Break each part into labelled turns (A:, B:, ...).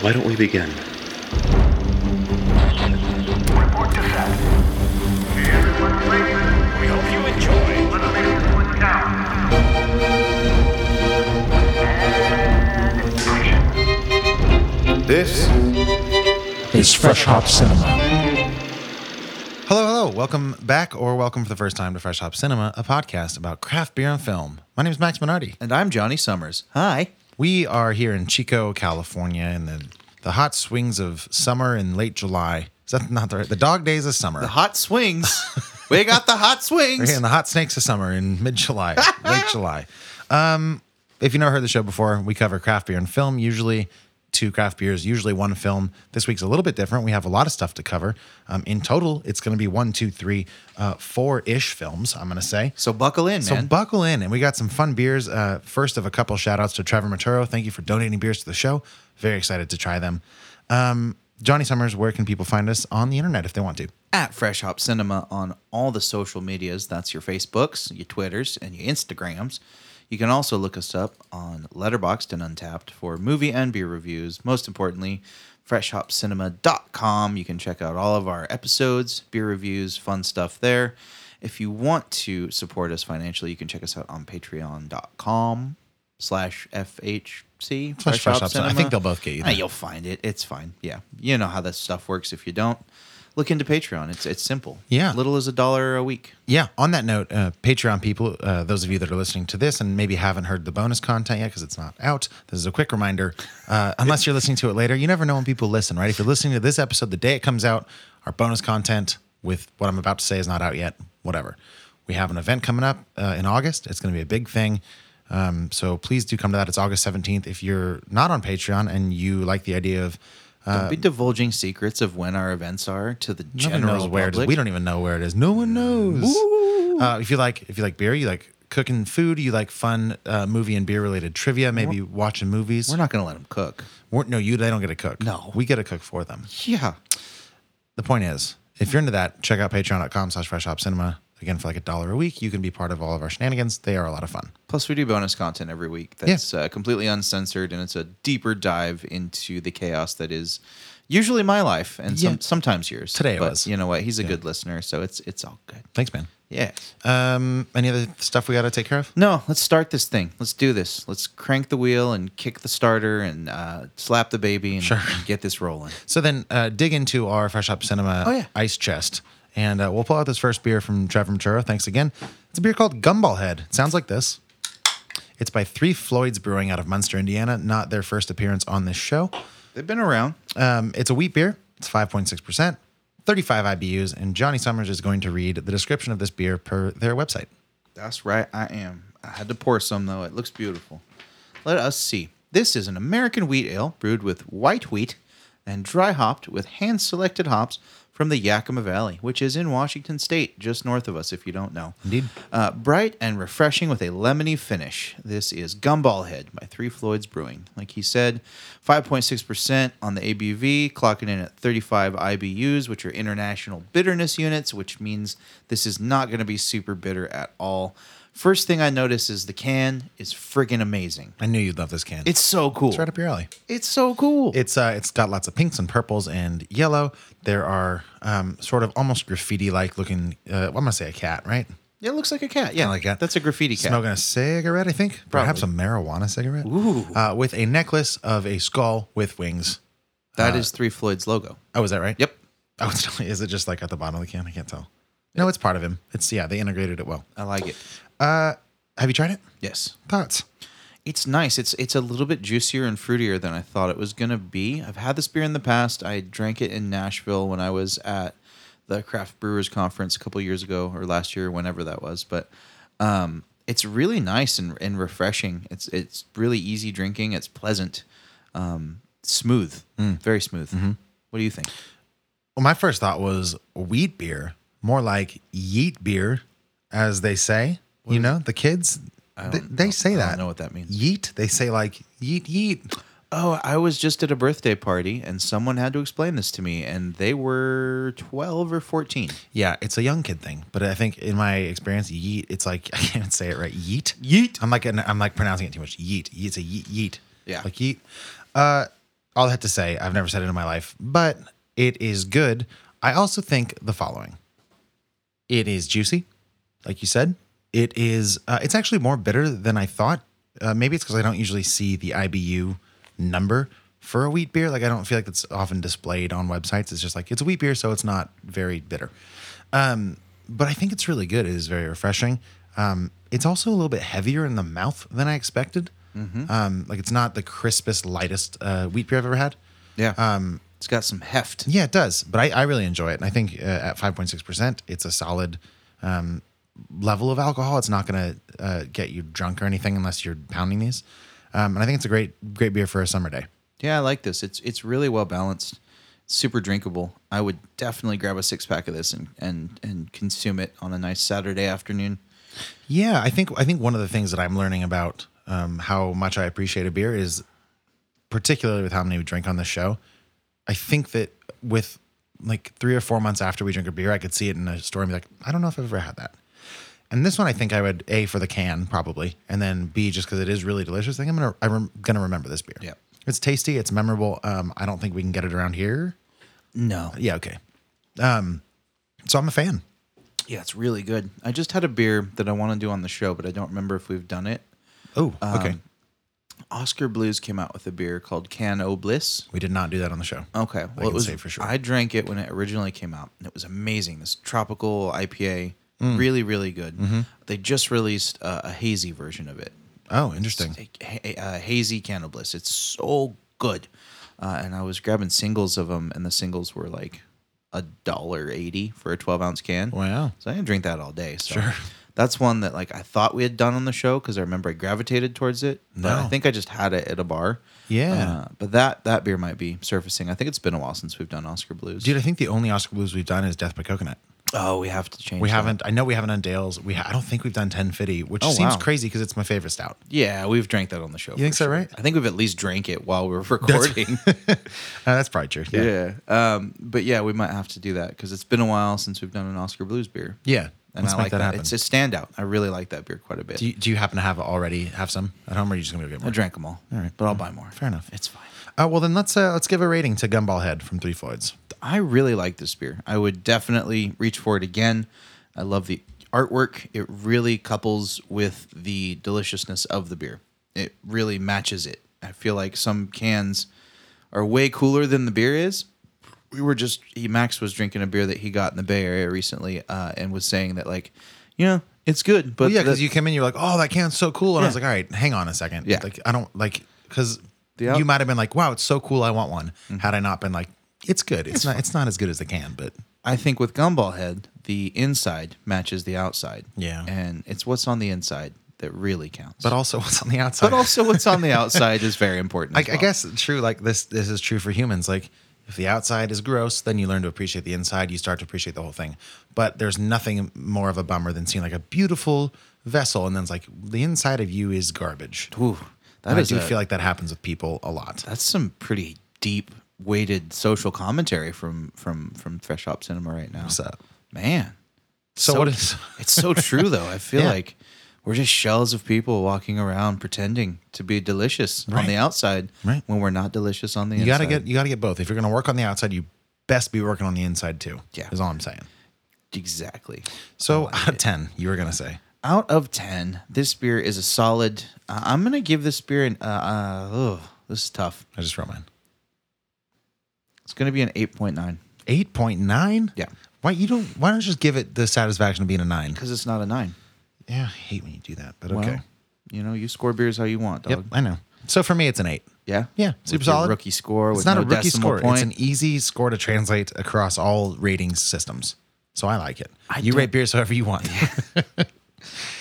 A: Why don't we begin?
B: Report to set. Hey, everyone, please. We hope you enjoy. Let's make this one count. And action.
C: This
D: It's Fresh Hop Cinema.
E: Hello, hello. Welcome back or welcome for the first time to Fresh Hop Cinema, a podcast about craft beer and film. My name is Max Minardi.
F: And I'm Johnny Summers. Hi.
E: We are here in Chico, California, in the, the hot swings of summer in late July. Is that not the right? The dog days of summer.
F: The hot swings. we got the hot
E: We're
F: swings.
E: here in the hot snakes of summer in mid July, late July. Um, if you've never heard the show before, we cover craft beer and film, usually two craft beers, usually one film. This week's a little bit different. We have a lot of stuff to cover. Um, in total, it's going to be one, two, three, uh, four ish films, I'm going to say.
F: so buckle in,
E: So
F: man.
E: buckle in, and we got some fun beers. Uh, first of a couple shout outs to Trevor Maturo. Thank you for donating beers to the show. Very excited to try them. Um, Johnny Summers, where can people find us on the internet if they want to?
F: At Fresh Hop Cinema on all the social medias. That's your Facebooks, your Twitters, and your Instagrams. You can also look us up on Letterboxd and Untapped for movie and beer reviews. Most importantly, freshhopcinema.com. You can check out all of our episodes, beer reviews, fun stuff there. If you want to support us financially, you can check us out on patreon.com slash FHC.
E: Slash Fresh Hop Cinema. I think they'll both get you
F: Ah,
E: there.
F: you'll find it. It's fine. Yeah. You know how this stuff works. If you don't, look into Patreon. It's it's simple.
E: Yeah.
F: Little as a dollar a week.
E: Yeah. On that note, uh, Patreon people, uh, those of you that are listening to this and maybe haven't heard the bonus content yet because it's not out, this is a quick reminder. Uh, unless you're listening to it later, you never know when people listen, right? If you're listening to this episode the day it comes out, our bonus content with what I'm about to say is not out yet. Whatever. We have an event coming up uh, in August. It's going to be a big thing. Um, so please do come to that. It's August 17th. If you're not on Patreon and you like the idea of
F: don't be divulging secrets of when our events are to the
E: Um, Nobody
F: general
E: knows where it is.
F: public.
E: We don't even know where it is. No one knows. Uh, if you like, if you like beer, you like cooking food, you like fun uh, movie and beer related trivia, maybe watching movies.
F: We're not going to let them cook.
E: We're- no, you. They don't get to cook.
F: No.
E: we get to cook for them.
F: Yeah.
E: The point is, if you're into that, check out Patreon.com/slash Fresh Hop Cinema. Again, for like a dollar a week, you can be part of all of our shenanigans. They are a lot of fun.
F: Plus, we do bonus content every week that's uh, completely uncensored, and it's a deeper dive into the chaos that is usually my life and
E: Yeah.
F: some, sometimes yours.
E: Today it
F: but
E: was.
F: You know what? He's a good listener, so it's it's all good.
E: Thanks, man.
F: Yeah.
E: Um, any other stuff we got to take care of?
F: No, let's start this thing. Let's do this. Let's crank the wheel and kick the starter and uh, slap the baby and,
E: Sure.
F: and get this rolling.
E: So then, uh, dig into our Fresh Hop Cinema
F: Oh, yeah.
E: ice chest, and uh, we'll pull out this first beer from Trevor Maturo. Thanks again. It's a beer called Gumball Head. It sounds like this. It's by Three Floyds Brewing out of Munster, Indiana. Not their first appearance on this show.
F: They've been around. Uh,
E: Um, it's a wheat beer. It's 5.6%, 35 IBUs, and Johnny Summers is going to read the description of this beer per their website.
F: That's right, I am. I had to pour some though. It looks beautiful. Let us see. This is an American wheat ale brewed with white wheat and dry hopped with hand selected hops from the Yakima Valley, which is in Washington State, just north of us, if you don't know.
E: Indeed.
F: Uh, bright and refreshing with a lemony finish. This is Gumball Head by Three Floyds Brewing. Like he said, 5.6% on the ABV, clocking in at 35 IBUs, which are international bitterness units, which means this is not going to be super bitter at all. First thing I notice is the can is friggin' amazing.
E: I knew you'd love this can.
F: It's so cool.
E: it's right up your alley.
F: It's so cool.
E: It's uh, it's got lots of pinks and purples and yellow. There are um, sort of almost graffiti-like looking. Uh, well, I'm gonna say a cat, right?
F: it looks like a cat. Yeah,
E: Kinda like that.
F: That's a graffiti cat.
E: Smoking a cigarette, I think. Perhaps a marijuana cigarette. Ooh. Uh, with a necklace of a skull with wings.
F: That is Three Floyds logo.
E: Oh, is that right?
F: Yep.
E: Oh, it's, is it just like at the bottom of the can? I can't tell. No, it's part of him. It's yeah, they integrated it well.
F: I like it.
E: Have you tried it?
F: Yes.
E: Thoughts?
F: It's nice. It's it's a little bit juicier and fruitier than I thought it was gonna be. I've had this beer in the past. I drank it in Nashville when I was at the craft brewers conference a couple years ago or last year, whenever that was. But um, it's really nice and, and refreshing. It's it's really easy drinking. It's pleasant, um, smooth, very smooth. What do you think?
E: Well, my first thought was wheat beer, more like yeet beer, as they say. you know, the kids, they,
F: don't
E: they
F: know-
E: say
F: I don't
E: that.
F: know what that means.
E: Yeet. They say like yeet yeet.
F: Oh, I was just at a birthday party and someone had to explain this to me, and they were twelve or fourteen.
E: Yeah, it's a young kid thing, but I think in my experience, yeet. It's like I can't even say it right. Yeet.
F: Yeet.
E: I'm like I'm like pronouncing it too much. Yeet. It's a yeet yeet.
F: Yeah.
E: Like yeet. Uh, all I have to say, I've never said it in my life, but it is good. I also think the following it is juicy, like you said. It is, uh, it's actually more bitter than I thought. Uh, maybe it's because I don't usually see the IBU number for a wheat beer. Like, I don't feel like it's often displayed on websites. It's just like, it's a wheat beer, so it's not very bitter. Um, but I think it's really good. It is very refreshing. Um, it's also a little bit heavier in the mouth than I expected. Um, like, it's not the crispest, lightest uh, wheat beer I've ever had.
F: Yeah. Um, it's got some heft.
E: Yeah, it does. But I, I really enjoy it. And I think uh, at 5.6%, it's a solid um, level of alcohol. It's not going to uh, get you drunk or anything unless you're pounding these. Um, and I think it's a great, great beer for a summer day.
F: Yeah, I like this. It's it's really well balanced, super drinkable. I would definitely grab a six pack of this and and and consume it on a nice Saturday afternoon.
E: Yeah, I think I think one of the things that I'm learning about um, how much I appreciate a beer is, particularly with how many we drink on this show. I think that with like three or four months after we drink a beer, I could see it in a store and be like, I don't know if I've ever had that. And this one, I think I would a for the can probably, and then b just because it is really delicious. I think I'm gonna I'm gonna remember this beer.
F: Yep.
E: it's tasty, it's memorable. Um, I don't think we can get it around here.
F: No,
E: Yeah, okay. Um, so I'm a fan.
F: yeah, it's really good. I just had a beer that I want to do on the show, but I don't remember if we've done it.
E: Oh, okay.
F: Oscar Blues came out with a beer called Can O Bliss.
E: We did not do that on the show.
F: Okay, well,
E: can
F: it was.
E: say for sure.
F: I drank it when it originally came out, and it was amazing. This tropical IPA,
E: Mm.
F: really, really good.
E: Mm-hmm.
F: They just released uh, a hazy version of it.
E: Oh, interesting.
F: A, a, a hazy candle bliss. It's so good. Uh, and I was grabbing singles of them, and the singles were like a dollar eighty for a twelve ounce can.
E: Wow.
F: So I can drink that all day. So That's one that like I thought we had done on the show because I remember I gravitated towards it. But I
E: No.
F: think I just had it at a bar.
E: Yeah.
F: Uh, but that that beer might be surfacing. I think it's been a while since we've done Oscar Blues.
E: Dude, I think the only Oscar Blues we've done is Death by Coconut.
F: oh, we have to change.
E: We
F: that.
E: haven't. I know we haven't done Dale's. We ha- I don't think we've done 1050, which
F: Oh,
E: seems
F: wow.
E: crazy because it's my favorite stout.
F: Yeah, we've drank that on the show. You
E: think so, right?
F: I think we've at least drank it while we were recording.
E: Uh, that's probably true. Yeah.
F: Yeah. Um, but yeah, we might have to do that because it's been a while since we've done an Oscar Blues beer.
E: Yeah.
F: And
E: Let's
F: I
E: make
F: like
E: that
F: that.
E: happen.
F: It's a standout. I really like that beer quite a bit.
E: Do you, do you happen to have already have some at home, or are you just gonna go get
F: I
E: more?
F: drank them all. All right. But I'll buy more.
E: Fair enough.
F: It's fine.
E: Uh, well, then let's uh, let's give a rating to Gumball Head from Three Floyds.
F: I really like this beer. I would definitely reach for it again. I love the artwork. It really couples with the deliciousness of the beer. It really matches it. I feel like some cans are way cooler than the beer is. We were just he- Max was drinking a beer that he got in the Bay Area recently, uh, and was saying that like, yeah, it's good, but
E: Well, yeah, because
F: the-
E: you came in, you're like, "Oh, that can's so cool," and I was
F: Yeah.
E: like, "All right, hang on a second.
F: Yeah.
E: like I don't like because
F: The Mm-hmm. out-
E: you might have been like, "Wow, it's so cool, I want one." Had I not been like, "It's good. It's, not. It's not as good as the can, but
F: I think with Gumball Head, the inside matches the outside.
E: Yeah.
F: and it's what's on the inside that really counts.
E: but also what's on the outside."
F: but also what's on the outside is very important.
E: I,
F: as
E: I
F: well.
E: guess it's true. Like this, this is true for humans. Like if the outside is gross, then you learn to appreciate the inside. You start to appreciate the whole thing. But there's nothing more of a bummer than seeing like a beautiful vessel, and then it's like the inside of you is garbage.
F: Ooh, that
E: And I
F: is
E: do
F: a-
E: feel like that happens with people a lot.
F: that's some pretty deep weighted social commentary from from from Fresh Hop Cinema right now.
E: What's up?
F: man?
E: So,
F: so-
E: what is?
F: It's so true though. I feel
E: Yeah.
F: like we're just shells of people walking around pretending to be delicious on the outside
E: Right.
F: when we're not delicious on the
E: You
F: inside.
E: gotta get you gotta get both. If you're gonna work on the outside, you best be working on the inside too.
F: Yeah. Oh,
E: is all I'm saying.
F: exactly.
E: So out of ten, you were gonna say
F: out of 10 this beer is a solid uh, i'm gonna give this beer an uh, uh oh, this is tough
E: I just wrote mine
F: it's gonna be an 8.9
E: eight point nine.
F: Yeah.
E: Why you don't? Why don't you just give it the satisfaction of being a nine?
F: because it's not a 9
E: Yeah, I hate when you do that, but
F: Well,
E: okay.
F: you know you score beers how you want dog.
E: Yep, I know. So for me, it's an eight.
F: yeah
E: Yeah,
F: With
E: super
F: your
E: solid.
F: rookie score
E: It's
F: with
E: not
F: no
E: a rookie
F: decimal
E: score.
F: point.
E: It's an e- easy score to translate across all rating systems. So I like it.
F: I
E: you
F: don't-
E: rate beers however you want.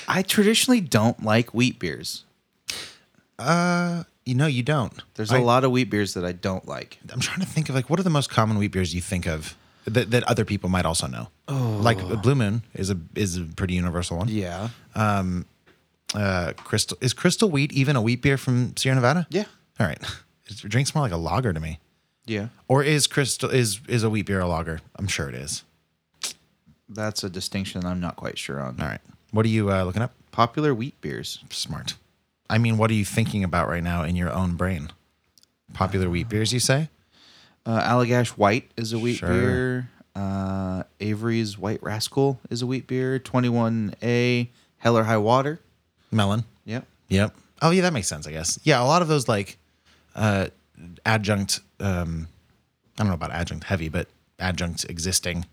F: i traditionally don't like wheat beers
E: you know, you don't.
F: there's
E: a
F: a lot of wheat beers that i don't like
E: I'm trying to think of like what are the most common wheat beers you think of that, that other people might also know. Oh, like Blue Moon is a is a pretty universal one.
F: yeah
E: Uh, Crystal is Crystal Wheat even a wheat beer from Sierra Nevada?
F: Yeah.
E: All right. It drinks more like a lager to me.
F: yeah
E: Or is Crystal is is a wheat beer a lager? I'm sure it is.
F: that's a distinction i'm not quite sure on
E: All right. What are you uh, looking up?
F: popular wheat beers
E: Smart. I mean, what are you thinking about right now in your own brain? Popular wheat beers, you say?
F: Uh, Allagash White is a wheat
E: Sure.
F: beer. Uh, Avery's White Rascal is a wheat beer. 21A Hell or High Water.
E: Melon.
F: Yep.
E: Yep. Oh yeah, that makes sense. I guess. Yeah, a lot of those like uh, adjunct. Um, I don't know about adjunct heavy, but adjunct existing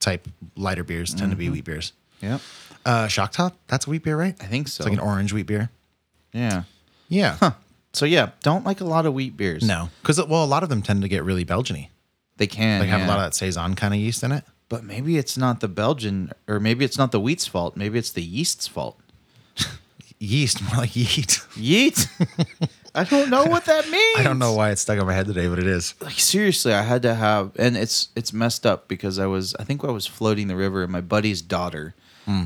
E: type lighter beers tend to be wheat beers.
F: Yep.
E: Uh, Shock Top. That's a wheat beer, right?
F: Mm-hmm. I think so.
E: It's like an orange wheat beer.
F: yeah.
E: Yeah.
F: So yeah, don't like a lot of wheat beers.
E: No, because well, a lot of them tend to get really Belgiany.
F: They can.
E: Like have
F: yeah.
E: a lot of that saison kind of yeast in it.
F: But maybe it's not the Belgian, or maybe it's not the wheat's fault. Maybe it's the yeast's fault.
E: Yeast, more like yeast.
F: Yeast. I don't know what that means.
E: I don't know why it's stuck in my head today, but it is.
F: Like seriously, I had to have, and it's it's messed up because I was I think I was floating the river, and my buddy's daughter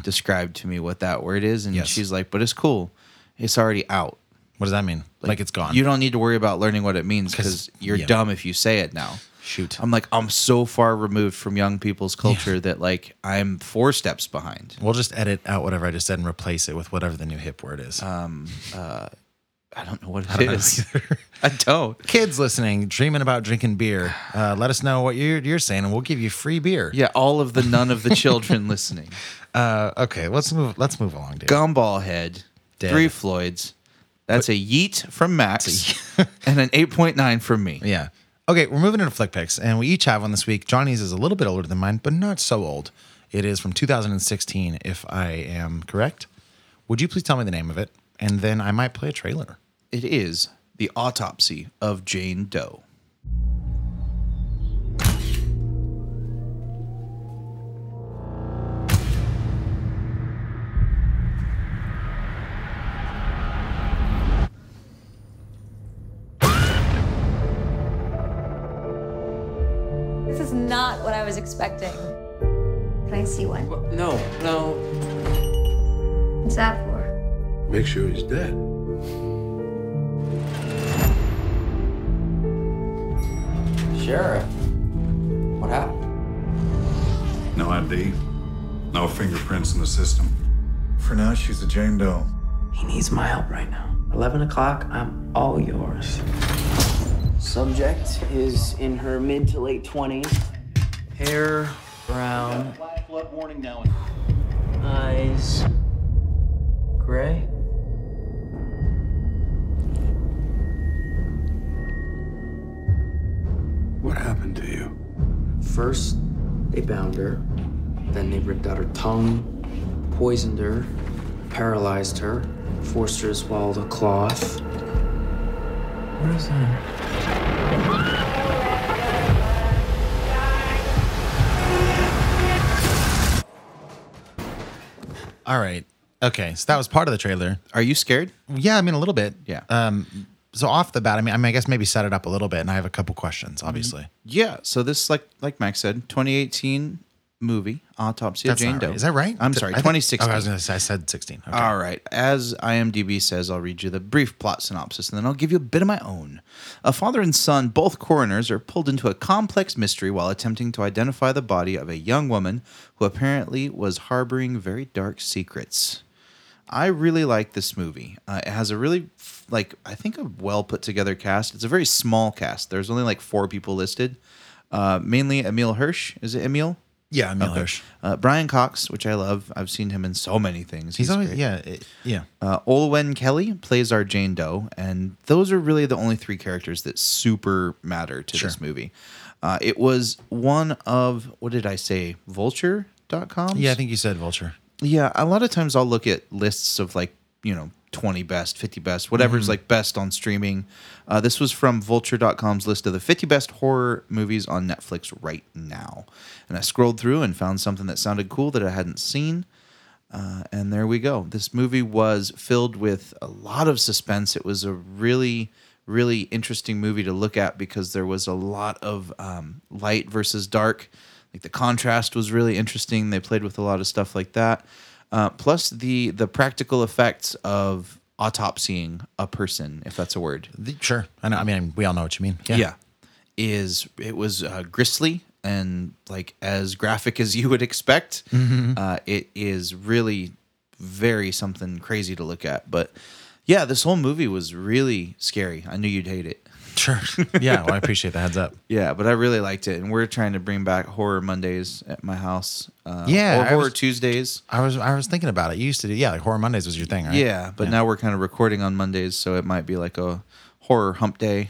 F: described to me what that word is, and
E: Hmm. Yes.
F: she's like, "But it's cool. It's already out.
E: What does that mean? Like, it's gone.
F: You don't need to worry about learning what it means because
E: 'Cause-
F: you're
E: yeah.
F: dumb if you say it now."
E: Shoot.
F: I'm like, I'm so far removed from young people's culture that like I'm four steps behind.
E: We'll just edit out whatever I just said and replace it with whatever the new hip word is.
F: Uh, I don't know what it is. I don't.
E: Kids listening, dreaming about drinking beer, uh, let us know what you're, you're saying, and we'll give you free beer.
F: Yeah, all of the none of the children listening.
E: Uh, okay, let's move. Let's move along, dude.
F: Gumball Head,
E: Dead.
F: Three Floyds. That's a yeet from Max and an 8.9 from me.
E: Yeah. Okay, we're moving into flick picks, and we each have one this week. Johnny's is a little bit older than mine, but not so old. It is from 2016, if I am correct. Would you please tell me the name of it, and then I might play a trailer.
F: It is the autopsy of Jane Doe.
A: This is not what I was expecting. Can I see one?
G: No, no.
A: What's that for?
H: Make sure he's dead.
G: Sheriff. What happened?
I: No ID, no fingerprints in the system.
J: For now, she's a Jane Doe.
G: He needs my help right now. 11 o'clock, I'm all yours. Subject is in her mid to late 20s. Hair brown. Eyes gray.
H: What happened to you?
G: First, they bound her. Then they ripped out her tongue, poisoned her, paralyzed her, forced her to swallow the cloth. What is that?
E: All right. Okay, so that was part of the trailer.
F: Are you scared?
E: Yeah, I mean a little bit.
F: Yeah.
E: Um, so off the bat, I mean, I mean, I guess maybe set it up a little bit, and I have a couple questions,
F: Mm-hmm.
E: obviously.
F: Yeah. So this, like like Max said, 2018 movie, autopsy
E: That's
F: of Jane
E: not
F: Doe.
E: right. Is that right?
F: I'm
E: Th-
F: sorry,
E: I think-
F: 2016.
E: Oh, I was gonna say I said 16. Okay.
F: All right. As IMDb says, I'll read you the brief plot synopsis and then I'll give you a bit of my own. A father and son, both coroners, are pulled into a complex mystery while attempting to identify the body of a young woman who apparently was harboring very dark secrets. I really like this movie. Uh, it has a really, f- like, I think a well put together cast. It's a very small cast. There's only like four people listed. Uh, mainly Emil Hirsch. Is it Emil?
E: Yeah, Emil Hirsch.
F: Uh, Brian Cox, which I love. I've seen him in so many things.
E: He's, Um, always
F: great.
E: yeah, it- yeah.
F: Uh, Olwen Kelly plays our Jane Doe, and those are really the only three characters that super matter to this movie. Uh, it was one of, what did I say, vulture.com?
E: Yeah, I think you said Vulture.
F: Yeah, a lot of times I'll look at lists of like, you know, 20 best, 50 best, whatever's
E: Mm-hmm.
F: like best on streaming. Uh, this was from vulture.com's list of the 50 best horror movies on Netflix right now. And I scrolled through and found something that sounded cool that I hadn't seen. Uh, and there we go. This movie was filled with a lot of suspense. It was a really, really interesting movie to look at because there was a lot of um, light versus dark. Like the contrast was really interesting. They played with a lot of stuff like that. Uh, plus the the practical effects of autopsying a person, if that's a word.
E: The- sure, I know. I mean, we all know what you mean. Yeah.
F: Is it was uh, grisly and like as graphic as you would expect. Uh, it is really very something crazy to look at. But yeah, this whole movie was really scary. I knew you'd hate it.
E: Sure. Yeah. Well, I appreciate the heads up.
F: Yeah, but I really liked it, and we're trying to bring back horror Mondays at my house. Uh,
E: Yeah,
F: or
E: I
F: horror
E: was-
F: Tuesdays.
E: I was I was thinking about it. You used to do yeah, like Horror Mondays was your thing, right?
F: Yeah, but now we're kind of recording on Mondays, so it might be like a horror hump day.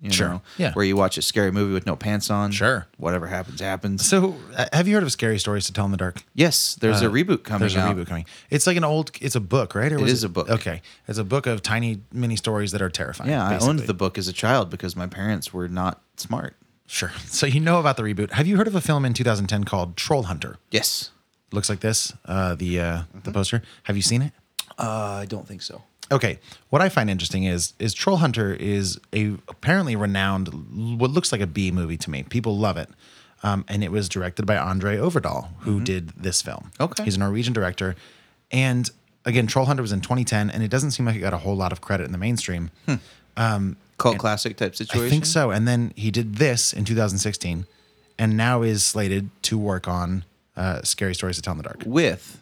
F: You
E: Sure.
F: Know,
E: Yeah.
F: Where you watch a scary movie with no pants on.
E: Sure.
F: Whatever happens, happens.
E: So, uh, have you heard of Scary Stories to Tell in the Dark?
F: yes, there's
E: Uh,
F: a reboot coming
E: There's a
F: out.
E: reboot coming. It's like an old. It's a book, right? Or
F: It is a book.
E: Okay, it's a book of tiny mini stories that are terrifying.
F: Yeah, I owned
E: basically.
F: the book as a child because my parents were not smart.
E: Sure. So you know about the reboot. Have you heard of a film in 2010 called Troll Hunter?
F: Yes.
E: Looks like this. Uh, the uh, the poster. Have you seen it?
F: Uh, I don't think so.
E: Okay. What I find interesting is is Troll Hunter is a apparently renowned l- what looks like a B movie to me. People love it. Um, and it was directed by Andre Overdahl, who did this film.
F: Okay.
E: He's a Norwegian director. And again, Troll Hunter was in 2010, and it doesn't seem like it got a whole lot of credit in the mainstream.
F: Cult classic type situation.
E: I think so. And then he did this in 2016, and now is slated to work on uh, Scary Stories to Tell in the Dark.
F: With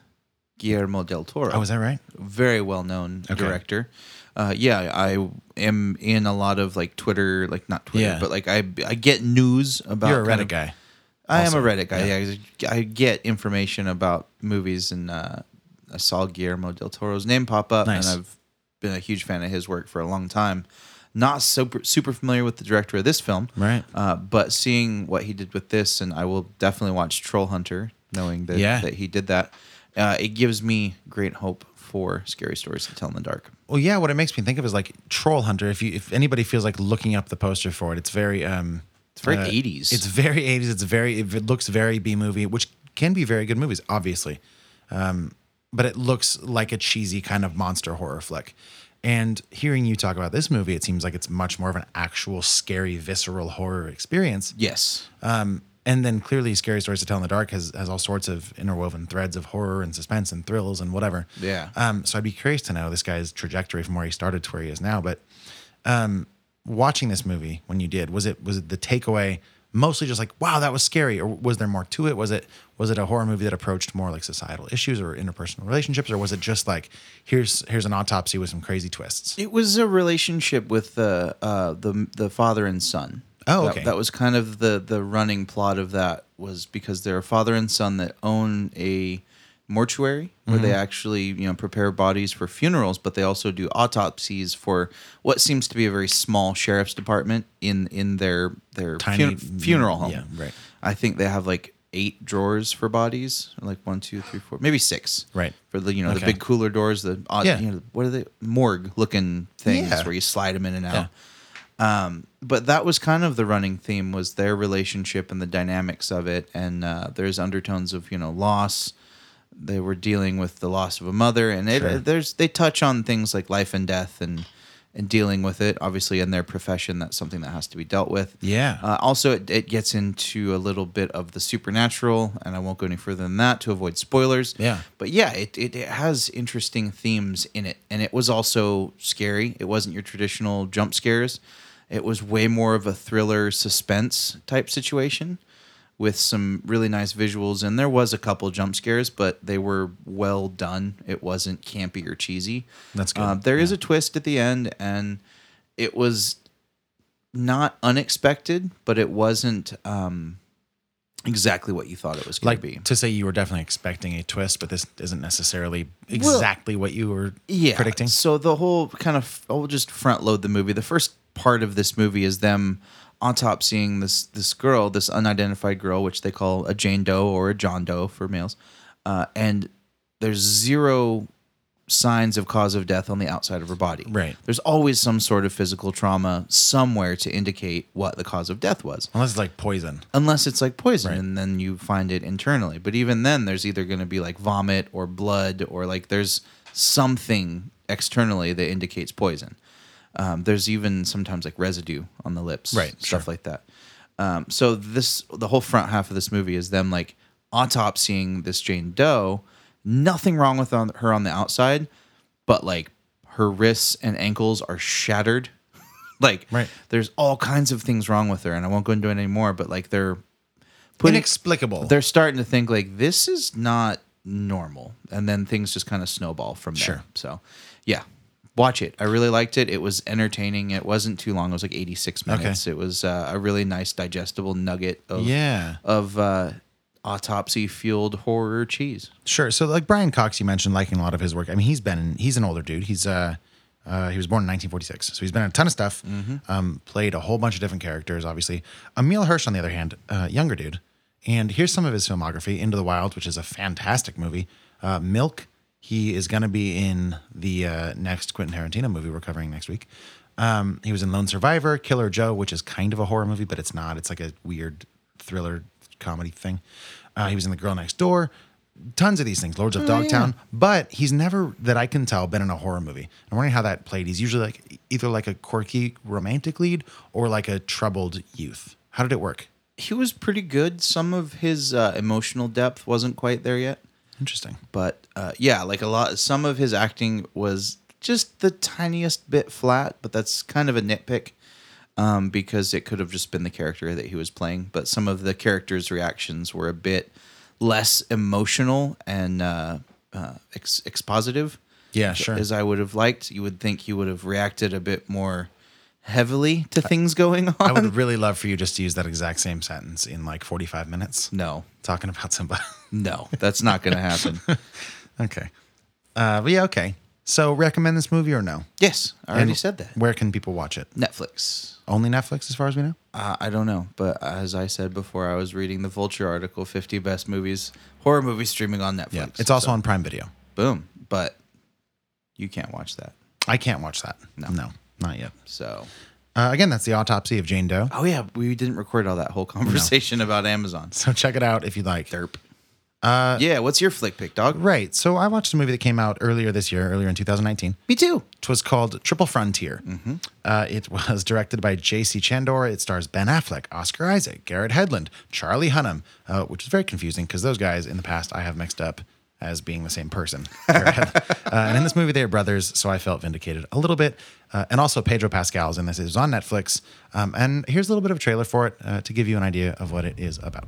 F: Guillermo del Toro.
E: Oh, is that right?
F: very well known director. Uh, yeah, I am in a lot of like Twitter, like not Twitter,
E: Yeah.
F: but like I I get news about.
E: You're a
F: kind
E: Reddit
F: of-
E: guy.
F: I
E: also.
F: am a Reddit guy. Yeah. I, I get information about movies, and uh, I saw Guillermo del Toro's name pop up,
E: Nice.
F: and I've been a huge fan of his work for a long time. Not super super familiar with the director of this film,
E: Right.
F: Uh, but seeing what he did with this, and I will definitely watch Troll Hunter, knowing that
E: Yeah.
F: that he did that. Uh, it gives me great hope for scary stories to tell in the dark.
E: Well, yeah. What it makes me think of is like Troll Hunter. If you, if anybody feels like looking up the poster for it, it's very, um,
F: It's very
E: uh,
F: 80s.
E: It's very 80s. It's very. It looks very B movie, which can be very good movies, obviously. Um, but it looks like a cheesy kind of monster horror flick. And hearing you talk about this movie, it seems like it's much more of an actual scary, visceral horror experience.
F: yes,
E: Um, and then clearly scary stories to tell in the dark has, has all sorts of interwoven threads of horror and suspense and thrills and whatever
F: Yeah.
E: um, so i'd be curious to know this guy's trajectory from where he started to where he is now but um, watching this movie when you did was it was it the takeaway mostly just like wow that was scary or was there more to it was it was it a horror movie that approached more like societal issues or interpersonal relationships or was it just like here's here's an autopsy with some crazy twists
F: It was a relationship with the uh, the the father and son.
E: Oh,
F: That-
E: okay.
F: That, was kind of the the running plot of that was because they're a father and son that own a mortuary where
E: Mm-hmm.
F: they actually you know prepare bodies for funerals, but they also do autopsies for what seems to be a very small sheriff's department in in their their
E: Tiny-
F: fun- funeral home.
E: yeah, right.
F: I think they have like eight drawers for bodies, like one, two, three, four, maybe six.
E: Right.
F: For the you know
E: Okay.
F: the big cooler doors, the odd,
E: Yeah.
F: you know what are they morgue looking things
E: Yeah.
F: where you slide them in and out. Um, but that was kind of the running theme was their relationship and the dynamics of it, and uh, there's undertones of you know loss. They were dealing with the loss of a mother, and it,
E: Sure.
F: there's they touch on things like life and death and and dealing with it. Obviously, in their profession, that's something that has to be dealt with.
E: Yeah.
F: Uh, also, it, it gets into a little bit of the supernatural, and I won't go any further than that to avoid spoilers.
E: Yeah.
F: But yeah, it, it, it has interesting themes in it. And it was also scary. It wasn't your traditional jump scares, it was way more of a thriller suspense type situation with some really nice visuals. And there was a couple jump scares, but they were well done. It wasn't campy or cheesy.
E: That's good.
F: Uh, there is a twist at the end, and it was not unexpected, but it wasn't um, exactly what you thought it was going
E: like
F: to be.
E: to say you were definitely expecting a twist but this isn't necessarily exactly what you were
F: yeah,
E: predicting
F: So the whole kind of I'll just front load the movie. The first part of this movie is them autopsying this this girl, this unidentified girl, which they call a Jane Doe or a John Doe for males, uh, and there's zero signs of cause of death on the outside of her body.
E: Right.
F: There's always some sort of physical trauma somewhere to indicate what the cause of death was.
E: unless it's like poison
F: unless it's like poison and then you find it internally but even then there's either going to be like vomit or blood or like there's something externally that indicates poison um, there's even sometimes like residue on the lips
E: Right,
F: stuff
E: sure.
F: like that um, so this the whole front half of this movie is them like autopsying this jane doe nothing wrong with on, her on the outside but like her wrists and ankles are shattered like
E: Right.
F: there's all kinds of things wrong with her and i won't go into it anymore but like they're putting
E: inexplicable
F: they're starting to think like this is not normal and then things just kind of snowball from there
E: Sure.
F: so yeah Watch it. I really liked it. It was entertaining. It wasn't too long. It was like 86 minutes. It was uh, a really nice digestible nugget of
E: Yeah.
F: of uh, autopsy fueled horror cheese.
E: Sure. So like Brian Cox, you mentioned liking a lot of his work. I mean, he's been he's an older dude. He's uh, uh he was born in 1946, so he's been in a ton of stuff. Um, played a whole bunch of different characters. Obviously, Emil Hirsch, on the other hand, uh, younger dude. And here's some of his filmography: Into the Wild, which is a fantastic movie. Uh, Milk. He is going to be in the uh, next Quentin Tarantino movie we're covering next week. Um, he was in Lone Survivor, Killer Joe, which is kind of a horror movie, but it's not. It's like a weird thriller comedy thing. Uh, he was in The Girl Next Door. Tons of these things, Lords of Dogtown, but he's never that I can tell been in a horror movie. I'm wondering how that played. He's usually like either like a quirky romantic lead or like a troubled youth. How did it work?
F: He was pretty good. Some of his uh, emotional depth wasn't quite there yet.
E: Interesting.
F: but uh, yeah, like a lot. Some of his acting was just the tiniest bit flat, but that's kind of a nitpick um, because it could have just been the character that he was playing. But some of the characters' reactions were a bit less emotional and uh, uh, ex- expositive.
E: Yeah, sure.
F: As I would have liked, you would think he would have reacted a bit more heavily to things going on.
E: I would really love for you just to use that exact same sentence in like 45 minutes,
F: no,
E: talking about somebody.
F: no, that's not going to happen.
E: okay. Uh, but yeah, okay. So recommend this movie or no?
F: yes, I already
E: And
F: said that.
E: Where can people watch it?
F: Netflix.
E: Only Netflix, as far as we know.
F: Uh, I don't know, but as I said before, I was reading the Vulture article: "50 Best Movies Horror Movies Streaming on Netflix."
E: Yeah, it's also
F: So,
E: on Prime Video.
F: boom, but you can't watch that.
E: I can't watch that.
F: No.
E: no, not yet.
F: So,
E: Uh, again, that's the autopsy of Jane Doe.
F: oh yeah, we didn't record all that whole conversation about Amazon.
E: So check it out if you like.
F: Derp. yeah, what's your flick pick, dog?
E: Right. So I watched a movie that came out earlier this year, earlier in 2019.
F: Me too. Mm-hmm.
E: It was called Triple Frontier. Uh, it was directed by J.C. Chandor. It stars Ben Affleck, Oscar Isaac, Garrett Hedlund, Charlie Hunnam, uh, which is very confusing because those guys in the past I have mixed up as being the same person. Garrett Hedlund. uh, and in this movie, they are brothers, so I felt vindicated a little bit. Uh, and also Pedro Pascal's in this. It was on Netflix. Um, and here's a little bit of a trailer for it uh, to give you an idea of what it is about.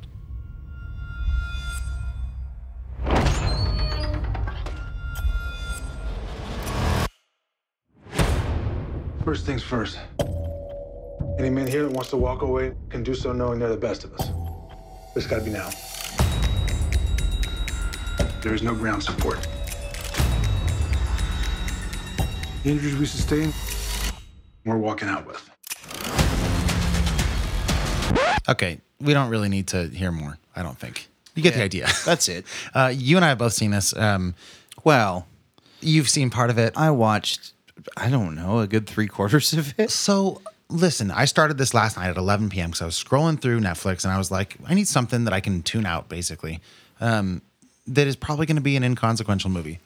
K: First things first. Any man here that wants to walk away can do so knowing they're the best of us. But it's gotta be now.
H: There is no ground support. The injuries we sustain, we're walking out with.
E: Okay, we don't really need to hear more. I don't think you get the idea.
F: That's it.
E: Uh, you and I have both seen this. Um,
F: Well,
E: you've seen part of it.
F: I watched, I don't know, a good three quarters of it.
E: So listen, I started this last night at 11 p.m. because I was scrolling through Netflix and I was like, I need something that I can tune out, basically. Um, that is probably going to be an inconsequential movie.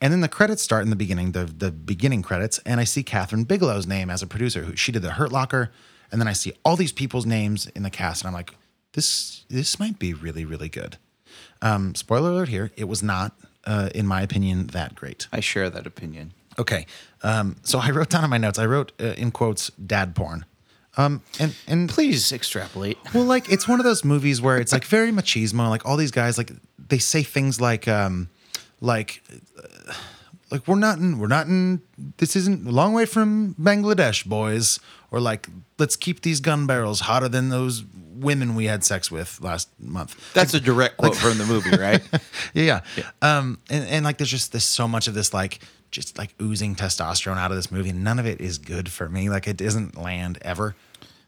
E: And then the credits start in the beginning, the the beginning credits, and I see Catherine Bigelow's name as a producer. Who she did the Hurt Locker, and then I see all these people's names in the cast, and I'm like, this this might be really really good. Um, spoiler alert here, it was not, uh, in my opinion, that great.
F: I share that opinion.
E: Okay. Um, so I wrote down in my notes, I wrote uh, in quotes, dad porn. Um, and, and
F: Please extrapolate.
E: well, like it's one of those movies where it's like very machismo. Like all these guys, like they say things like, um, like, uh, like we're not in, we're not in. This isn't a long way from Bangladesh, boys. Or like, let's keep these gun barrels hotter than those women we had sex with last month.
F: That's a direct quote from the movie, right?
E: Yeah, yeah. Um, and, and like there's just this so much of this like just like oozing testosterone out of this movie. None of it is good for me. Like it doesn't land ever.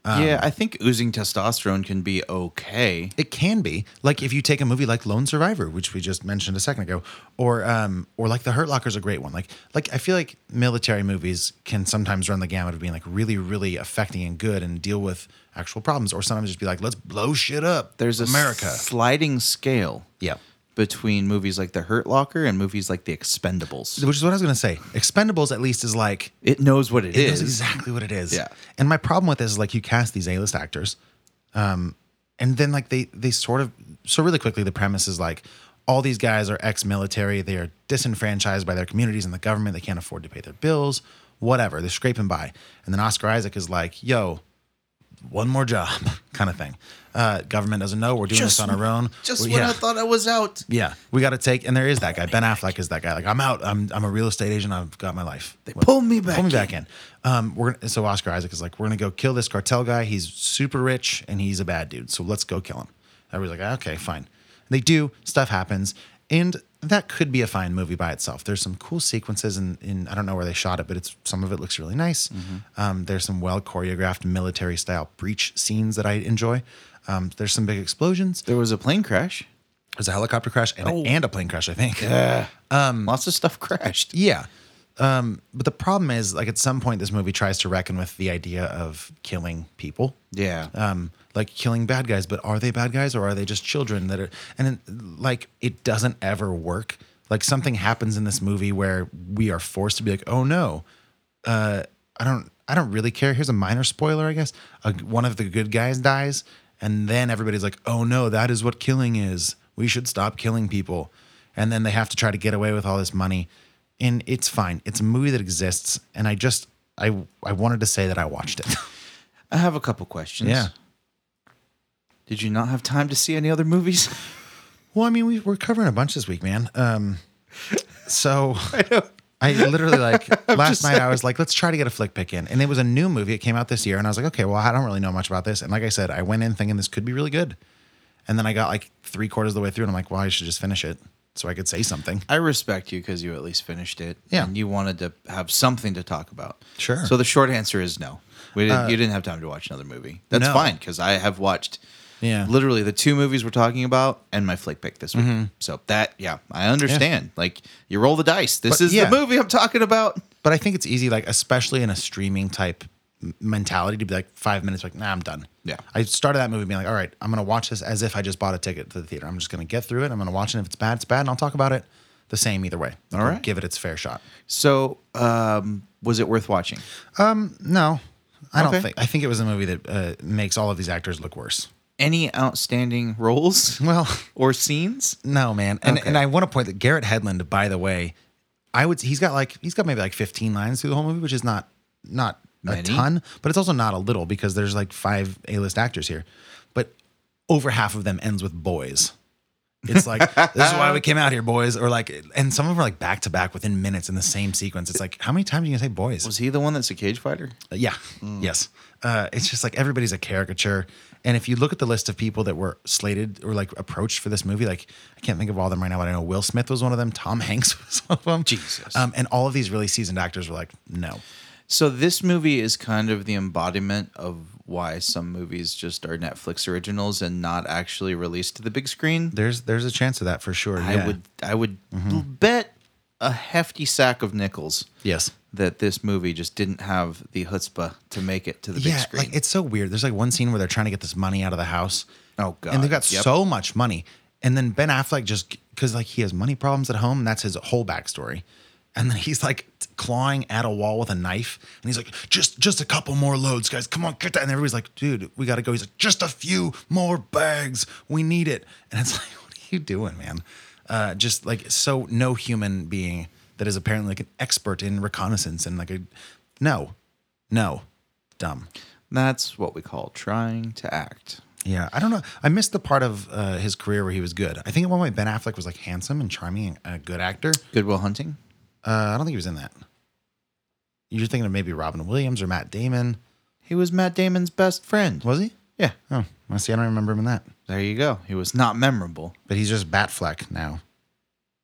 E: Um,
F: yeah, I think oozing testosterone can be okay.
E: It can be like if you take a movie like Lone Survivor, which we just mentioned a second ago, or um, or like The Hurt Locker is a great one. Like like I feel like military movies can sometimes run the gamut of being like really really affecting and good and deal with actual problems, or sometimes just be like let's blow shit up.
F: There's a
E: America.
F: sliding scale
E: yeah.
F: between movies like The Hurt Locker and movies like The Expendables.
E: Which is what I was gonna say. Expendables at least is like
F: It knows what
E: It knows exactly what it is.
F: Yeah.
E: And my problem with this is like you cast these A-list actors, um, and then like they they sort of so really quickly the premise is like all these guys are ex-military, they are disenfranchised by their communities and the government, they can't afford to pay their bills, whatever. They're scraping by, and then Oscar Isaac is like, "Yo, one more job kind of thing. Uh, government doesn't know we're doing
F: Just-
E: this on our own.
F: Just
E: We-
F: when
E: yeah.
F: I thought I was out.
E: yeah, we got to take, and there is that guy. Ben Affleck is that guy. Like, I'm out. I'm, I'm a real estate agent. I've got my life. They
F: pull me back
E: Pull me
F: in.
E: back in. Um, we're gonna- so Oscar Isaac is like, we're gonna go kill this cartel guy. He's super rich and he's a bad dude. So let's go kill him. Everybody's like, "Ah, okay, fine. They do. Stuff happens, and that could be a fine movie by itself. There's some cool sequences, and in, I don't know where they shot it, but it's some of it looks really nice. Um, there's some well choreographed military style breach scenes that I enjoy. Um, there's some big explosions.
F: There was a plane crash.
E: There's a helicopter crash and, a, and a plane crash, I think.
F: Lots of stuff crashed.
E: Yeah. Um, but the problem is, like, at some point, this movie tries to reckon with the idea of killing people.
F: Yeah.
E: Um, like killing bad guys, but are they bad guys or are they just children that are? And then, like, it doesn't ever work. Like, something happens in this movie where we are forced to be like, oh no, uh, I don't, I don't really care. Here's a minor spoiler, I guess. Uh, one of the good guys dies, and then everybody's like, oh no, that is what killing is. We should stop killing people. And then they have to try to get away with all this money and it's fine. It's a movie that exists, and I just I I wanted to say that I watched it.
F: I have a couple questions.
E: Yeah.
F: Did you not have time to see any other movies?
E: well, I mean, we, we're covering a bunch this week, man. Um, so I, literally like last night I was like, let's try to get a flick pick in, and it was a new movie. It came out this year, and I was like, okay, well, I don't really know much about this, and like I said, I went in thinking this could be really good, and then I got like three quarters of the way through, and I'm like, well, I should just finish it so I could say something.
F: I respect you because you at least finished it.
E: Yeah.
F: And you wanted to have something to talk about.
E: Sure. Uh,
F: So the short answer is no. We didn't, you didn't have time to watch another movie. That's
E: No.
F: fine because I have watched
E: Yeah. Mm-hmm.
F: literally the two movies we're talking about and my flick pick this week. So that, yeah, I understand. Like you roll the dice. This
E: But,
F: is
E: yeah.
F: the movie I'm talking about.
E: But I think it's easy, like especially in a streaming type m- mentality, to be like five minutes, like nah, I'm done.
F: Yeah.
E: I started that movie being like, all right, I'm gonna watch this as if I just bought a ticket to the theater. I'm just gonna get through it. I'm gonna watch it. If it's bad, it's bad, and I'll talk about it the same either way. Like,
F: All
E: I'll
F: right.
E: give it its fair shot.
F: So um, was it worth watching?
E: No, I
F: Okay.
E: don't think. I think it was a movie that uh, makes all of these actors look worse.
F: Any outstanding roles
E: Well,
F: or scenes?
E: No, man. And
F: Okay.
E: and I want to point that Garrett Headland, by the way, I would he's got like he's got maybe like 15 lines through the whole movie, which is not not
F: Many.
E: a ton, but it's also not a little because there's like five A-list actors here. But over half of them ends with boys. It's like this is why we came out here, boys, or like, and some of them are like back to back within minutes in the same sequence. It's like, how many times are you gonna say boys?
F: Was he the one that's a cage fighter?
E: Yeah.
F: Mm.
E: Yes. Uh, it's just like everybody's a caricature. And if you look at the list of people that were slated or like approached for this movie, like I can't think of all of them right now, but I know Will Smith was one of them. Tom Hanks was one of them.
F: Jesus.
E: Um, and all of these really seasoned actors were like, no.
F: So this movie is kind of the embodiment of why some movies just are Netflix originals and not actually released to the big screen.
E: There's there's a chance of that for sure.
F: I
E: yeah.
F: would I would bet a hefty sack of nickels
E: Mm-hmm. Yes.
F: that this movie just didn't have the chutzpah to make it to the big
E: Yeah,
F: screen.
E: like it's so weird. There's like one scene where they're trying to get this money out of the house.
F: Oh, God.
E: And they've got
F: Yep.
E: so much money. And then Ben Affleck just because like he has money problems at home. That's his whole backstory. And then he's like t- clawing at a wall with a knife, and he's like, "Just, just a couple more loads, guys. Come on, get that." And everybody's like, "Dude, we gotta go." He's like, "Just a few more bags. We need it." And it's like, "What are you doing, man?" Uh, just like so, no human being that is apparently like an expert in reconnaissance and like a no, no, dumb.
F: That's what we call trying to act.
E: Yeah, I don't know. I missed the part of uh, his career where he was good. I think at one point Ben Affleck was like handsome and charming, and a good actor.
F: Goodwill Hunting.
E: Uh, I don't think he was in that. You're thinking of maybe Robin Williams or Matt Damon,
F: He was Matt Damon's best friend.
E: was he?
F: Yeah.
E: Oh, I see. I don't remember him in that.
F: There you go. He was not memorable.
E: But he's just Batfleck now.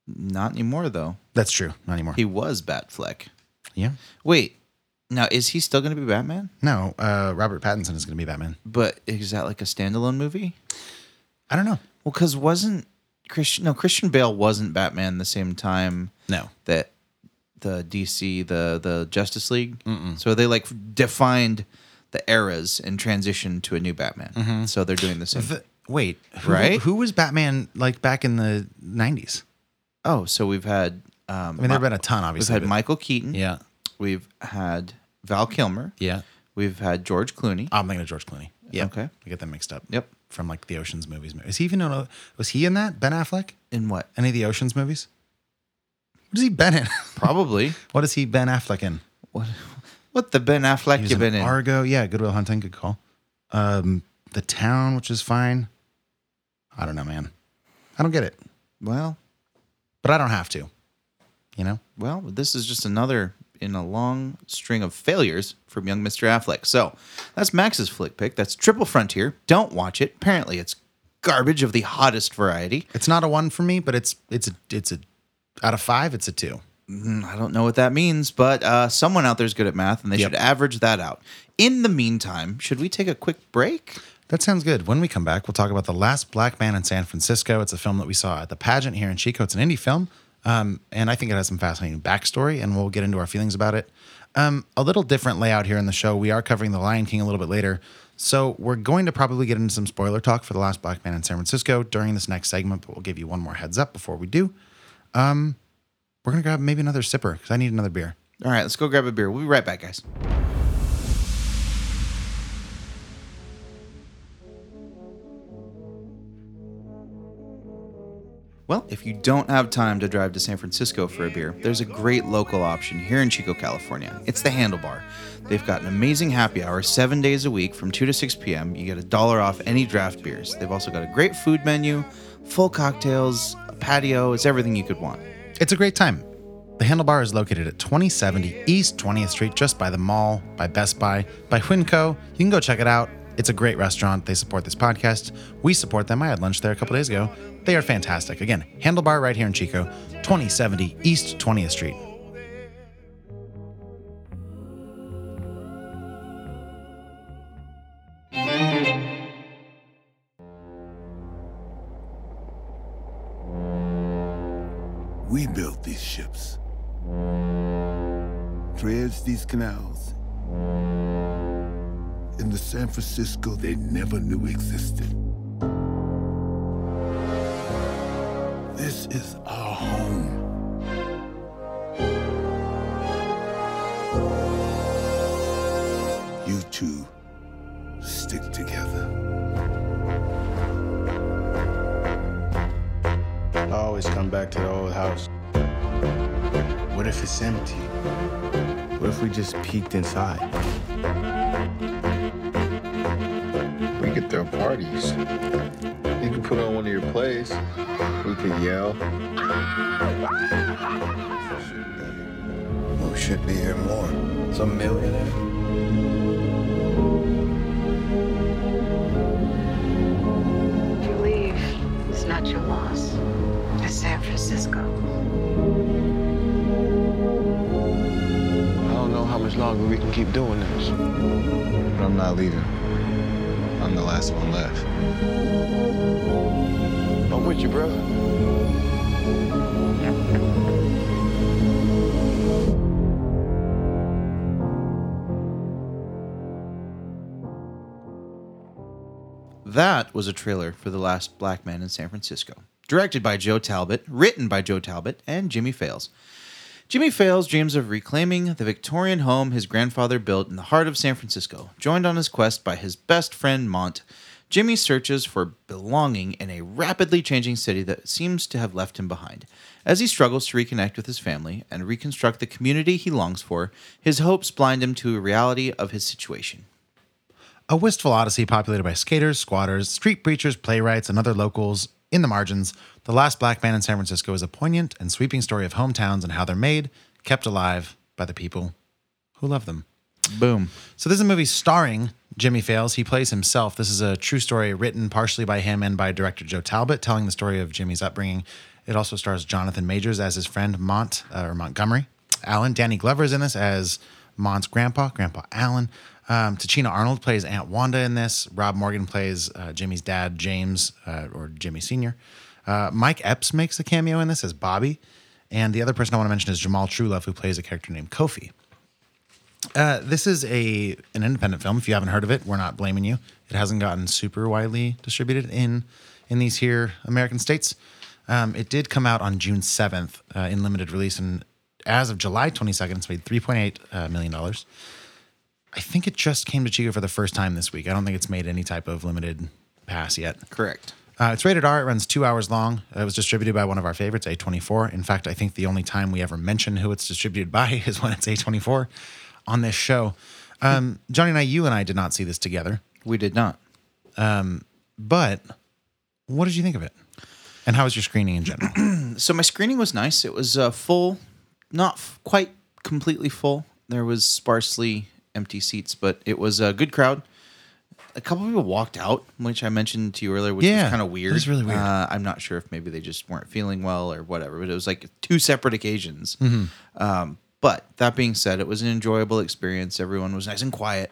F: Not anymore though.
E: That's true. Not anymore.
F: He was Batfleck.
E: yeah.
F: Wait. Now is he still going to be Batman?
E: No, uh, Robert Pattinson is going to be Batman.
F: But is that like a standalone movie?
E: I don't know.
F: Well, because wasn't Christian? No, Christian Bale wasn't Batman the same time
E: No.
F: that the DC the the Justice League. So they like defined the eras and transitioned to a new Batman. So they're doing the same.
E: Mm-hmm. The- wait. Who,
F: Right?
E: Who was Batman like back in the '90s?
F: oh, so we've had. Um,
E: I mean, there've been a ton,
F: We've
E: obviously.
F: had
E: but-
F: Michael Keaton.
E: Yeah.
F: We've had Val Kilmer.
E: Yeah.
F: We've had George Clooney.
E: I'm thinking of George Clooney. Yeah.
F: Okay.
E: I get them mixed up.
F: Yep.
E: From like the Ocean's movies. Is he even in a, was he in that? Ben Affleck?
F: In what?
E: Any of the Ocean's movies? What has he been in?
F: Probably.
E: what is he Ben Affleck in?
F: what? What the Ben Affleck
E: He was
F: you been in?
E: Argo. Yeah, Goodwill Hunting. Good call. um, the town, which is fine. I don't know, man. I don't get it.
F: Well,
E: but I don't have to. You know.
F: Well, this is just another in a long string of failures from young Mr. Affleck. So that's Max's flick pick. That's Triple Frontier. Don't watch it. Apparently, it's garbage of the hottest variety.
E: It's not a one for me, but it's it's a, it's a out of five, it's a two.
F: Mm, I don't know what that means, but uh, someone out there is good at math, and they yep. should average that out. In the meantime, should we take a quick break?
E: That sounds good. When we come back, we'll talk about The Last Black Man in San Francisco. It's a film that we saw at the pageant here in Chico. It's an indie film, um, and I think it has some fascinating backstory, and we'll get into our feelings about it. Um, a little different layout here in the show. We are covering The Lion King a little bit later, so we're going to probably get into some spoiler talk for The Last Black Man in San Francisco during this next segment, but we'll give you one more heads up before we do. Um, we're gonna grab maybe another sipper because I need another beer.
F: All right, let's go grab a beer. We'll be right back, guys. Well, if you don't have time to drive to San Francisco for a beer, there's a great local option here in Chico, California. It's the Handlebar. They've got an amazing happy hour seven days a week from 2 to 6 p.m. You get a dollar off any draft beers. They've also got a great food menu, full cocktails, a patio, it's everything you could want.
E: It's a great time. The Handlebar is located at 2070 East 20th Street, just by the mall, by Best Buy, by Winco. You can go check it out. It's a great restaurant. They support this podcast. We support them. I had lunch there a couple days ago. They are fantastic. Again, Handlebar right here in Chico, 2070 East 20th Street.
L: We built these ships, dredged these canals. In the San Francisco they never knew existed. This is our home. You two stick together.
M: I always come back to the old house. What if it's empty? What if we just peeked inside?
N: We could throw parties. You could put on one of your plays. We could yell.
L: Who should be here more? Some millionaire?
O: You leave. It's not your loss. San Francisco.
M: I don't know how much longer we can keep doing this.
N: But I'm not leaving. I'm the last one left.
M: I'm with you, bro.
F: That was a trailer for The Last Black Man in San Francisco directed by Joe Talbot, written by Joe Talbot and Jimmy Fails. Jimmy Fails dreams of reclaiming the Victorian home his grandfather built in the heart of San Francisco, joined on his quest by his best friend Mont. Jimmy searches for belonging in a rapidly changing city that seems to have left him behind. As he struggles to reconnect with his family and reconstruct the community he longs for, his hopes blind him to a reality of his situation.
E: A wistful odyssey populated by skaters, squatters, street preachers, playwrights, and other locals in the margins, The Last Black Man in San Francisco is a poignant and sweeping story of hometowns and how they're made, kept alive by the people who love them.
F: Boom.
E: So, this is a movie starring Jimmy Fails. He plays himself. This is a true story written partially by him and by director Joe Talbot, telling the story of Jimmy's upbringing. It also stars Jonathan Majors as his friend Mont uh, or Montgomery Allen. Danny Glover is in this as Mont's grandpa, Grandpa Allen. Um, Tachina Arnold plays Aunt Wanda in this. Rob Morgan plays uh, Jimmy's dad, James, uh, or Jimmy Sr. Uh, Mike Epps makes a cameo in this as Bobby. And the other person I want to mention is Jamal Truelove, who plays a character named Kofi. Uh, this is a an independent film. If you haven't heard of it, we're not blaming you. It hasn't gotten super widely distributed in in these here American states. Um, it did come out on June seventh uh, in limited release, and as of July twenty second, it's made three point eight uh, million dollars. I think it just came to Chico for the first time this week. I don't think it's made any type of limited pass yet.
F: Correct.
E: Uh, it's rated R. It runs two hours long. Uh, It was distributed by one of our favorites, A24. In fact, I think the only time we ever mention who it's distributed by is when it's A24 on this show. Um, Johnny and I, you and I did not see this together.
F: We did not.
E: Um, but what did you think of it? And how was your screening in general?
F: so my screening was nice. It was uh, full, not f- quite completely full. There was sparsely empty seats, but it was a good crowd. A couple people walked out, which I mentioned to you earlier, which
E: Yeah,
F: was kind of weird.
E: it was really weird.
F: Uh, I'm not sure if maybe they just weren't feeling well or whatever, but it was like two separate occasions.
E: Mhm.
F: Um, but that being said, it was an enjoyable experience. Everyone was nice and quiet.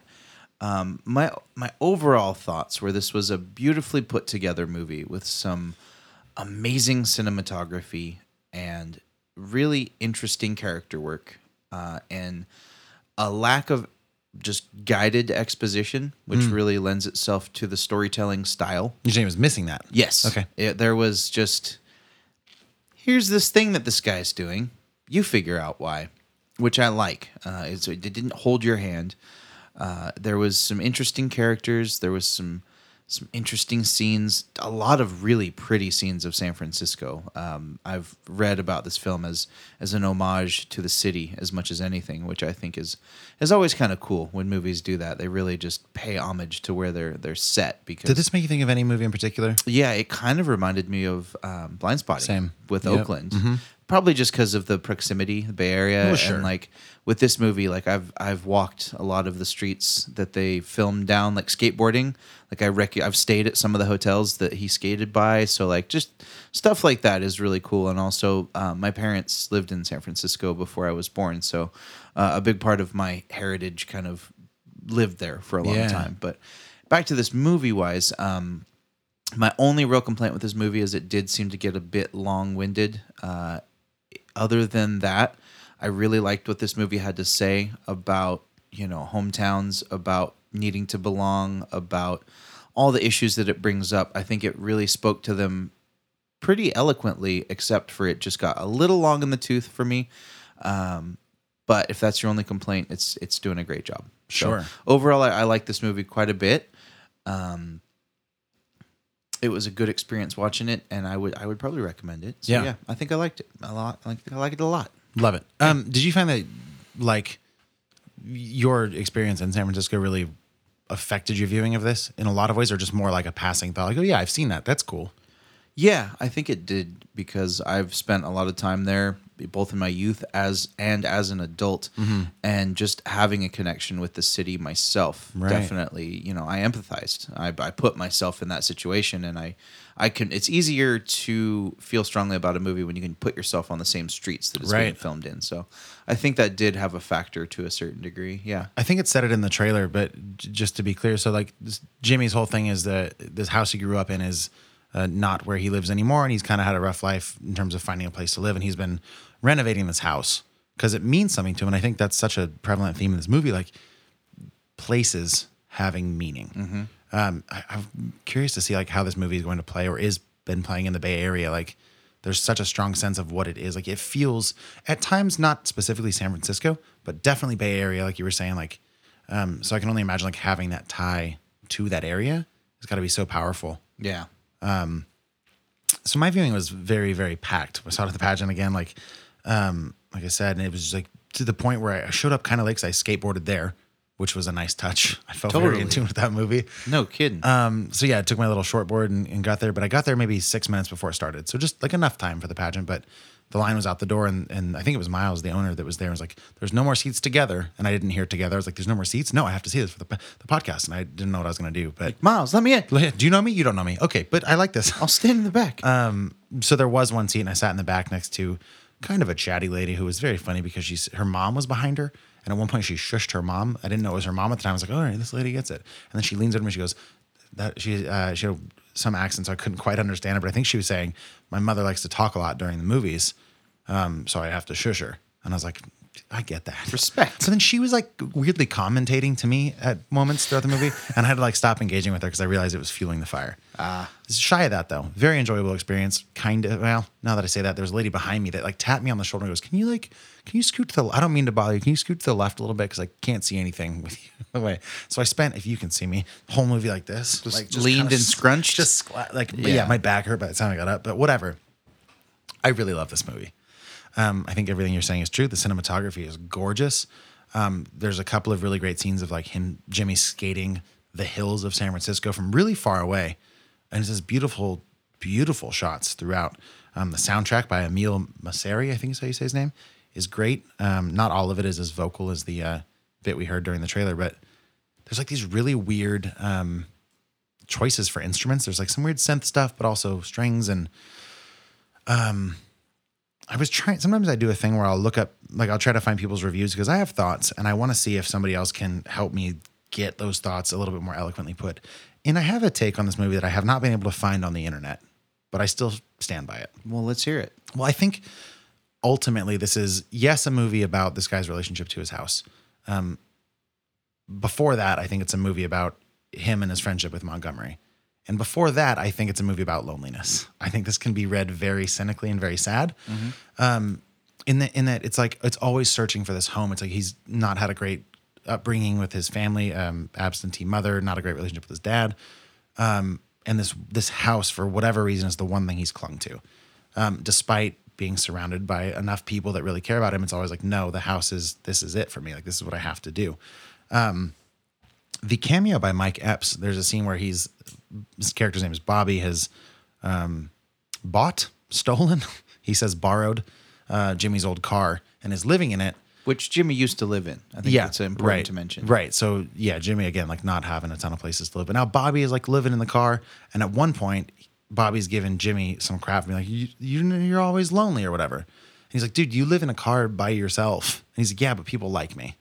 F: Um, my my overall thoughts were this was a beautifully put together movie with some amazing cinematography and really interesting character work uh, and a lack of just guided exposition, which
E: Mm.
F: really lends itself to the storytelling style.
E: Your name was missing that.
F: Yes.
E: Okay.
F: It- there was just here's this thing that this guy's doing. You figure out why, which I like. Uh, it's, it didn't hold your hand. Uh, there was some interesting characters. There was some some interesting scenes. A lot of really pretty scenes of San Francisco. Um, I've read about this film as as an homage to the city as much as anything, which I think is is always kind of cool when movies do that. They really just pay homage to where they're they're set. Because
E: Did this make you think of any movie in particular?
F: yeah, it kind of reminded me of um, Blind Spotting
E: Same.
F: with
E: Yep.
F: Oakland.
E: Mhm.
F: Probably just because of the proximity, the Bay Area,
E: Well, Oh, sure.
F: and like with this movie, like I've I've walked a lot of the streets that they filmed down, like skateboarding. Like I rec- I've stayed at some of the hotels that he skated by, so like just stuff like that is really cool. And also, uh, my parents lived in San Francisco before I was born, so uh, a big part of my heritage kind of lived there for a long
E: Yeah.
F: time. But back to this movie wise, um, my only real complaint with this movie is it did seem to get a bit long winded. Uh, other than that, I really liked what this movie had to say about you know hometowns, about needing to belong, about all the issues that it brings up. I think it really spoke to them pretty eloquently, except for it just got a little long in the tooth for me. Um, but if that's your only complaint, it's it's doing a great job. So
E: Sure.
F: overall, I, I like this movie quite a bit. Um, it was a good experience watching it, and I would I would probably recommend it. So,
E: Yeah.
F: yeah, I think I liked it a lot. I think I like it a lot.
E: Love it. Um, did you find that like your experience in San Francisco really affected your viewing of this in a lot of ways, or just more like a passing thought? Like, oh yeah, I've seen that. That's cool.
F: Yeah, I think it did because I've spent a lot of time there, both in my youth as and as an adult,
E: Mhm.
F: and just having a connection with the city myself.
E: Right.
F: Definitely, you know, I empathized. I, I put myself in that situation, and I, I can. It's easier to feel strongly about a movie when you can put yourself on the same streets that it's being
E: Right.
F: filmed in. So, I think that did have a factor to a certain degree. Yeah.
E: I think it said it in the trailer, but j- just to be clear, so like this, Jimmy's whole thing is that this house he grew up in is uh, not where he lives anymore, and he's kind of had a rough life in terms of finding a place to live, and he's been renovating this house because it means something to him, and I think that's such a prevalent theme in this movie, like places having meaning. Um, I, I'm curious to see like how this movie is going to play or is been playing in the Bay Area, like there's such a strong sense of what it is. Like it feels at times not specifically San Francisco, but definitely Bay Area, like you were saying. Like, um, so I can only imagine like having that tie to that area. It's got to be so powerful.
F: Yeah.
E: Um, so my viewing was very, very packed. I saw it at the pageant again, like, um, like I said, and it was just like to the point where I showed up kind of late 'cause I skateboarded there, which was a nice touch. I felt very
F: Totally.
E: in tune with that movie.
F: No kidding.
E: Um, so yeah, I took my little short board and, and got there, but I got there maybe six minutes before it started. So just like enough time for the pageant, but the line was out the door and, and I think it was Miles, the owner that was there and was like, there's no more seats together. And I didn't hear together. I was like, there's no more seats. No, I have to see this for the, the podcast. And I didn't know what I was going to do, but
F: Miles, let me in.
E: do you know me? You don't know me. Okay. But I like this.
F: I'll stand in the back.
E: Um, so there was one seat, and I sat in the back next to kind of a chatty lady who was very funny because she's her mom was behind her, and at one point she shushed her mom. I didn't know it was her mom at the time. I was like, all right, this lady gets it. And then she leans over me. She goes, that she uh, she had some accent, so I couldn't quite understand it, but I think she was saying my mother likes to talk a lot during the movies, um, so I have to shush her. And I was like. I get that.
F: Respect.
E: So then she was like weirdly commentating to me at moments throughout the movie, and I had to like stop engaging with her because I realized it was fueling the fire. Ah. Shy of that though. Very enjoyable experience. Kind of. Well, now that I say that, there was a lady behind me that like tapped me on the shoulder and goes, "Can you like, can you scoot to the? I don't mean to bother you. Can you scoot to the left a little bit because I can't see anything with you away." So I spent, if you can see me, the whole movie like this,
F: Just
E: like
F: leaned
E: kinda
F: and
E: s-
F: scrunched?
E: just squa- like yeah.
F: Yeah.
E: my back hurt by the time I got up, but whatever. I really love this movie. Um, I think everything you're saying is true. The cinematography is gorgeous. Um, there's a couple of really great scenes of like him, Jimmy skating the hills of San Francisco from really far away. And it's just beautiful, beautiful shots throughout. Um, the soundtrack by Emil Masseri, I think is how you say his name, is great. Um, not all of it is as vocal as the uh, bit we heard during the trailer, but there's like these really weird um, choices for instruments. There's like some weird synth stuff, but also strings and um, I was trying. Sometimes I do a thing where I'll look up, like I'll try to find people's reviews because I have thoughts and I want to see if somebody else can help me get those thoughts a little bit more eloquently put. And I have a take on this movie that I have not been able to find on the internet, but I still stand by it.
F: Well, let's hear it.
E: Well, I think ultimately this is yes a movie about this guy's relationship to his house. Um, before that, I think it's a movie about him and his friendship with Montgomery. And before that, I think it's a movie about loneliness. I think this can be read very cynically and very sad. Mm-hmm. Um, in that, in that, it's like it's always searching for this home. It's like he's not had a great upbringing with his family, um, absentee mother, not a great relationship with his dad, um, and this this house for whatever reason is the one thing he's clung to, Um, despite being surrounded by enough people that really care about him. It's always like, no, the house is this is it for me. Like this is what I have to do. the cameo by Mike Epps. There's a scene where he's his character's name is Bobby, has um, bought, stolen, he says borrowed uh, Jimmy's old car and is living in it.
F: Which Jimmy used to live in. I think
E: yeah,
F: that's important
E: right,
F: to mention.
E: Right. So, yeah, Jimmy, again, like not having a ton of places to live. But now Bobby is like living in the car. And at one point, Bobby's giving Jimmy some crap and like, you, you, you're always lonely or whatever. And he's like, dude, you live in a car by yourself. And he's like, yeah, but people like me.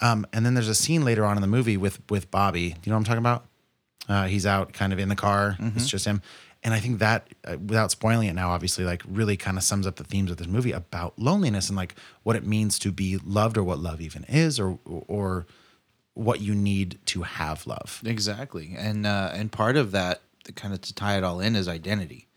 E: Um, and then there's a scene later on in the movie with with Bobby. Do you know what I'm talking about? Uh, he's out kind of in the car. Mm-hmm. It's just him. And I think that, uh, without spoiling it now, obviously, like really kind of sums up the themes of this movie about loneliness and like what it means to be loved or what love even is or, or what you need to have love.
F: Exactly. And, uh, and part of that, kind of to tie it all in, is identity.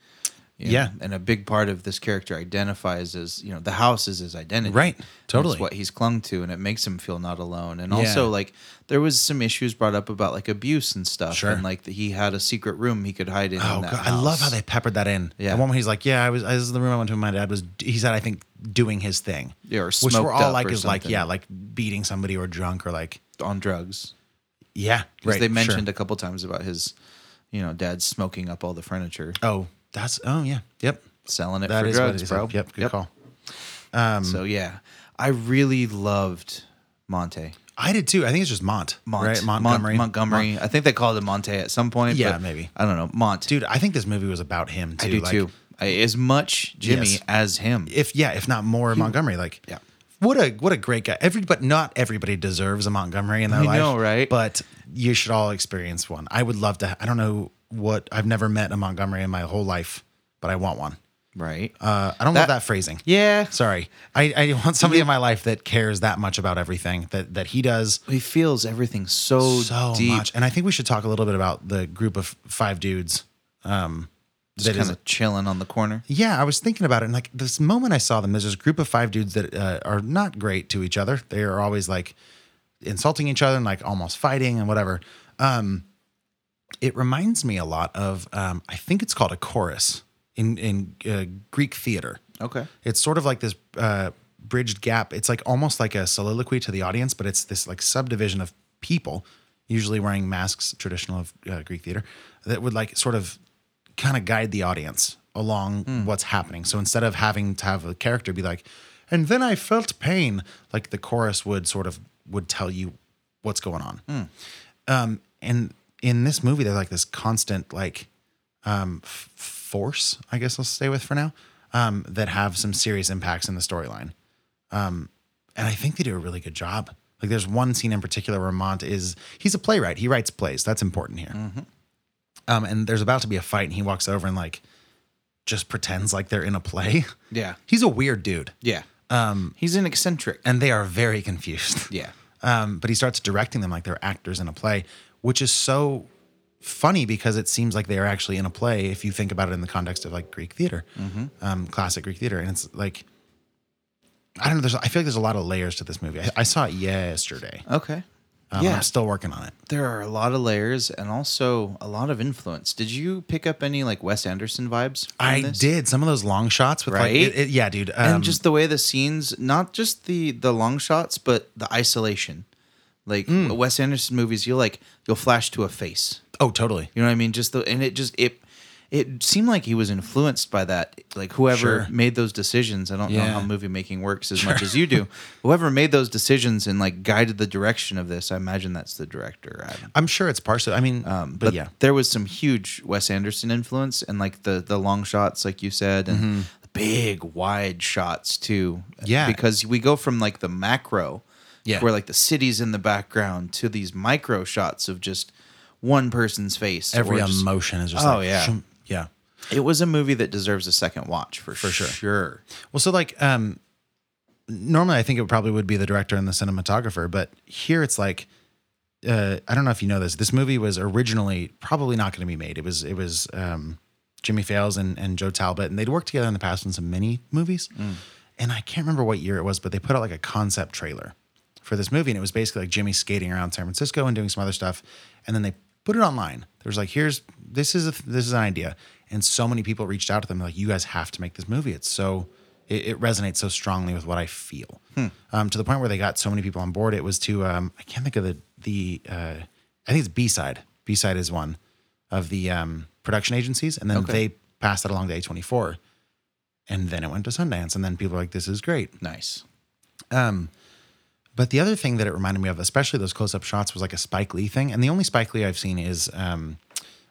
F: You know?
E: Yeah.
F: And a big part of this character identifies as, you know, the house is his identity.
E: Right. Totally.
F: what he's clung to and it makes him feel not alone. And also yeah. like there was some issues brought up about like abuse and stuff.
E: Sure.
F: And like the, he had a secret room he could hide in. Oh in God. House.
E: I love how they peppered that in.
F: Yeah.
E: The one where he's like, Yeah, I was this is the room I went to my dad was he said, I think, doing his thing.
F: Yeah, or
E: Which we're all like
F: is something.
E: like, yeah, like beating somebody or drunk or like
F: on drugs.
E: Yeah. Right.
F: They mentioned sure. a couple times about his, you know, dad smoking up all the furniture.
E: Oh, that's oh yeah, yep.
F: Selling it that for drugs, it bro.
E: Yep, good yep. call.
F: Um, so yeah, I really loved Monte.
E: I did too. I think it's just Mont,
F: Mont,
E: right?
F: Montgomery, Mont, Montgomery. Mont. I think they called it Monte at some point.
E: Yeah, maybe.
F: I don't know, Mont.
E: Dude, I think this movie was about him too.
F: I do
E: like,
F: too. I, as much Jimmy yes. as him.
E: If yeah, if not more he, Montgomery. Like
F: yeah.
E: What a what a great guy. Every but not everybody deserves a Montgomery in their
F: I
E: life.
F: Know, right?
E: But you should all experience one. I would love to. I don't know what I've never met a Montgomery in my whole life, but I want one.
F: Right.
E: Uh, I don't that, love that phrasing.
F: Yeah.
E: Sorry. I, I want somebody yeah. in my life that cares that much about everything that, that he does.
F: He feels everything so
E: so
F: deep.
E: much. And I think we should talk a little bit about the group of five dudes. Um,
F: just kind of chilling on the corner.
E: Yeah, I was thinking about it, and like this moment I saw them, there's this group of five dudes that uh, are not great to each other. They are always like insulting each other and like almost fighting and whatever. Um, it reminds me a lot of um, I think it's called a chorus in in uh, Greek theater.
F: Okay,
E: it's sort of like this uh, bridged gap. It's like almost like a soliloquy to the audience, but it's this like subdivision of people, usually wearing masks, traditional of uh, Greek theater, that would like sort of kind of guide the audience along mm. what's happening. So instead of having to have a character be like, and then I felt pain, like the chorus would sort of would tell you what's going on.
F: Mm.
E: Um, and in this movie, there's like this constant like um, f- force, I guess I'll stay with for now, um, that have some serious impacts in the storyline. Um, and I think they do a really good job. Like there's one scene in particular where Mont is he's a playwright. He writes plays. That's important here. Um,
F: Mm-hmm.
E: and there's about to be a fight, and he walks over and like just pretends like they're in a play.
F: Yeah,
E: he's a weird dude.
F: Yeah,
E: he's
F: an eccentric,
E: and they are very confused.
F: Yeah,
E: Um, but he starts directing them like they're actors in a play, which is so funny because it seems like they are actually in a play if you think about it in the context of like Greek theater,
F: mm-hmm.
E: um, classic Greek theater, and it's like I don't know. There's I feel like there's a lot of layers to this movie. I, I saw it yesterday.
F: Okay.
E: Um, yeah, I'm still working on it.
F: There are a lot of layers and also a lot of influence. Did you pick up any like Wes Anderson vibes?
E: I
F: this?
E: did. Some of those long shots with
F: right?
E: like, it, it, yeah, dude, um,
F: and just the way the scenes, not just the the long shots, but the isolation Like mm. Wes Anderson movies, you'll like you'll flash to a face.
E: Oh, totally.
F: You know what I mean? Just the and it just it it seemed like he was influenced by that. Like whoever sure. made those decisions, I don't yeah. know how movie making works as sure. much as you do. Whoever made those decisions and like guided the direction of this, I imagine that's the director.
E: I, am sure it's partially. I mean, um, but, but, yeah,
F: there was some huge Wes Anderson influence and like the the long shots, like you said, and mm-hmm. big wide shots too.
E: Yeah,
F: because we go from like the macro, yeah. where like the cities in the background, to these micro shots of just. One person's face.
E: Every emotion just, is just oh like, yeah, shoom. Yeah.
F: It was a movie that deserves a second watch for, for sure.
E: Sure. Well, so like um normally I think it probably would be the director and the cinematographer, but here it's like uh I don't know if you know this. This movie was originally probably not going to be made. It was it was um Jimmy Fails and, and Joe Talbot, and they'd worked together in the past in some mini movies. Mm. And I can't remember what year it was, but they put out like a concept trailer for this movie. And it was basically like Jimmy skating around San Francisco and doing some other stuff. And then they put it online. There's like, here's this is a, this is an idea, and so many people reached out to them like, you guys have to make this movie. It's so it, it resonates so strongly with what I feel, hmm. um, to the point where they got so many people on board. It was to um, I can't think of the the uh, I think it's B side. B side is one of the um, production agencies, and then okay. they passed that along to A24, and then it went to Sundance, and then people were like, this is great,
F: nice.
E: Um, but the other thing that it reminded me of, especially those close up shots, was like a Spike Lee thing. And the only Spike Lee I've seen is um,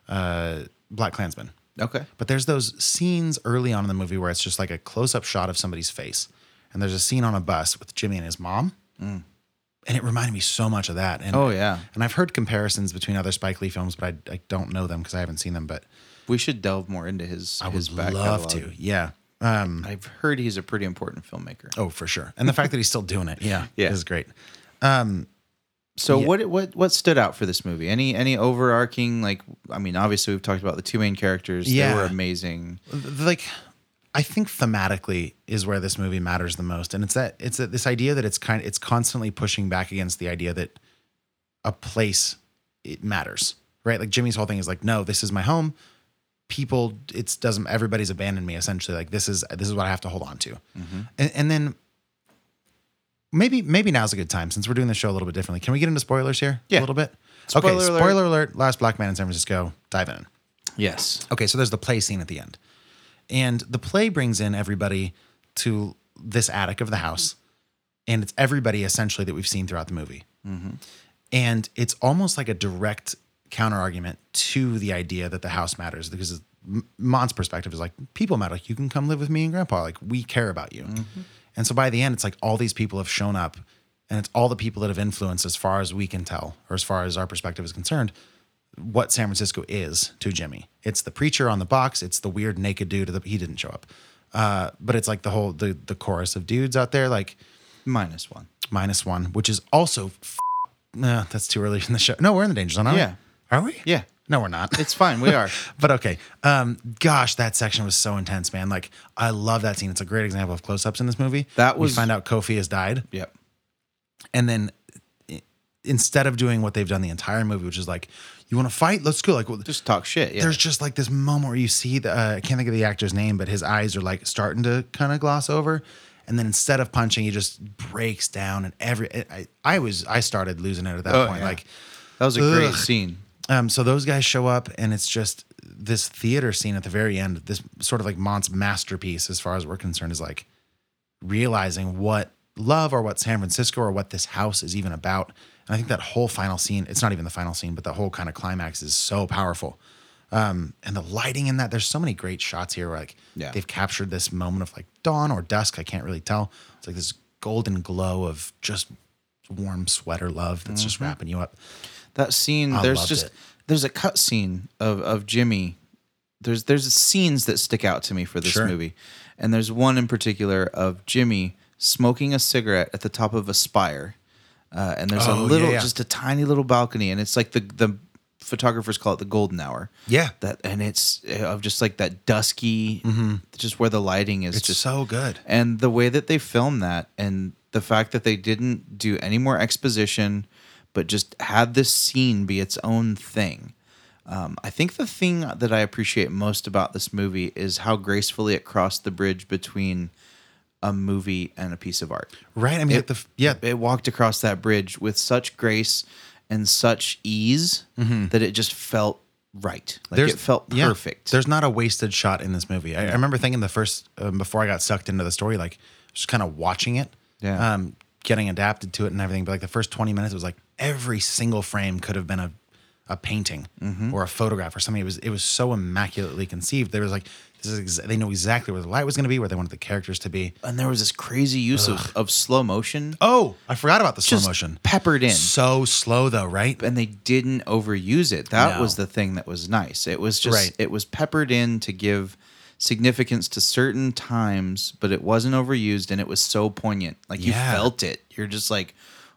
E: uh, Black Klansman.
F: Okay.
E: But there's those scenes early on in the movie where it's just like a close up shot of somebody's face. And there's a scene on a bus with Jimmy and his mom. Mm. And it reminded me so much of that. And,
F: oh, yeah.
E: And I've heard comparisons between other Spike Lee films, but I, I don't know them because I haven't seen them. But
F: we should delve more into his.
E: I
F: his
E: would back love catalog. to. Yeah. Um,
F: I've heard he's a pretty important filmmaker.
E: Oh, for sure. And the fact that he's still doing it, yeah, yeah, is great.
F: Um, so yeah. what what what stood out for this movie? Any any overarching like? I mean, obviously we've talked about the two main characters. Yeah. They were amazing.
E: Like, I think thematically is where this movie matters the most, and it's that it's that this idea that it's kind it's constantly pushing back against the idea that a place it matters, right? Like Jimmy's whole thing is like, no, this is my home people it's doesn't everybody's abandoned me essentially like this is this is what i have to hold on to mm-hmm. and, and, then maybe maybe now's a good time since we're doing the show a little bit differently can we get into spoilers here a
F: yeah.
E: little bit spoiler okay alert. spoiler alert last black man in san francisco dive in
F: yes
E: okay so there's the play scene at the end and the play brings in everybody to this attic of the house and it's everybody essentially that we've seen throughout the movie mm-hmm. and it's almost like a direct counter argument to the idea that the house matters because Mon's perspective is like people matter. Like you can come live with me and Grandpa. Like we care about you. Mm-hmm. And so by the end, it's like all these people have shown up, and it's all the people that have influenced, as far as we can tell, or as far as our perspective is concerned, what San Francisco is to Jimmy. It's the preacher on the box. It's the weird naked dude. The, he didn't show up, uh, but it's like the whole the the chorus of dudes out there. Like
F: minus one,
E: minus one, which is also. F- no, that's too early in the show. No, we're in the danger zone. Aren't
F: yeah.
E: We? Are we?
F: Yeah.
E: No, we're not.
F: It's fine. We are.
E: but okay. Um, gosh, that section was so intense, man. Like, I love that scene. It's a great example of close ups in this movie.
F: That was.
E: We find out Kofi has died.
F: Yep.
E: And then instead of doing what they've done the entire movie, which is like, you want to fight? Let's go. Like, well,
F: just talk shit. Yeah.
E: There's just like this moment where you see the, uh, I can't think of the actor's name, but his eyes are like starting to kind of gloss over. And then instead of punching, he just breaks down. And every, I, I was, I started losing it at that oh, point. Yeah. Like,
F: that was a ugh. great scene.
E: Um, so those guys show up, and it's just this theater scene at the very end. This sort of like Mont's masterpiece, as far as we're concerned, is like realizing what love or what San Francisco or what this house is even about. And I think that whole final scene, it's not even the final scene, but the whole kind of climax is so powerful. Um, and the lighting in that, there's so many great shots here. Where like yeah. they've captured this moment of like dawn or dusk. I can't really tell. It's like this golden glow of just warm sweater love that's mm-hmm. just wrapping you up
F: that scene I there's just it. there's a cut scene of of Jimmy there's there's scenes that stick out to me for this sure. movie and there's one in particular of Jimmy smoking a cigarette at the top of a spire uh, and there's oh, a little yeah, yeah. just a tiny little balcony and it's like the the photographers call it the golden hour
E: yeah
F: that and it's eh, of just like that dusky mm-hmm. just where the lighting is
E: it's
F: just
E: so good
F: and the way that they filmed that and the fact that they didn't do any more exposition but just had this scene be its own thing. Um, I think the thing that I appreciate most about this movie is how gracefully it crossed the bridge between a movie and a piece of art.
E: Right. I mean,
F: it,
E: the, yeah,
F: it walked across that bridge with such grace and such ease mm-hmm. that it just felt right. Like there's, it felt perfect.
E: Yeah, there's not a wasted shot in this movie. I, I remember thinking the first um, before I got sucked into the story, like just kind of watching it,
F: yeah.
E: um, getting adapted to it and everything. But like the first 20 minutes, it was like every single frame could have been a a painting
F: mm-hmm.
E: or a photograph or something. It was it was so immaculately conceived. There was like this is exa- they know exactly where the light was going to be, where they wanted the characters to be,
F: and there was this crazy use Ugh. of, of slow motion.
E: Oh, I forgot about the slow
F: Just
E: motion
F: peppered in,
E: so slow though, right?
F: And they didn't overuse it. That no. was the thing that was nice. It was just
E: right.
F: it was peppered in to give significance to certain times, but it wasn't overused, and it was so poignant. Like you
E: yeah.
F: felt it. You're just like,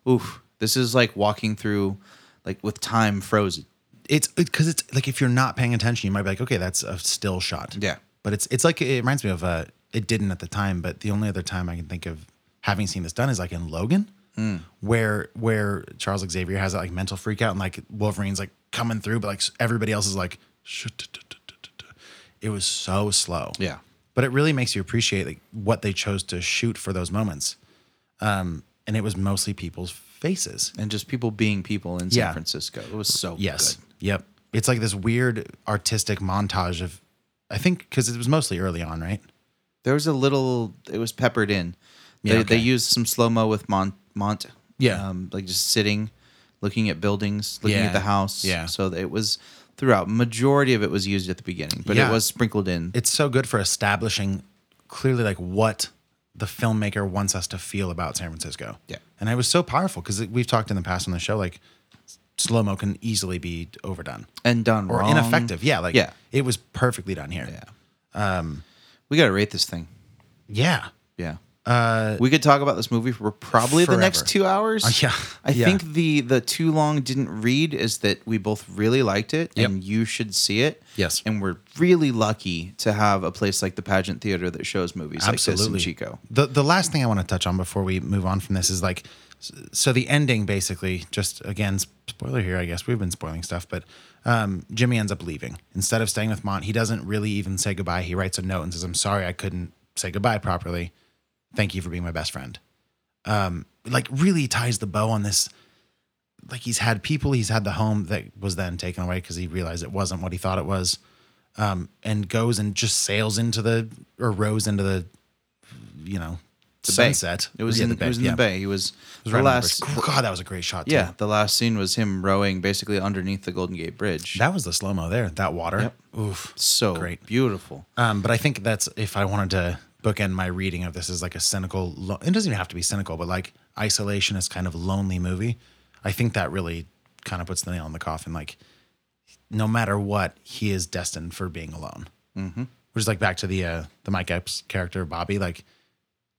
F: oof, this is like walking through like with time frozen.
E: It's because it, it's like if you're not paying attention, you might be like, okay, that's a still shot.
F: Yeah,
E: but it's it's like it reminds me of uh, it didn't at the time, but the only other time I can think of having seen this done is like in Logan,
F: mm.
E: where where Charles Xavier has that like mental freak out and like Wolverine's like coming through, but like everybody else is like, it was so slow.
F: Yeah,
E: but it really makes you appreciate like what they chose to shoot for those moments, um, and it was mostly people's faces
F: and just people being people in San yeah. Francisco. It was so
E: yes,
F: good.
E: yep. It's like this weird artistic montage of, I think, because it was mostly early on, right?
F: There was a little. It was peppered in.
E: Yeah,
F: they,
E: okay.
F: they used some slow mo with Mont Mont.
E: Yeah,
F: um, like just sitting, looking at buildings, looking
E: Yeah.
F: at the house.
E: Yeah.
F: So it was throughout. Majority of it was used at the beginning, but
E: Yeah.
F: it was sprinkled in.
E: It's so good for establishing clearly like what the filmmaker wants us to feel about San Francisco.
F: Yeah.
E: And it was so powerful because we've talked in the past on the show, like slow mo can easily be overdone
F: and done
E: or
F: wrong.
E: ineffective. Yeah. Like
F: Yeah.
E: it was perfectly done here.
F: Yeah.
E: Um,
F: We gotta rate this thing.
E: yeah.
F: Yeah.
E: Uh,
F: We could talk about this movie for probably
E: Forever.
F: the next two hours.
E: Uh, yeah.
F: I
E: Yeah.
F: think the the too long didn't read is that we both really liked it
E: Yep.
F: and you should see it.
E: Yes.
F: And we're really lucky to have a place like the pageant theater that shows movies like
E: absolutely
F: this in Chico.
E: The the last thing I want to touch on before we move on from this is like s- so the ending basically just again s- spoiler here I guess we've been spoiling stuff but um, Jimmy ends up leaving instead of staying with Mont he doesn't really even say goodbye he writes a note and says I'm sorry I couldn't say goodbye properly thank you for being my best friend um, like really ties the bow on this like he's had people he's had the home that was then taken away because he realized it wasn't what he thought it was um, and goes and just sails into the or rows into the you know
F: The bay.
E: sunset.
F: It was
E: Yeah,
F: in, it was in
E: yeah.
F: the bay. He was,
E: It was
F: the
E: right
F: last
E: last. Oh, God, that was a great shot. too.
F: Yeah, the last scene was him rowing basically underneath the Golden Gate Bridge.
E: that was the slow mo there. That water.
F: Yep.
E: Oof.
F: so
E: great.
F: beautiful.
E: Um, but I think that's if I wanted to bookend my reading of this as like a cynical. lo- It doesn't even have to be cynical, but like isolationist kind of lonely movie. I think that really kind of puts the nail in the coffin. Like, no matter what, he is destined for being alone.
F: Mm-hmm.
E: which is like back to the uh, the Mike Epps character Bobby. Like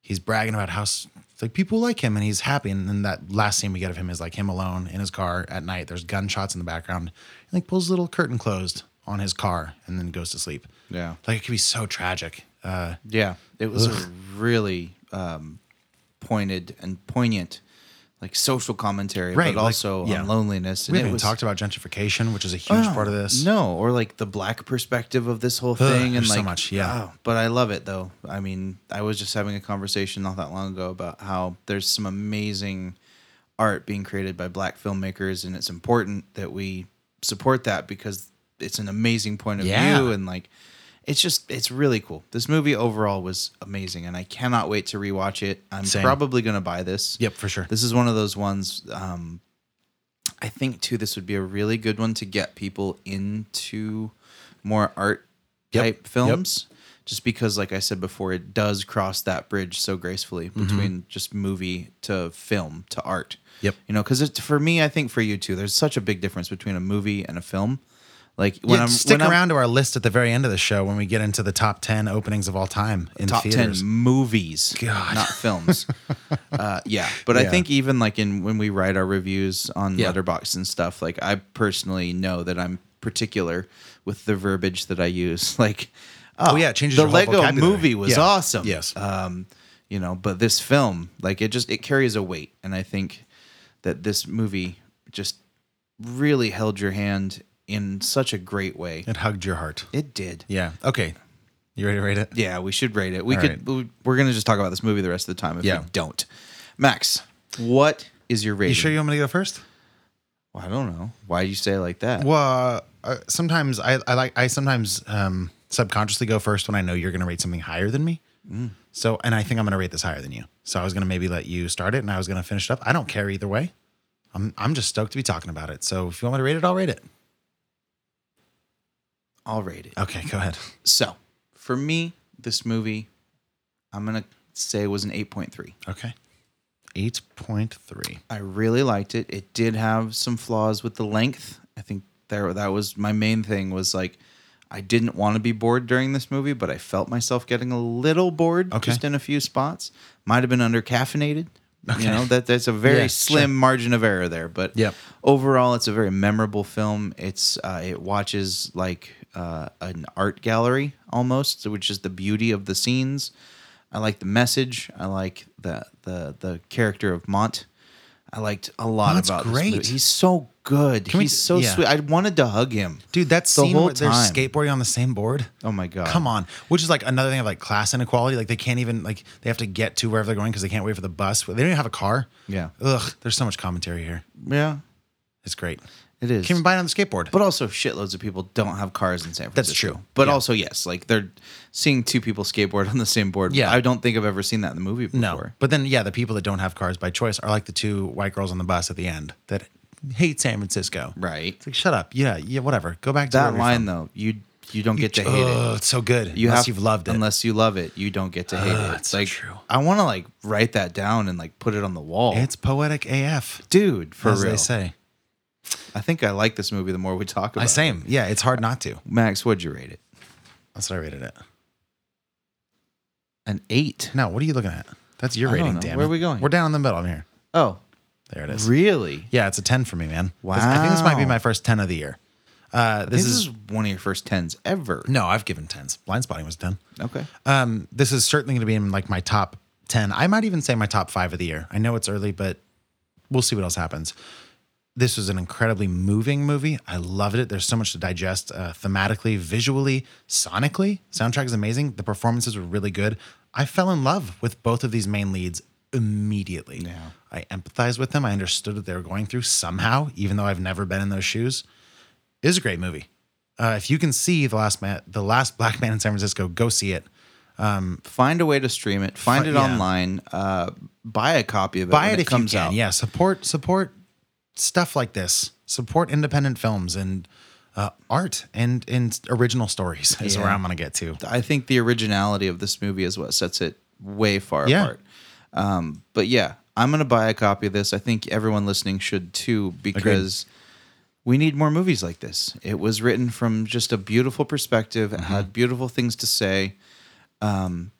E: he's bragging about how s- like people like him and he's happy. And then that last scene we get of him is like him alone in his car at night. There's gunshots in the background. And like pulls a little curtain closed on his car and then goes to sleep.
F: Yeah.
E: Like it could be so tragic. Uh,
F: Yeah, it was
E: Ugh.
F: a really um, pointed and poignant, like social commentary,
E: Right,
F: but
E: like-
F: also
E: yeah.
F: on loneliness.
E: we
F: and
E: haven't
F: it
E: even
F: was,
E: talked about gentrification, which is a huge
F: Oh,
E: part of this.
F: No, or like the black perspective of this whole
E: Ugh,
F: thing, and
E: there's so
F: like oh,
E: much, yeah.
F: but I love it though. I mean, I was just having a conversation not that long ago about how there's some amazing art being created by black filmmakers, and it's important that we support that because it's an amazing point of
E: Yeah.
F: view, and like it's just it's really cool. This movie overall was amazing, and I cannot wait to rewatch it. I'm
E: Same.
F: probably gonna buy this.
E: Yep, for sure.
F: This is one of those ones. Um, I think too, this would be a really good one to get people into more art
E: Yep,
F: type
E: yep.
F: films. Just because, like I said before, it does cross that bridge so gracefully
E: Mm-hmm.
F: between just movie to film to art.
E: Yep.
F: You know, because for me, I think for you too, there's such a big difference between a movie and a film. Like when
E: yeah,
F: I'm
E: stick
F: when I'm-
E: around to our list at the very end of the show when we get into the top ten openings of all time in
F: top
E: theaters.
F: 10 movies
E: God.
F: not films uh, yeah but i
E: Yeah.
F: think even like in when we write our reviews on
E: Yeah.
F: letterbox and stuff like i personally know that i'm particular with the verbiage that i use like
E: Oh, yeah, it changes
F: the
E: your whole
F: lego
E: vocabulary.
F: movie was
E: Yeah.
F: awesome
E: Yes.
F: um, you know but this film like it just it carries a weight and i think that this movie just really held your hand in such a great way
E: It hugged your heart.
F: it did
E: Yeah. Okay. You ready to rate it?
F: Yeah, we should rate it. We All could. Right. We're gonna just talk about this movie the rest of the time if yeah. we don't. Max, what is your rating?
E: You sure you want me to go first?
F: Well, I don't know. Why do you say it like that?
E: Well, uh, sometimes I, I like I sometimes um, subconsciously go first when I know you're gonna rate something higher than me. Mm. So, and I think I'm gonna rate this higher than you. So I was gonna maybe let you start it, and I was gonna finish it up. I don't care either way. I'm I'm just stoked to be talking about it. So if you want me to rate it, I'll rate it.
F: I'll rate it.
E: Okay, go ahead.
F: So for me, this movie, I'm gonna say was an 8.3.
E: Okay. 8.3.
F: I really liked it. It did have some flaws with the length. I think there that was my main thing was like I didn't want to be bored during this movie, but I felt myself getting a little bored okay. just in a few spots. Might have been under caffeinated. Okay. You know, that that's a very yeah, slim sure. margin of error there, but
E: yep.
F: overall it's a very memorable film. It's uh, it watches like uh, an art gallery almost, which is the beauty of the scenes. I like the message. I like the the the character of Mont. I liked a lot
E: Mont's
F: about
E: Oh, great.
F: this movie. He's so good. Can He's we, so yeah. sweet. I wanted to hug him,
E: dude. That scene where they're time. skateboarding on the same board.
F: Oh my god!
E: Come on, which is like another thing of like class inequality. Like they can't even like they have to get to wherever they're going because they can't wait for the bus. They don't even have a car.
F: Yeah.
E: Ugh. There's so much commentary here.
F: Yeah.
E: It's great.
F: It is.
E: Came and buy it on the skateboard.
F: But also, shitloads of people don't have cars in San Francisco.
E: That's true.
F: But yeah. also, yes, like they're seeing two people skateboard on the same board.
E: Yeah.
F: I don't think I've ever seen that in the movie before. No.
E: But then, yeah, the people that don't have cars by choice are like the two white girls on the bus at the end that hate San Francisco.
F: Right.
E: It's like, shut up. Yeah. Yeah. Whatever. Go back to
F: that line, though. You you don't get
E: you,
F: to hate oh,
E: it. It's so good. You unless have, you've loved it.
F: Unless you love it, you don't get to hate uh, it.
E: It's like, so true.
F: I want to like write that down and like put it on the wall.
E: It's poetic AF,
F: dude. For
E: as
F: real.
E: they say.
F: I think I like this movie the more we talk about. it.
E: Same, yeah. It's hard not to.
F: Max, what'd you rate it?
E: That's what I rated it.
F: An eight.
E: No, what are you looking at? That's your
F: I
E: rating. Damn.
F: Where
E: it.
F: are we going?
E: We're down in the middle. I'm here.
F: Oh,
E: there it is.
F: Really?
E: Yeah, it's a ten for me, man.
F: Wow.
E: I think this might be my first ten of the year. Uh, this,
F: this is, is, one of your first tens ever.
E: No, I've given tens. Blind spotting was ten.
F: Okay.
E: Um, this is certainly going to be in like my top ten. I might even say my top five of the year. I know it's early, but we'll see what else happens this was an incredibly moving movie. I loved it. There's so much to digest uh, thematically, visually, sonically. Soundtrack is amazing. The performances were really good. I fell in love with both of these main leads immediately.
F: Yeah.
E: I empathized with them. I understood what they were going through somehow, even though I've never been in those shoes. It is a great movie. Uh, if you can see the last man, the last black man in San Francisco, go see it.
F: Um, find a way to stream it. Find fi- it yeah. online. Uh, buy a copy of it.
E: Buy it,
F: it
E: if
F: comes out.
E: Yeah, support support stuff like this. Support independent films and uh, art and and original stories is yeah. where I'm gonna get to.
F: I think the originality of this movie is what sets it way far
E: yeah.
F: apart. Um, but yeah, I'm gonna buy a copy of this. I think everyone listening should too because. Agreed. We need more movies like this. It was written from just a beautiful perspective. It mm-hmm. had beautiful things to say, um,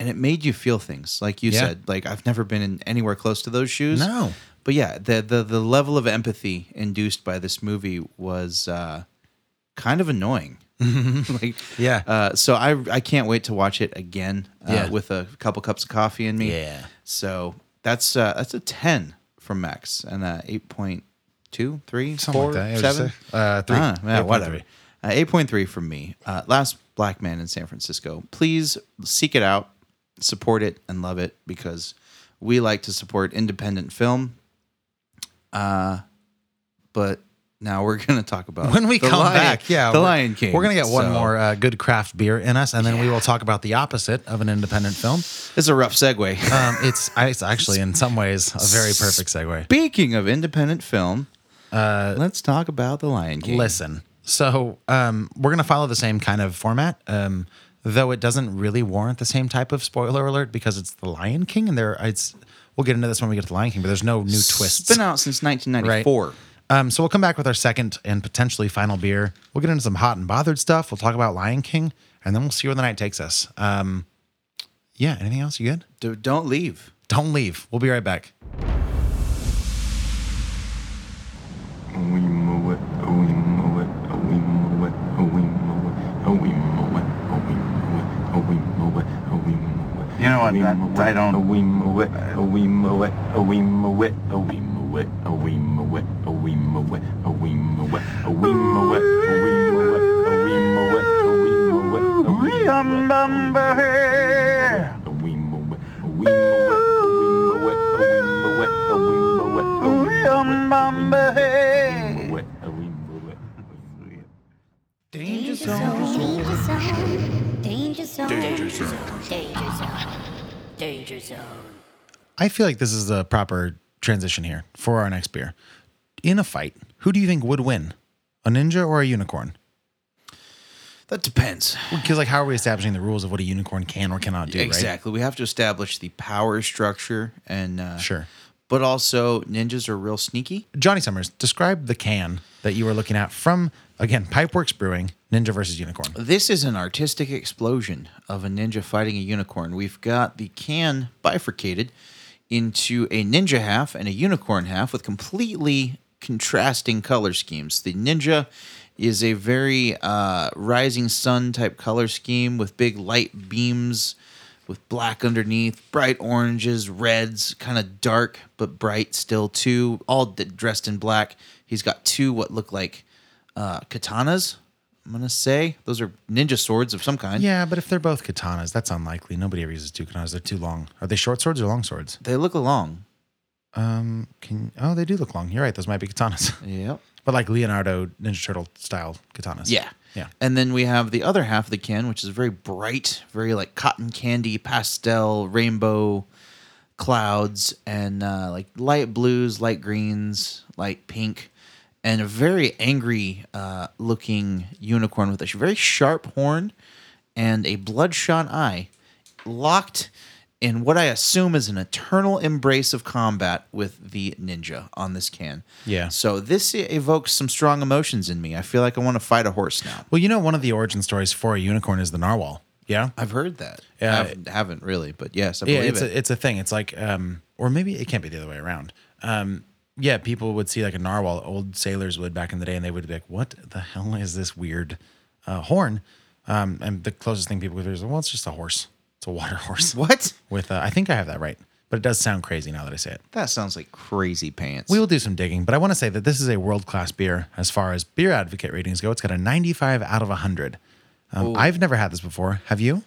F: and it made you feel things. Like you
E: yeah.
F: said, like I've never been in anywhere close to those shoes.
E: No,
F: but yeah, the the the level of empathy induced by this movie was uh, kind of annoying.
E: like yeah,
F: uh, so I I can't wait to watch it again uh,
E: yeah.
F: with a couple cups of coffee in me.
E: Yeah,
F: so that's uh, that's a ten from Max and uh, eight point two three
E: Something
F: four
E: like
F: seven Uh,
E: three. Ah,
F: Uh-huh. yeah, 8. whatever. Uh, 8.3 from me. Uh, Last Black Man in San Francisco. Please seek it out, support it, and love it because we like to support independent film. Uh, but now we're going to talk about
E: when we come
F: Lion,
E: back. Yeah,
F: the Lion King.
E: We're going to get one so. more uh, good craft beer in us, and then yeah. we will talk about the opposite of an independent film.
F: It's a rough segue.
E: um, it's it's actually in some ways a very perfect segue.
F: Speaking of independent film,
E: uh,
F: let's talk about the Lion King.
E: Listen, so um, we're going to follow the same kind of format. Um, though it doesn't really warrant the same type of spoiler alert because it's the Lion King and there it's we'll get into this when we get to the Lion King, but there's no new twists.
F: It's been out since 1994. Right.
E: Um, so we'll come back with our second and potentially final beer. We'll get into some hot and bothered stuff. We'll talk about Lion King, and then we'll see where the night takes us. Um, yeah. Anything else? You good?
F: Dude, don't leave.
E: Don't leave. We'll be right back.
P: You know what? I, I don't. A wee moet, a wee moet, a wee moet, a wee moet, a wee moet, a wee moet, a wee moet, a wee moet, a wee moet, a wee moet, a wee moet, a wee moet. remember her. Remember her.
Q: Danger zone. Danger zone. Danger zone. Danger zone. Danger zone.
E: I feel like this is the proper transition here for our next beer. In a fight, who do you think would win, a ninja or a unicorn?
F: That depends.
E: Because like, how are we establishing the rules of what a unicorn can or cannot do?
F: Exactly.
E: Right?
F: We have to establish the power structure and uh,
E: sure.
F: But also, ninjas are real sneaky.
E: Johnny Summers, describe the can that you were looking at from again Pipeworks Brewing, Ninja versus Unicorn.
F: This is an artistic explosion of a ninja fighting a unicorn. We've got the can bifurcated into a ninja half and a unicorn half with completely contrasting color schemes. The ninja is a very uh, rising sun type color scheme with big light beams, with black underneath, bright oranges, reds, kind of dark but bright still too. All d- dressed in black. He's got two what look like uh, katanas. I'm gonna say those are ninja swords of some kind.
E: Yeah, but if they're both katanas, that's unlikely. Nobody ever uses two katanas. They're too long. Are they short swords or long swords?
F: They look long.
E: Um, can oh they do look long. You're right. Those might be katanas.
F: Yep.
E: But like Leonardo Ninja Turtle style katanas.
F: Yeah.
E: Yeah.
F: And then we have the other half of the can, which is very bright, very like cotton candy, pastel, rainbow clouds, and uh, like light blues, light greens, light pink, and a very angry uh, looking unicorn with a very sharp horn and a bloodshot eye locked in what I assume is an eternal embrace of combat with the ninja on this can.
E: Yeah.
F: So this e-, evokes some strong emotions in me. I feel like I want to fight a horse now.
E: Well, you know, one of the origin stories for a unicorn is the narwhal. Yeah,
F: I've heard that.
E: Yeah,
F: I haven't really, but yes, I
E: yeah,
F: believe
E: it's
F: it.
E: a it's a thing. It's like, um, or maybe it can't be the other way around. Um, yeah, people would see like a narwhal. Old sailors would back in the day, and they would be like, "What the hell is this weird uh, horn?" Um, and the closest thing people would do is, "Well, it's just a horse." It's a water horse.
F: What?
E: With uh, I think I have that right, but it does sound crazy now that I say it.
F: That sounds like crazy pants.
E: We will do some digging, but I want to say that this is a world class beer as far as beer advocate ratings go. It's got a 95 out of 100. Um, I've never had this before. Have you?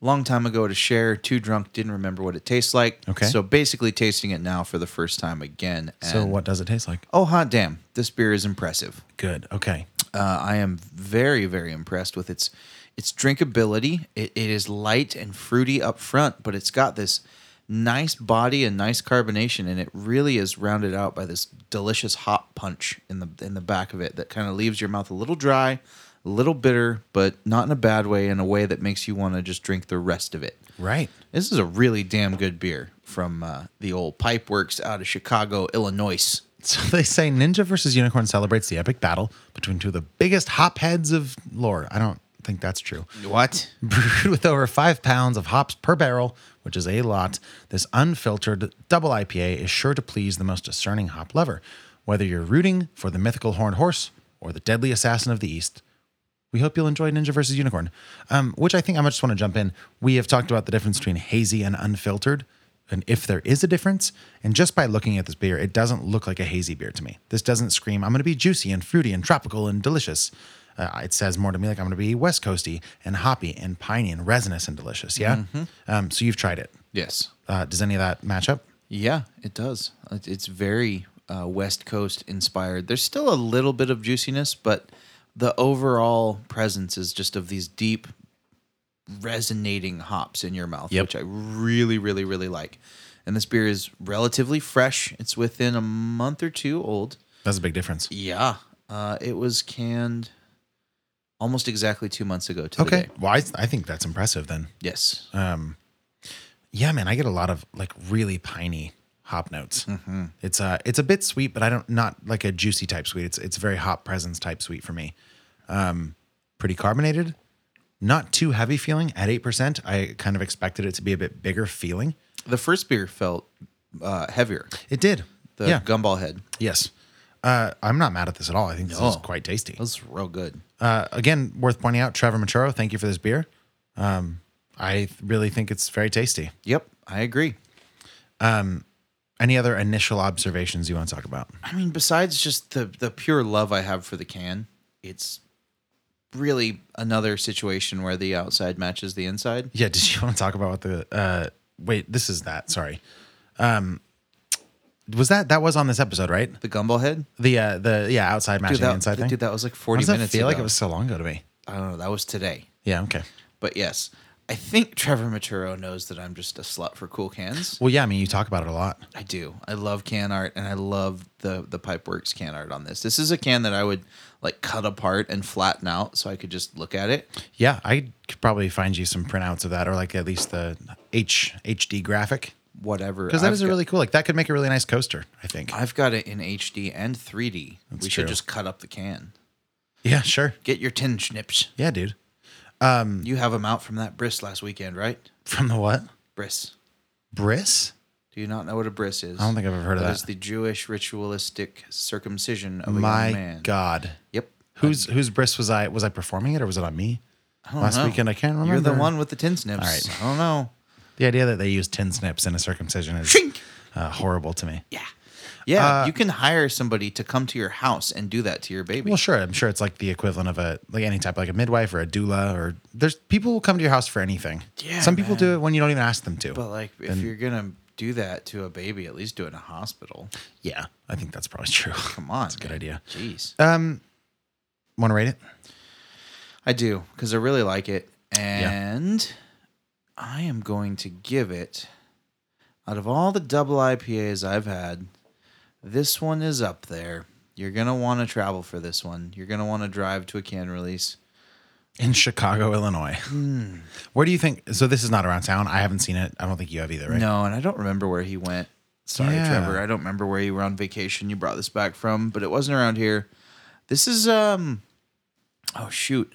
F: Long time ago to share, too drunk, didn't remember what it tastes like.
E: Okay.
F: So basically, tasting it now for the first time again.
E: so what does it taste like?
F: Oh hot damn! This beer is impressive.
E: Good. Okay.
F: Uh, I am very very impressed with its its drinkability. It, it is light and fruity up front, but it's got this nice body and nice carbonation, and it really is rounded out by this delicious hot punch in the in the back of it that kind of leaves your mouth a little dry, a little bitter, but not in a bad way, in a way that makes you want to just drink the rest of it.
E: Right.
F: This is a really damn good beer from uh, the old Pipeworks out of Chicago, Illinois.
E: So they say Ninja versus Unicorn celebrates the epic battle between two of the biggest hopheads of lore. I don't think that's true.
F: What?
E: Brewed with over five pounds of hops per barrel, which is a lot, this unfiltered double IPA is sure to please the most discerning hop lover. Whether you're rooting for the mythical horned horse or the deadly assassin of the East, we hope you'll enjoy Ninja versus Unicorn. Um, which I think I just want to jump in. We have talked about the difference between hazy and unfiltered. And if there is a difference, and just by looking at this beer, it doesn't look like a hazy beer to me. This doesn't scream, I'm going to be juicy and fruity and tropical and delicious. Uh, it says more to me like I'm going to be West Coasty and hoppy and piney and resinous and delicious. Yeah. Mm-hmm. Um, so you've tried it.
F: Yes.
E: Uh, does any of that match up?
F: Yeah, it does. It's very uh, West Coast inspired. There's still a little bit of juiciness, but the overall presence is just of these deep, resonating hops in your mouth,
E: yep.
F: which I really, really, really like. And this beer is relatively fresh. It's within a month or two old.
E: That's a big difference.
F: Yeah. uh, it was canned almost exactly two months ago to
E: okay. Well, I, I, think that's impressive then.
F: Yes.
E: Um, yeah, man, I get a lot of like really piney hop notes.
F: Mm-hmm.
E: It's a uh, it's a bit sweet, but I don't not like a juicy type sweet. It's it's very hop presence type sweet for me. Um, pretty carbonated, not too heavy feeling at eight percent. I kind of expected it to be a bit bigger feeling.
F: The first beer felt uh, heavier.
E: It did.
F: The yeah. gumball head.
E: Yes. Uh, I'm not mad at this at all. I think this no. is quite tasty.
F: This is real good.
E: Uh, again, worth pointing out, Trevor Machero, thank you for this beer. Um, I really think it's very tasty.
F: Yep, I agree.
E: Um, any other initial observations you want to talk about?
F: I mean, besides just the the pure love I have for the can, it's really another situation where the outside matches the inside.
E: Yeah. Did you want to talk about what the? Uh, wait, this is that. Sorry. Um, was that that was on this episode, right?
F: The gumball head.
E: The uh, the yeah outside matching
F: dude, that,
E: inside thing.
F: Dude, that was like forty
E: How does
F: minutes.
E: That feel
F: ago.
E: like it was so long ago to me.
F: I don't know. That was today.
E: Yeah. Okay.
F: But yes, I think Trevor Maturo knows that I'm just a slut for cool cans.
E: Well, yeah. I mean, you talk about it a lot.
F: I do. I love can art, and I love the the Pipeworks can art on this. This is a can that I would like cut apart and flatten out so I could just look at it.
E: Yeah, I could probably find you some printouts of that, or like at least the H HD graphic.
F: Whatever,
E: Because that
F: I've
E: is a
F: got-
E: really cool. Like that could make a really nice coaster. I think.
F: I've got it in HD and 3D.
E: That's
F: we
E: true.
F: should just cut up the can.
E: Yeah. Sure.
F: Get your tin schnips.
E: Yeah, dude. Um,
F: You have them out from that bris last weekend, right?
E: from the what?
F: Bris.
E: Bris?
F: Do you not know what a bris is?
E: I don't think I've ever heard of that.
F: That is the Jewish ritualistic circumcision of a
E: Oh, My
F: young man.
E: God.
F: Yep.
E: Whose whose bris was I was I performing it or was it on me?
F: I don't
E: Last
F: know.
E: weekend I can't remember.
F: You're the one with the tin snips.
E: All right.
F: I don't know.
E: The idea that they use tin snips in a circumcision is
F: Shink.
E: uh, horrible to me.
F: Yeah. Yeah.
E: Uh,
F: you can hire somebody to come to your house and do that to your baby.
E: Well, sure. I'm sure it's like the equivalent of a like any type like a midwife or a doula or there's people will come to your house for anything.
F: Yeah,
E: Some people
F: man.
E: do it when you don't even ask them to.
F: But like, if
E: And-
F: you're gonna do that to a baby, at least do it in a hospital.
E: yeah, I think that's probably true.
F: Come on,
E: That's a good idea.
F: Jeez,
E: Um, want to rate it?
F: I do because I really like it,
E: Yeah.
F: and I am going to give it. Out of all the double IPAs I've had, this one is up there. You're gonna want to travel for this one. You're gonna want to drive to a can release.
E: In Chicago, Illinois. Hmm. Where do you think? So this is not around town. I haven't seen it. I don't think you have either, right?
F: No, and I don't remember where he went. Sorry,
E: Yeah.
F: Trevor. I don't remember where you were on vacation. You brought this back from, but it wasn't around here. This is um oh shoot.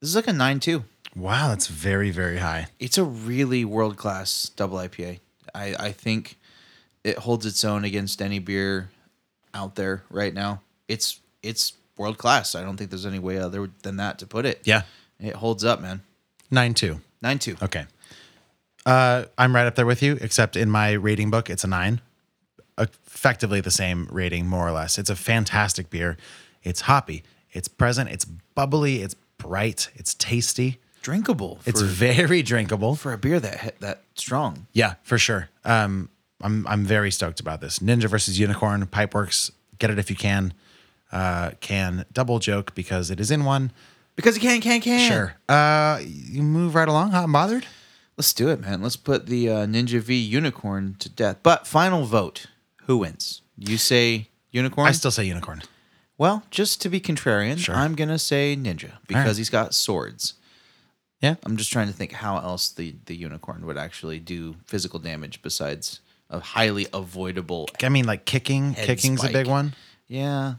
F: This is like a 9-2.
E: Wow, that's very very high.
F: It's a really world-class double IPA. I I think it holds its own against any beer out there right now. It's it's world class. I don't think there's any way other than that to put it.
E: Yeah,
F: It holds up, man.
E: nine two.
F: 9-2.
E: Okay. Uh, I'm right up there with you, except in my rating book, it's a nine. Effectively the same rating, more or less. It's a fantastic beer. It's hoppy. It's present. It's bubbly. It's bright. It's tasty.
F: Drinkable.
E: It's
F: for-
E: very drinkable.
F: for a beer that hit that strong.
E: Yeah, for sure. Um, I'm I'm very stoked about this. Ninja versus Unicorn, Pipeworks. Get it if you can. Uh, can double joke because it is in one.
F: Because it can can can.
E: Sure. Uh, you move right along. Hot and bothered.
F: Let's do it, man. Let's put the uh, Ninja V Unicorn to death. But final vote. Who wins? You say Unicorn?
E: I still say Unicorn.
F: well, just to be contrarian,
E: Sure.
F: I'm going to say Ninja because
E: right.
F: he's got swords.
E: Yeah.
F: I'm just trying to think how else the, the Unicorn would actually do physical damage besides a highly avoidable.
E: I mean, like kicking.
F: Head
E: kicking's a
F: spike.
E: big one.
F: Yeah.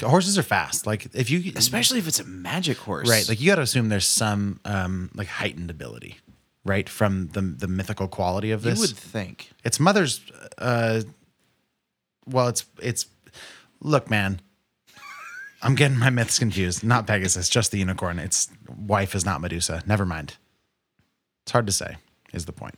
E: horses are fast. Like if you
F: Especially if it's a magic horse.
E: right, like you got to assume there's some um like heightened ability, right, from the the mythical quality of
F: you
E: this.
F: would think.
E: it's mother's. Uh, well, it's it's. Look, man, I'm getting my myths confused. Not Pegasus, just the unicorn. Its wife is not Medusa. Never mind. It's hard to say. Is the point?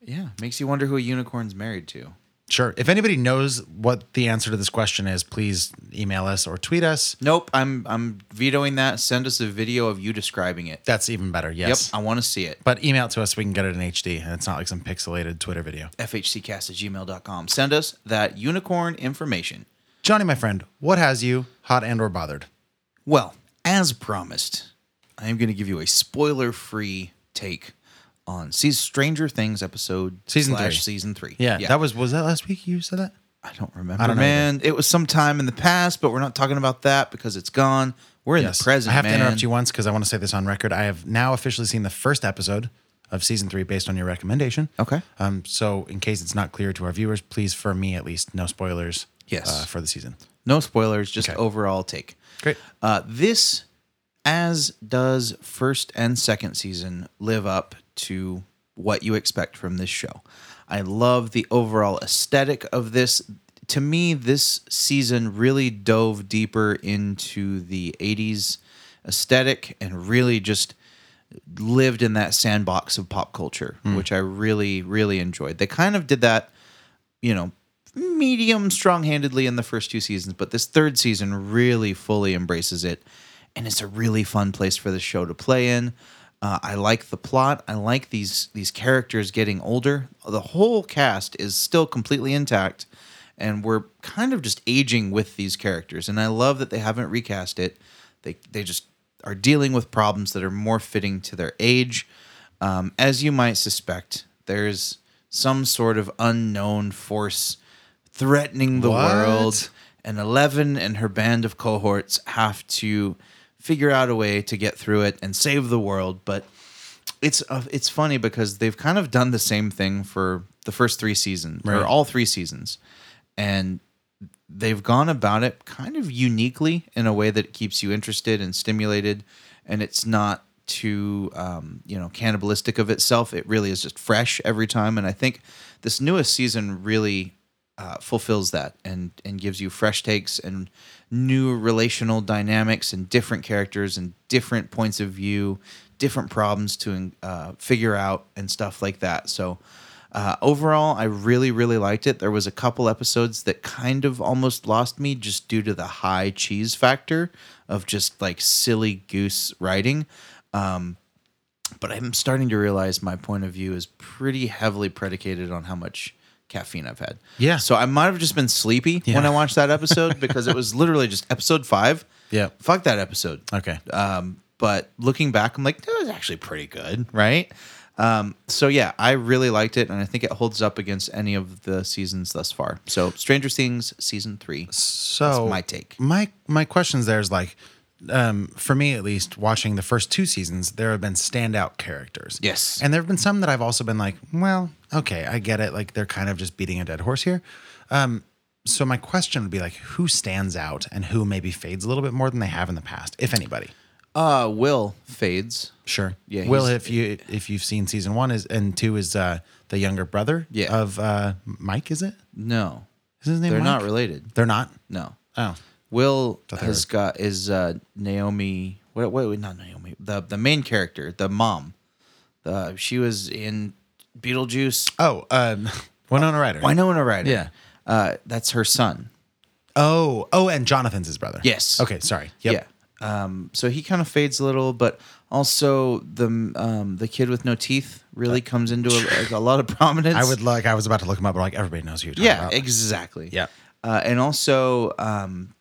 F: Yeah. Makes you wonder who a unicorn's married to.
E: Sure. If anybody knows what the answer to this question is, please email us or tweet us.
F: Nope, I'm I'm vetoing that. Send us a video of you describing it.
E: That's even better. Yes.
F: Yep, I want to see it.
E: But email it to us. We can get it in HD, and it's not like some pixelated Twitter video.
F: FHCcast at gmail.com. Send us that unicorn information.
E: Johnny, my friend, what has you hot and or bothered?
F: Well, as promised, I am going to give you a spoiler free take on Se- Stranger Things episode
E: Season
F: slash
E: three.
F: season three.
E: Yeah, that was was that last week you said that?
F: I don't remember,
E: I don't know
F: man. It was sometime in the past, but we're not talking about that because it's gone. We're in the present.
E: I have
F: man.
E: to interrupt you once because I want to say this on record. I have now officially seen the first episode of season three based on your recommendation.
F: Okay.
E: Um, so in case it's not clear to our viewers, please, for me at least, no spoilers.
F: Yes.
E: Uh, for the season.
F: No spoilers, just
E: Okay.
F: overall take.
E: Great.
F: Uh, this, as does first and second season, live up to what you expect from this show. I love the overall aesthetic of this. To me, this season really dove deeper into the 80s aesthetic and really just lived in that sandbox of pop culture, which I really, really enjoyed. They kind of did that, you know, medium strong handedly in the first two seasons, but this third season really fully embraces it. and it's a really fun place for the show to play in. Uh, I like the plot. I like these these characters getting older. The whole cast is still completely intact, and we're kind of just aging with these characters. And I love that they haven't recast it. They they just are dealing with problems that are more fitting to their age. Um, as you might suspect, there's some sort of unknown force threatening the
E: What?
F: world, and Eleven and her band of cohorts have to figure out a way to get through it and save the world. But it's uh, it's funny because they've kind of done the same thing for the first three seasons
E: Right.
F: or all three seasons, and they've gone about it kind of uniquely in a way that keeps you interested and stimulated, and it's not too um, you know cannibalistic of itself. It really is just fresh every time, and I think this newest season really uh, fulfills that and and gives you fresh takes and new relational dynamics and different characters and different points of view, different problems to uh, figure out and stuff like that. So. Uh, overall, I really, really liked it. There was a couple episodes that kind of almost lost me just due to the high cheese factor of just like silly goose writing. Um, but I'm starting to realize my point of view is pretty heavily predicated on how much caffeine I've had.
E: Yeah.
F: So I might have just been sleepy when I watched that episode because it was literally just episode five.
E: Yeah.
F: Fuck that episode.
E: Okay.
F: Um, but looking back, I'm like, that was actually pretty good, right? Um, so yeah, I really liked it, and I think it holds up against any of the seasons thus far. So Stranger Things season three.
E: So
F: That's my take.
E: My my questions there is like, um, for me at least, watching the first two seasons, there have been standout characters.
F: Yes.
E: and there have been some that I've also been like, well, okay, I get it. Like they're kind of just beating a dead horse here. Um, so my question would be like, who stands out and who maybe fades a little bit more than they have in the past, if anybody?
F: Uh, Will fades.
E: Sure.
F: Yeah,
E: Will,
F: he's-
E: if you if you've seen season one is and two is uh, the younger brother
F: Yeah.
E: of uh, Mike, is it?
F: No,
E: Is his name?
F: they're
E: Mike?
F: not related.
E: They're not.
F: No.
E: Oh,
F: Will
E: Thought they
F: has
E: were-
F: got is uh, Naomi. What? What? Not Naomi. The the main character, the mom. Uh, she was in Beetlejuice.
E: Oh, um, Winona Ryder.
F: Winona Ryder.
E: Yeah.
F: Uh, that's her son.
E: Oh, oh, and Jonathan's his brother.
F: Yes.
E: Okay, sorry. Yep.
F: Yeah. Um, so he kind of fades a little, but also the um, the kid with no teeth really comes into a, a lot of prominence.
E: Uh, I would like. I was about to look him up, but like everybody knows who you're talking
F: Yeah,
E: about.
F: exactly.
E: Yeah.
F: Uh, and also, um,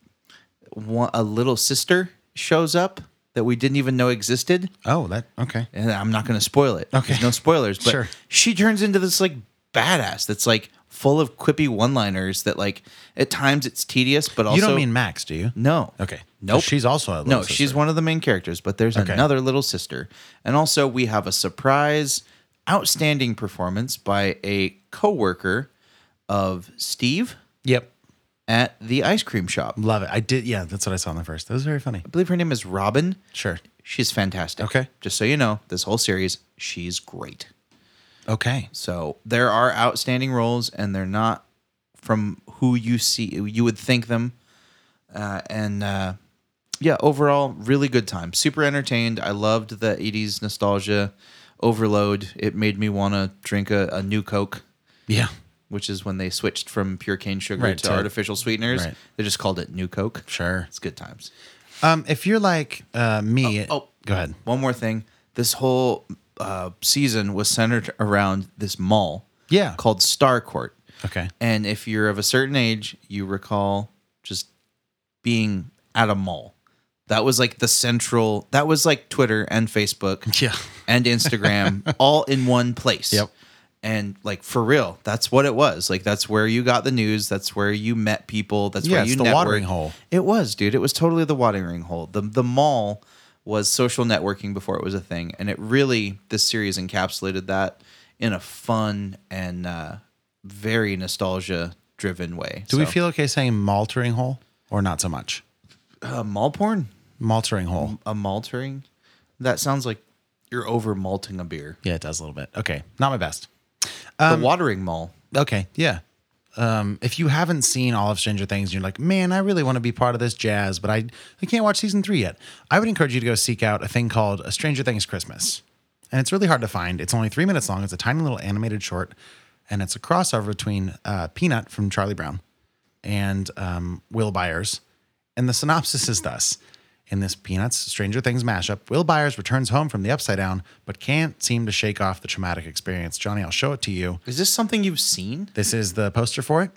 F: one, a little sister shows up that we didn't even know existed.
E: Oh, that okay.
F: And I'm not going to spoil it.
E: Okay.
F: There's no spoilers. But
E: Sure.
F: she turns into this like badass that's like full of quippy one liners that like at times it's tedious, but also
E: you don't mean Max, do you?
F: no.
E: Okay. No,
F: Nope.
E: She's also a little
F: no,
E: sister.
F: she's one of the main characters, but there's
E: Okay.
F: another little sister. And also we have a surprise outstanding performance by a coworker of Steve
E: Yep.
F: at the ice cream shop. I
E: Love it. I did. Yeah, that's what I saw in the first. That was very funny.
F: believe her name is Robin.
E: Sure.
F: She's fantastic.
E: Okay.
F: Just so you know, this whole series, she's great.
E: Okay.
F: So there are outstanding roles, and they're not from who you see you would think them. Uh, and uh, yeah, overall, really good time. Super entertained. I loved the '80s nostalgia overload. It made me want to drink a, a new Coke,
E: Yeah.
F: which is when they switched from pure cane sugar
E: Right,
F: to
E: to-
F: artificial sweeteners.
E: right.
F: They just called it New Coke.
E: Sure.
F: It's good times.
E: Um, if you're like uh, me,
F: Oh,
E: go ahead.
F: One more thing. This whole uh, season was centered around this mall.
E: Yeah.
F: Called Star Court.
E: Okay.
F: And if you're of a certain age, you recall just being at a mall. That was like the central, that was like Twitter and Facebook
E: Yeah.
F: and Instagram all in one place.
E: Yep.
F: And like for real, that's what it was. Like that's where you got the news. That's where you met people. That's
E: Yeah,
F: where you
E: it's the
F: networked.
E: watering hole.
F: It was, dude. It was totally the watering hole. The the mall was social networking before it was a thing, and it really this series encapsulated that in a fun and uh, very nostalgia driven way.
E: Do we
F: So,
E: feel okay saying maltering hole or not so much?
F: uh, mall porn?
E: Maltering hole.
F: A maltering? That sounds like you're over malting a beer.
E: Yeah, it does a little bit. Okay. Not my best. Um,
F: the watering mall.
E: Okay, yeah. Um, if you haven't seen all of Stranger Things, and you're like, man, I really want to be part of this jazz, but I, I can't watch season three yet. I would encourage you to go seek out a thing called a Stranger Things Christmas, and it's really hard to find. It's only three minutes long. It's a tiny little animated short, and it's a crossover between uh, Peanut from Charlie Brown and um, Will Byers. And the synopsis is thus In this Peanuts Stranger Things mashup, Will Byers returns home from the Upside Down, but can't seem to shake off the traumatic experience. Johnny, I'll show it to you.
F: Is this something you've seen?
E: This is the poster for it.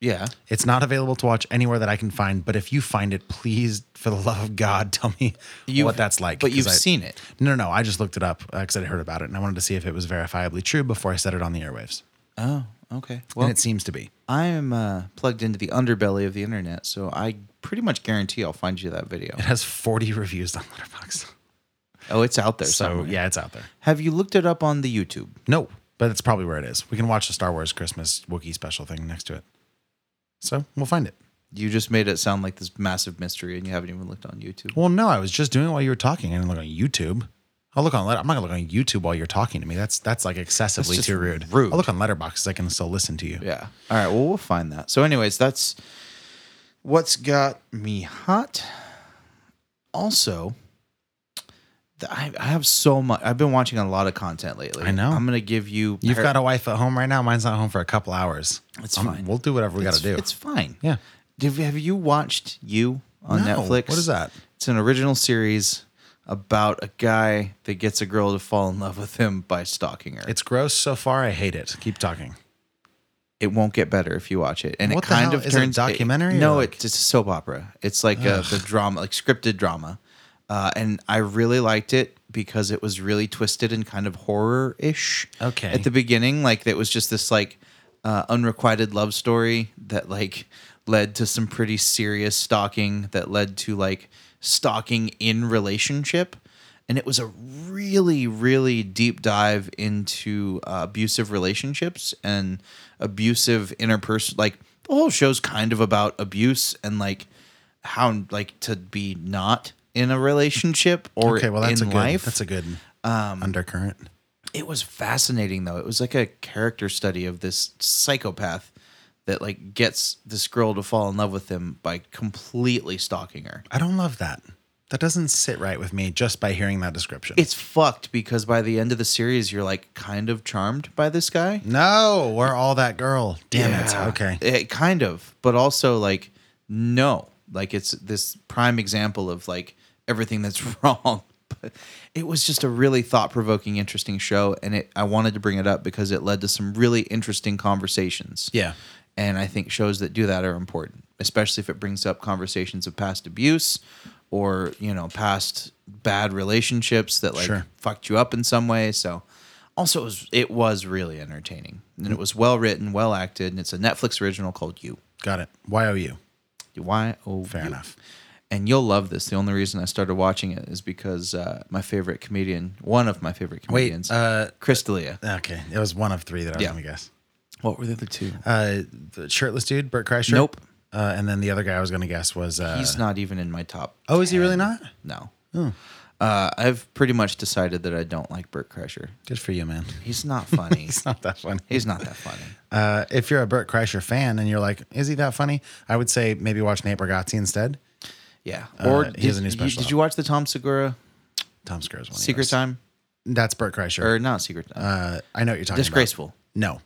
F: Yeah.
E: It's not available to watch anywhere that I can find, but if you find it, please, for the love of God, tell me
F: You've-
E: what that's like.
F: but you've
E: 'cause I-
F: seen it.
E: No, no, no. I just looked it up because I'd heard about it and I wanted to see if it was verifiably true before I said it on the airwaves.
F: Oh, okay.
E: and it seems to be.
F: I am uh, plugged into the underbelly of the internet, so I pretty much guarantee I'll find you that video.
E: It has 40 reviews on Letterboxd.
F: Oh, it's out there.
E: So,
F: somewhere.
E: yeah, it's out there.
F: Have you looked it up on the YouTube?
E: No, but it's probably where it is. We can watch the Star Wars Christmas Wookiee special thing next to it. So we'll find it.
F: You just made it sound like this massive mystery, and you haven't even looked on YouTube.
E: Well, no, I was just doing it while you were talking. I didn't look on YouTube. I'll look on. Let- I'm not gonna look on YouTube while you're talking to me. That's that's like excessively
F: just
E: too rude.
F: rude.
E: I'll look on Letterboxd. I can still listen to you.
F: Yeah. All right. Well, we'll find that. So, anyways, that's what's got me hot. Also, th- I, I have so much. I've been watching a lot of content lately.
E: I know.
F: I'm gonna give you.
E: You've got a wife at home right now. Mine's not home for a couple hours.
F: It's
E: I'm-
F: fine.
E: We'll do whatever we got
F: It's-
E: to do.
F: It's fine.
E: Yeah.
F: Have, have you watched You on
E: No.
F: Netflix?
E: What is that?
F: It's an original series about a guy that gets a girl to fall in love with him by stalking her.
E: It's gross so far. I hate it. Keep talking.
F: it won't get better if you watch it. And
E: What
F: it
E: the
F: kind
E: hell?
F: of
E: Is it a
F: turns
E: documentary
F: It,
E: or
F: no,
E: like-
F: it's it's a soap opera. It's like a, the drama, like scripted drama. Uh, and I really liked it because it was really twisted and kind of horror ish.
E: Okay.
F: At the beginning, like it was just this like uh, unrequited love story that like led to some pretty serious stalking that led to like stalking in relationship. And it was a really, really deep dive into uh, abusive relationships and abusive interpersonal. Like the whole show's kind of about abuse and like how like to be not in a relationship or
E: okay, well that's
F: in
E: a good.
F: life. um,
E: That's a good undercurrent.
F: It was fascinating though. It was like a character study of this psychopath that like gets this girl to fall in love with him by completely stalking her.
E: I don't love that. That doesn't sit right with me just by hearing that description.
F: It's fucked because by the end of the series you're like kind of charmed by this guy.
E: no, we're all that girl. Damn
F: Yeah.
E: it. Okay.
F: It Eh, kind of, but also like no. Like it's this prime example of like everything that's wrong. But it was just a really thought-provoking interesting show and it I wanted to bring it up because it led to some really interesting conversations.
E: Yeah.
F: And I think shows that do that are important, especially if it brings up conversations of past abuse or, you know, past bad relationships that like
E: Sure.
F: fucked you up in some way. So also it was, it was really entertaining and it was well written, well acted. And it's a Netflix original called You.
E: Got it. Y O U.
F: Why? Oh,
E: Fair enough.
F: And you'll love this. The only reason I started watching it is because uh, my favorite comedian, one of my favorite comedians,
E: uh,
F: Chris D'Elia.
E: Okay. It was one of three that I was
F: Yeah.
E: gonna guess.
F: What were the other two?
E: Uh, the shirtless dude, Bert Kreischer.
F: Nope.
E: Uh, and then the other guy I was gonna guess was uh,
F: He's not even in my top.
E: Oh, is he really
F: 10.
E: not?
F: No.
E: Oh.
F: Uh, I've pretty much decided that I don't like Bert Kreischer.
E: Good for you, man.
F: He's not funny.
E: He's not that funny.
F: He's not that funny.
E: Uh, if you're a Bert Kreischer fan and you're like, is he that funny? I would say maybe watch Nate Bargatze instead.
F: Yeah.
E: Uh,
F: or
E: he has a new
F: did- you-
E: special
F: Did
E: out.
F: you watch the Tom Segura
E: Tom Skerritt's one. he
F: Secret
E: does.
F: Time
E: That's Bert Kreischer.
F: or not Secret Time?
E: uh, I know what you're talking
F: Disgraceful.
E: about.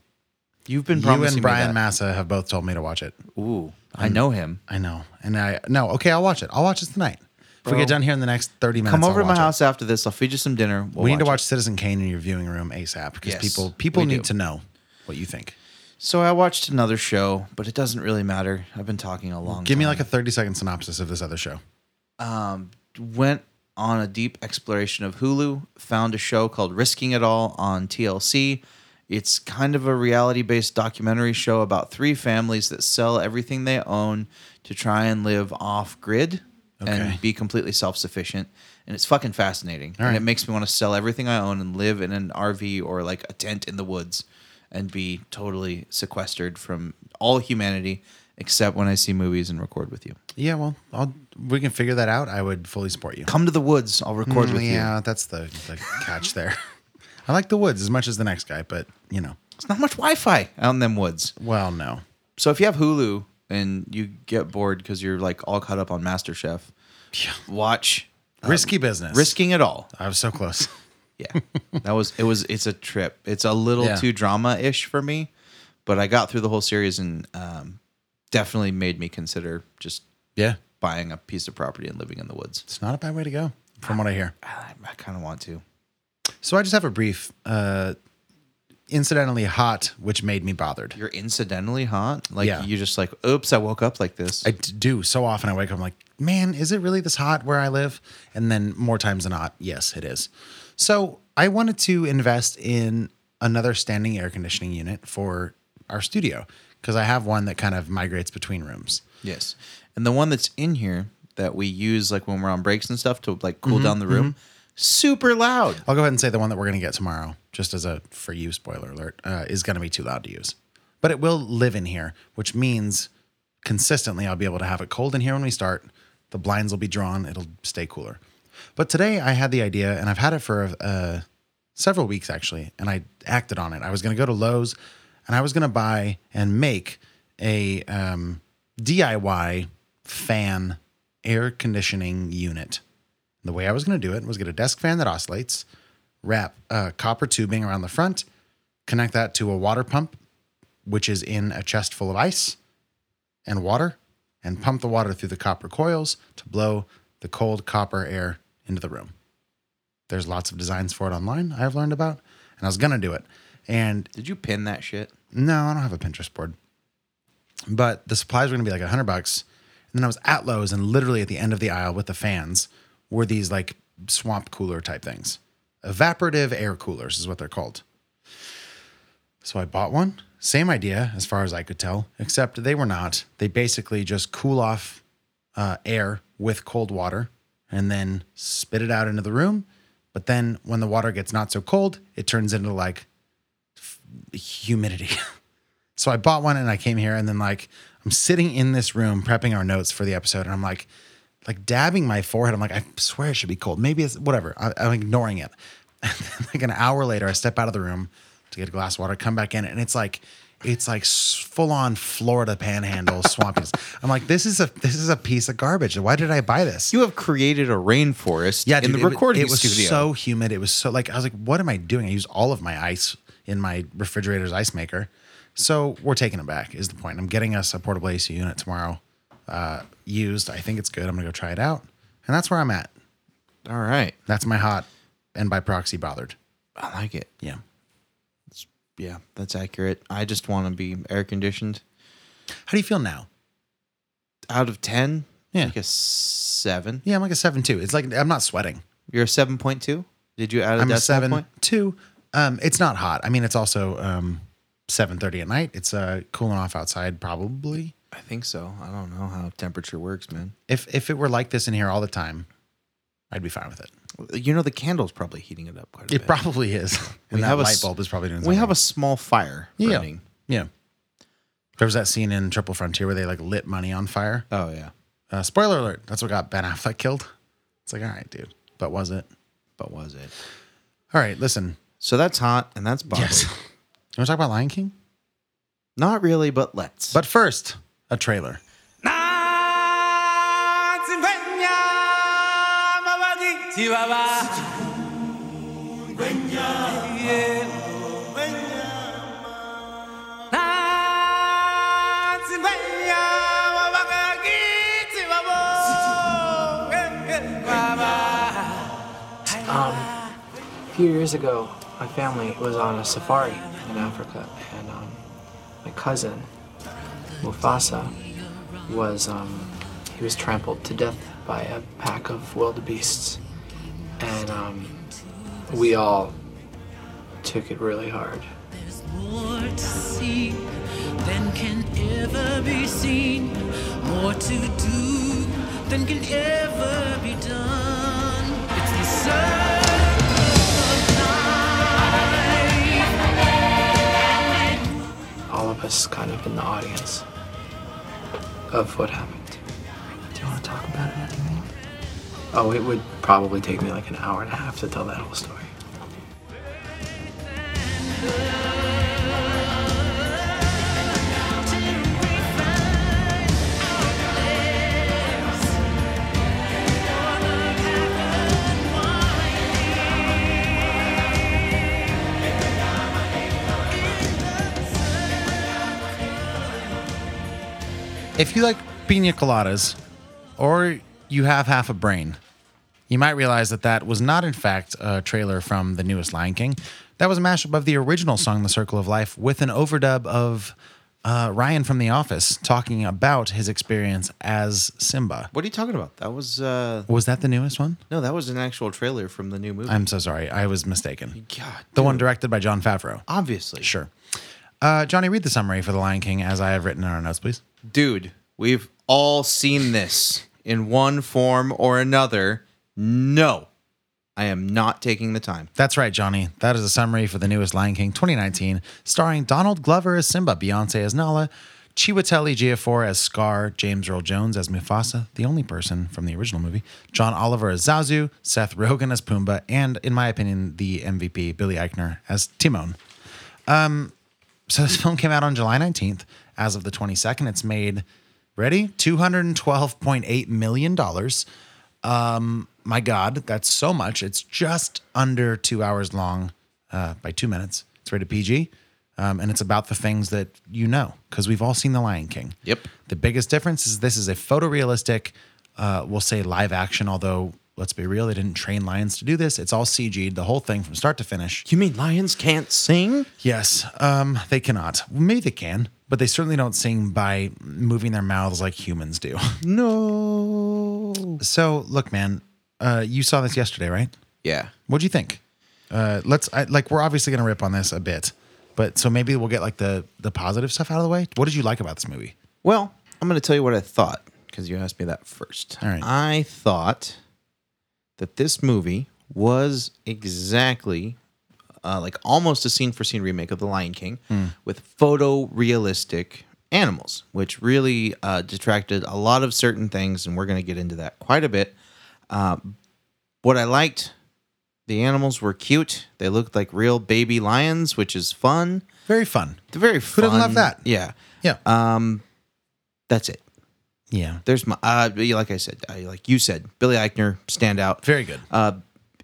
F: You've
E: No.
F: been
E: You
F: promising
E: and Brian Mm.
F: me that.
E: Massa have both told me to watch it.
F: Ooh, I know him.
E: I know. And I no, okay, I'll watch it. I'll watch it tonight. If
F: Bro.
E: we get done here in the next 30 minutes.
F: Come over
E: I'll
F: to my
E: watch it.
F: house after this. I'll feed you some dinner. We'll
E: we need to
F: it.
E: watch Citizen Kane in your viewing room ASAP because
F: Yes,
E: people people
F: we
E: need
F: do.
E: to know what you think.
F: So I watched another show, but it doesn't really matter. I've been talking a long.
E: Give me
F: time.
E: like a 30 second synopsis of this other show.
F: um, went on a deep exploration of Hulu, found a show called Risking It All on TLC. It's kind of a reality based documentary show about three families that sell everything they own to try and live off grid
E: Okay.
F: and be completely self sufficient. And it's fucking fascinating.
E: All
F: And
E: right.
F: it makes me want to sell everything I own and live in an RV or like a tent in the woods and be totally sequestered from all humanity except when I see movies and record with you.
E: Yeah, well, I'll, we can figure that out. I would fully support you.
F: Come to the woods. I'll record
E: Mm,
F: with you.
E: yeah, that's the, the catch there. I like the woods as much as the next guy, but you know,
F: It's not much Wi-Fi out in them woods.
E: well, no.
F: So if you have Hulu and you get bored because you're like all caught up on MasterChef, watch
E: Um, Risky business.
F: Risking It All.
E: I was so close.
F: Yeah, that was it. Was it's a trip. It's a little
E: Yeah.
F: too drama-ish for me, but I got through the whole series and um, definitely made me consider just
E: Yeah.
F: buying a piece of property and living in the woods.
E: It's not a bad way to go, from what I hear.
F: I, I kind of want to.
E: So I just have a brief, uh, incidentally hot, which made me bothered.
F: You're incidentally hot? Like, yeah. you just like, oops, I woke up like this.
E: I do. So often I wake up, I'm like, man, is it really this hot where I live? And then more times than not, yes, it is. So I wanted to invest in another standing air conditioning unit for our studio because I have one that kind of migrates between rooms.
F: Yes. And the one that's in here that we use like when we're on breaks and stuff to like cool mm-hmm, down the room, mm-hmm. super loud.
E: I'll go ahead and say the one that we're going to get tomorrow, just as a for you spoiler alert, uh, is going to be too loud to use. But it will live in here, which means consistently I'll be able to have it cold in here when we start. The blinds will be drawn, it'll stay cooler. But today I had the idea and I've had it for uh, several weeks actually, and I acted on it. I was going to go to Lowe's and I was going to buy and make a um, DIY fan air conditioning unit. The way I was going to do it was get a desk fan that oscillates, wrap uh, copper tubing around the front, connect that to a water pump, which is in a chest full of ice and water, and pump the water through the copper coils to blow the cold copper air into the room. There's lots of designs for it online I've learned about, and I was going to do it. And
F: did you pin that shit?
E: No, I don't have a Pinterest board. But the supplies were gonna be like a hundred bucks. And then I was at Lowe's and literally at the end of the aisle with the fans were these like swamp cooler type things. Evaporative air coolers is what they're called. So I bought one. Same idea as far as I could tell, except they were not. They basically just cool off uh, air with cold water and then spit it out into the room. But then when the water gets not so cold, it turns into like humidity. so I bought one and I came here and then like I'm sitting in this room prepping our notes for the episode and I'm like like dabbing my forehead. I'm like, I swear it should be cold. Maybe it's whatever. I, am ignoring it. like an hour later, I step out of the room to get a glass of water, come back in, and it's like it's like full on Florida panhandle swampiness. I'm like, this is a this is a piece of garbage. Why did I buy this?
F: You have created a rainforest. Yeah, dude, in the
E: it,
F: recording
E: it was
F: studio.
E: so humid. It was so like I was like, what am I doing? I used all of my ice in my refrigerator's ice maker. So we're taking it back is the point. I'm getting us a portable AC unit tomorrow, uh, used. I think it's good. I'm gonna go try it out, and that's where I'm at.
F: All right,
E: that's my hot and by proxy bothered.
F: I like it.
E: Yeah,
F: it's, yeah, that's accurate. I just want to be air conditioned.
E: How do you feel now?
F: Out of ten,
E: yeah,
F: like a seven.
E: Yeah, I'm like a seven two. It's like I'm not sweating.
F: You're a seven point two. Did you add a
E: I'm
F: a
E: seven
F: point?
E: two. Um, it's not hot. I mean, it's also um, seven thirty at night. It's uh, cooling off outside, probably.
F: I think so. I don't know how temperature works, man.
E: If if it were like this in here all the time, I'd be fine with it.
F: You know, the candle's probably heating it up quite a
E: it
F: bit.
E: probably is. and that light bulb is probably doing. Something.
F: We have a small fire
E: yeah.
F: burning.
E: Yeah. There was that scene in Triple Frontier where they like lit money on fire.
F: Oh yeah.
E: Uh, spoiler alert. That's what got Ben Affleck killed. It's like, all right, dude. But was it?
F: But was it?
E: All right, listen.
F: So that's hot and that's bothered. Yes.
E: You want to talk about Lion King?
F: Not really, but let's.
E: But first, a trailer.
G: Um, a few years ago, my family was on a safari in Africa, and um, my cousin Mufasa was um, he was trampled to death by a pack of wildebeests, and um, we all took it really hard. There's more to see than can ever be seen, more to do than can ever be done. It's the sun. all of us kind of in the audience of what happened.
R: Do you want to talk about it anymore?
G: Oh, it would probably take me like an hour and a half to tell that whole story.
E: If you like pina coladas or you have half a brain. You might realize that that was not, in fact, a trailer from the newest Lion King. That was a mashup of the original song, The Circle of Life, with an overdub of uh, Ryan from The Office talking about his experience as Simba.
F: What are you talking about? That was. Uh,
E: was that the newest one?
F: No, that was an actual trailer from the new movie.
E: I'm so sorry. I was mistaken.
F: God.
E: The
F: dude.
E: one directed by John Favreau.
F: Ah. Obviously.
E: Sure. Uh, Johnny, read the summary for The Lion King as I have written in our notes, please.
F: Dude, we've all seen this in one form or another. No. I am not taking the time.
E: That's right, Johnny. That is a summary for the newest Lion King 2019, starring Donald Glover as Simba, Beyonce as Nala, Chiwetel Ejiofor as Scar, James Earl Jones as Mufasa, the only person from the original movie, John Oliver as Zazu, Seth Rogen as Pumbaa, and in my opinion, the MVP Billy Eichner as Timon. Um, so this film came out on July 19th. As of the 22nd, it's made ready 212.8 million dollars. Um, my God, that's so much. It's just under two hours long uh, by two minutes. It's rated PG. Um, and it's about the things that you know because we've all seen The Lion King.
F: Yep.
E: The biggest difference is this is a photorealistic, uh, we'll say live action, although let's be real, they didn't train lions to do this. It's all CG'd, the whole thing from start to finish.
F: You mean lions can't sing?
E: Yes, um, they cannot. Maybe they can, but they certainly don't sing by moving their mouths like humans do.
F: No.
E: So, look, man, uh, you saw this yesterday, right?
F: Yeah.
E: What'd you think? Uh, let's I, like we're obviously gonna rip on this a bit, but so maybe we'll get like the the positive stuff out of the way. What did you like about this movie?
F: Well, I'm gonna tell you what I thought because you asked me that first.
E: All right.
F: I thought that this movie was exactly uh, like almost a scene for scene remake of The Lion King
E: Mm.
F: with photorealistic animals, which really uh, detracted a lot of certain things, and we're going to get into that quite a bit. Uh, what I liked, the animals were cute. They looked like real baby lions, which is fun.
E: Very fun.
F: They're very
E: Who
F: fun.
E: doesn't love that?
F: Yeah.
E: Yeah.
F: Um, that's it.
E: Yeah.
F: There's my uh, like I said, I, like you said, Billy Eichner stand out.
E: Very good.
F: Uh,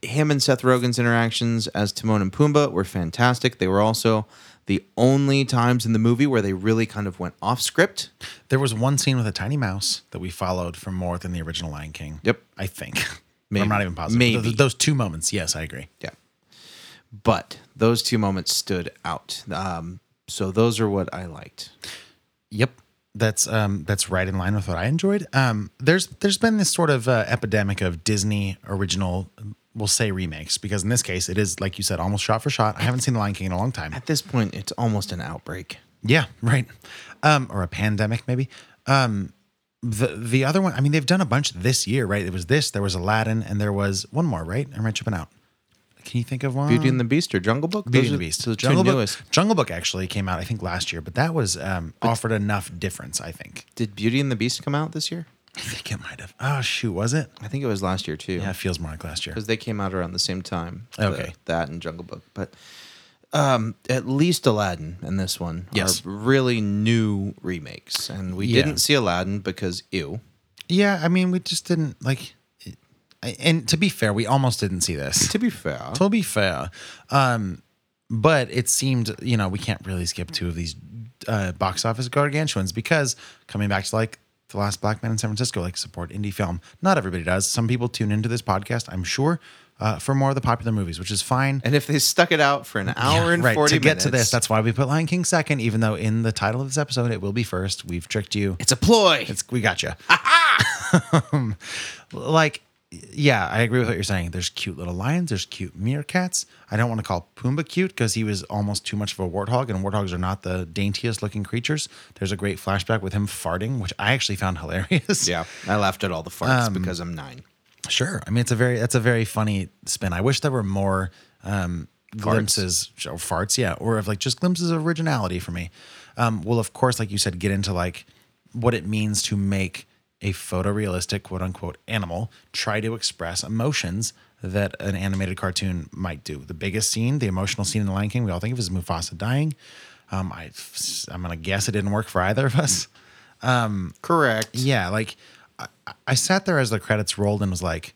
F: him and Seth Rogen's interactions as Timon and Pumbaa were fantastic. They were also the only times in the movie where they really kind of went off script.
E: There was one scene with a tiny mouse that we followed from more than the original Lion King.
F: Yep.
E: I think.
F: Maybe.
E: I'm not even positive.
F: Maybe.
E: Th- those two moments. Yes, I agree.
F: Yeah. But those two moments stood out. Um, so those are what I liked.
E: Yep. That's um that's right in line with what I enjoyed. Um there's there's been this sort of uh, epidemic of Disney original we'll say remakes because in this case it is like you said almost shot for shot. I haven't seen The Lion King in a long time.
F: At this point, it's almost an outbreak.
E: Yeah, right. Um or a pandemic maybe. Um the the other one I mean they've done a bunch this year, right? It was this, there was Aladdin and there was one more, right? Am I tripping out? Can you think of one?
F: Beauty and the Beast or Jungle Book?
E: Beauty
F: Those
E: and the
F: are
E: Beast.
F: The two
E: Jungle Book,
F: newest.
E: Jungle Book actually came out, I think, last year, but that was um, offered enough difference, I think.
F: Did Beauty and the Beast come out this year?
E: I think it might have. Oh shoot, was it?
F: I think it was last year too.
E: Yeah, it feels more like last year.
F: because they came out around the same time. the-
E: Okay.
F: that and Jungle Book, but um, at least Aladdin and this one
E: Yes.
F: are really new remakes, and we
E: Yeah.
F: didn't see Aladdin because ew.
E: Yeah, I mean, we just didn't like. it- And to be fair, we almost didn't see this.
F: To be fair,
E: to be fair, um, but it seemed you know we can't really skip two of these uh, box office gargantuans because coming back to like the last black man in San Francisco, like support indie film. Not everybody does. Some people tune into this podcast, I'm sure, uh, for more of the popular movies, which is fine.
F: and if they stuck it out for an hour
E: Yeah,
F: and
E: right.
F: forty
E: to get
F: minutes,
E: to this, that's why we put Lion King second, even though in the title of this episode it will be first. We've tricked you.
F: it's a ploy.
E: It's we got you. Um, like, yeah, I agree with what you're saying. There's cute little lions. There's cute meerkats. I don't want to call Pumbaa cute because he was almost too much of a warthog, and warthogs are not the daintiest looking creatures. There's a great flashback with him farting, which I actually found hilarious.
F: yeah, I laughed at all the farts
E: Um,
F: because I'm nine.
E: Sure. I mean, it's a very that's a very funny spin. I wish there were more um, glimpses or farts, yeah, or of like just glimpses of originality for me. Um, we'll of course, like you said, get into like what it means to make a photorealistic quote unquote animal try to express emotions that an animated cartoon might do. The biggest scene, the emotional scene in The Lion King, we all think of is Mufasa dying. Um, I, I'm gonna guess it didn't work for either of us.
F: Correct.
E: Yeah, like I, I sat there as the credits rolled and was like,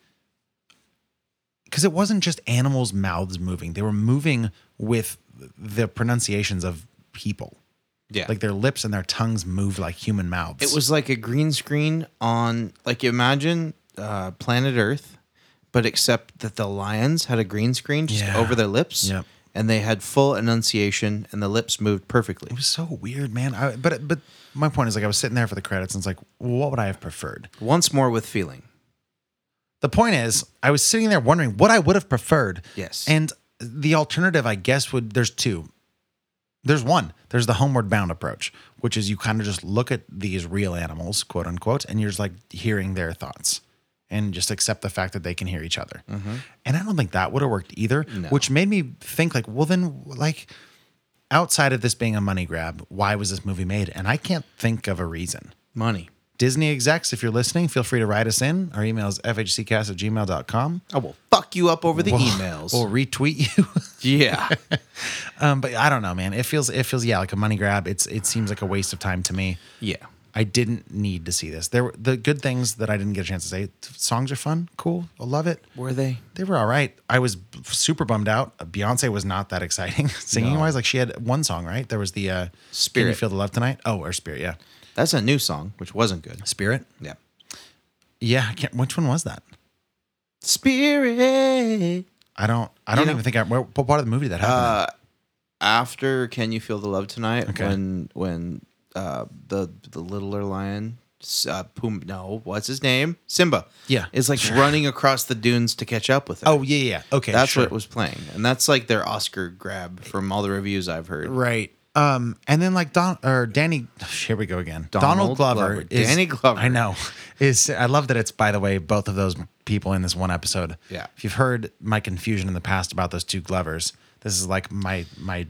E: because it wasn't just animals' mouths moving; they were moving with the pronunciations of people.
F: Yeah.
E: Like their lips and their tongues moved like human mouths.
F: It was like a green screen on, like, imagine uh, planet Earth, but except that the lions had a green screen just
E: Yeah.
F: over their lips.
E: Yep.
F: And they had full enunciation and the lips moved perfectly.
E: It was so weird, man. I, but but my point is like I was sitting there for the credits and it's like, what would I have preferred?
F: Once more with feeling.
E: The point is, I was sitting there wondering what I would have preferred.
F: Yes.
E: And the alternative, I guess, would there's two. There's one. There's the homeward bound approach, which is you kind of just look at these real animals, quote unquote, and you're just like hearing their thoughts and just accept the fact that they can hear each other. And I don't think that would have worked either, which made me think like, well, then like outside of this being a money grab, why was this movie made? And I can't think of a reason.
F: Money.
E: Disney execs, if you're listening, feel free to write us in. Our email is fhccast at gmail.com.
F: I will fuck you up over the emails.
E: We'll retweet you.
F: yeah.
E: um, but I don't know, man. It feels it feels yeah, like a money grab. It's it seems like a waste of time to me.
F: Yeah.
E: I didn't need to see this. There were the good things that I didn't get a chance to say. Songs are fun, cool. I love it.
F: Were they?
E: They were all right. I was b- super bummed out. Uh, Beyonce was not that exciting singing wise. Like she had one song, right? There was the uh Can You
F: Spirit.
E: Feel the Love Tonight? Oh, or Spirit, yeah.
F: That's a new song, which wasn't good.
E: Spirit?
F: Yeah.
E: Yeah, I can't, which one was that?
F: Spirit.
E: I don't I don't
F: You know-
E: even think I where- what part of the movie did that happened.
F: Uh, after Can You Feel the Love Tonight?
E: Okay.
F: When when uh, the the littler lion, s- uh, Pum, no, what's his name? Simba.
E: Yeah.
F: is like running across the dunes to catch up with her.
E: Oh yeah, yeah. yeah. Okay,
F: that's
E: sure.
F: what was playing, and that's like their Oscar grab from all the reviews I've heard.
E: Right. Um, and then like Don or Danny, here we go again. Donald,
F: Donald
E: Glover,
F: Glover.
E: is-
F: Danny Glover.
E: I know. Is I love that it's by the way both of those people in this one episode.
F: Yeah.
E: If you've heard my confusion in the past about those two Glovers, this is like my my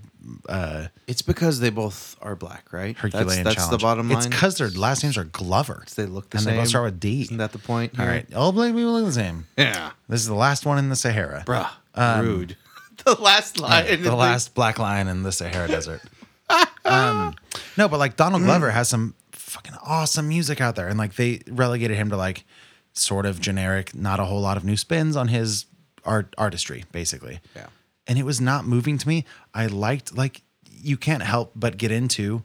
E: uh,
F: It's because they both are black, right? That's-
E: Herculean
F: That's, the
E: challenge.
F: bottom line.
E: It's because their last names are Glover.
F: they look the
E: and
F: same.
E: they both start with D.
F: Isn't that the point?
E: All
F: here?
E: right. All black people look the same.
F: Yeah.
E: This is the last one in the Sahara.
F: Bruh.
E: Um,
F: rude. the last line.
E: Yeah,
F: is
E: the
F: like-
E: last black lion in the Sahara Desert. um, no, but like
F: Mm.
E: Donald Glover has some fucking awesome music out there, and like they relegated him to like sort of generic, not a whole lot of new spins on his art artistry, basically.
F: Yeah.
E: And it was not moving to me. I liked like you can't help but get into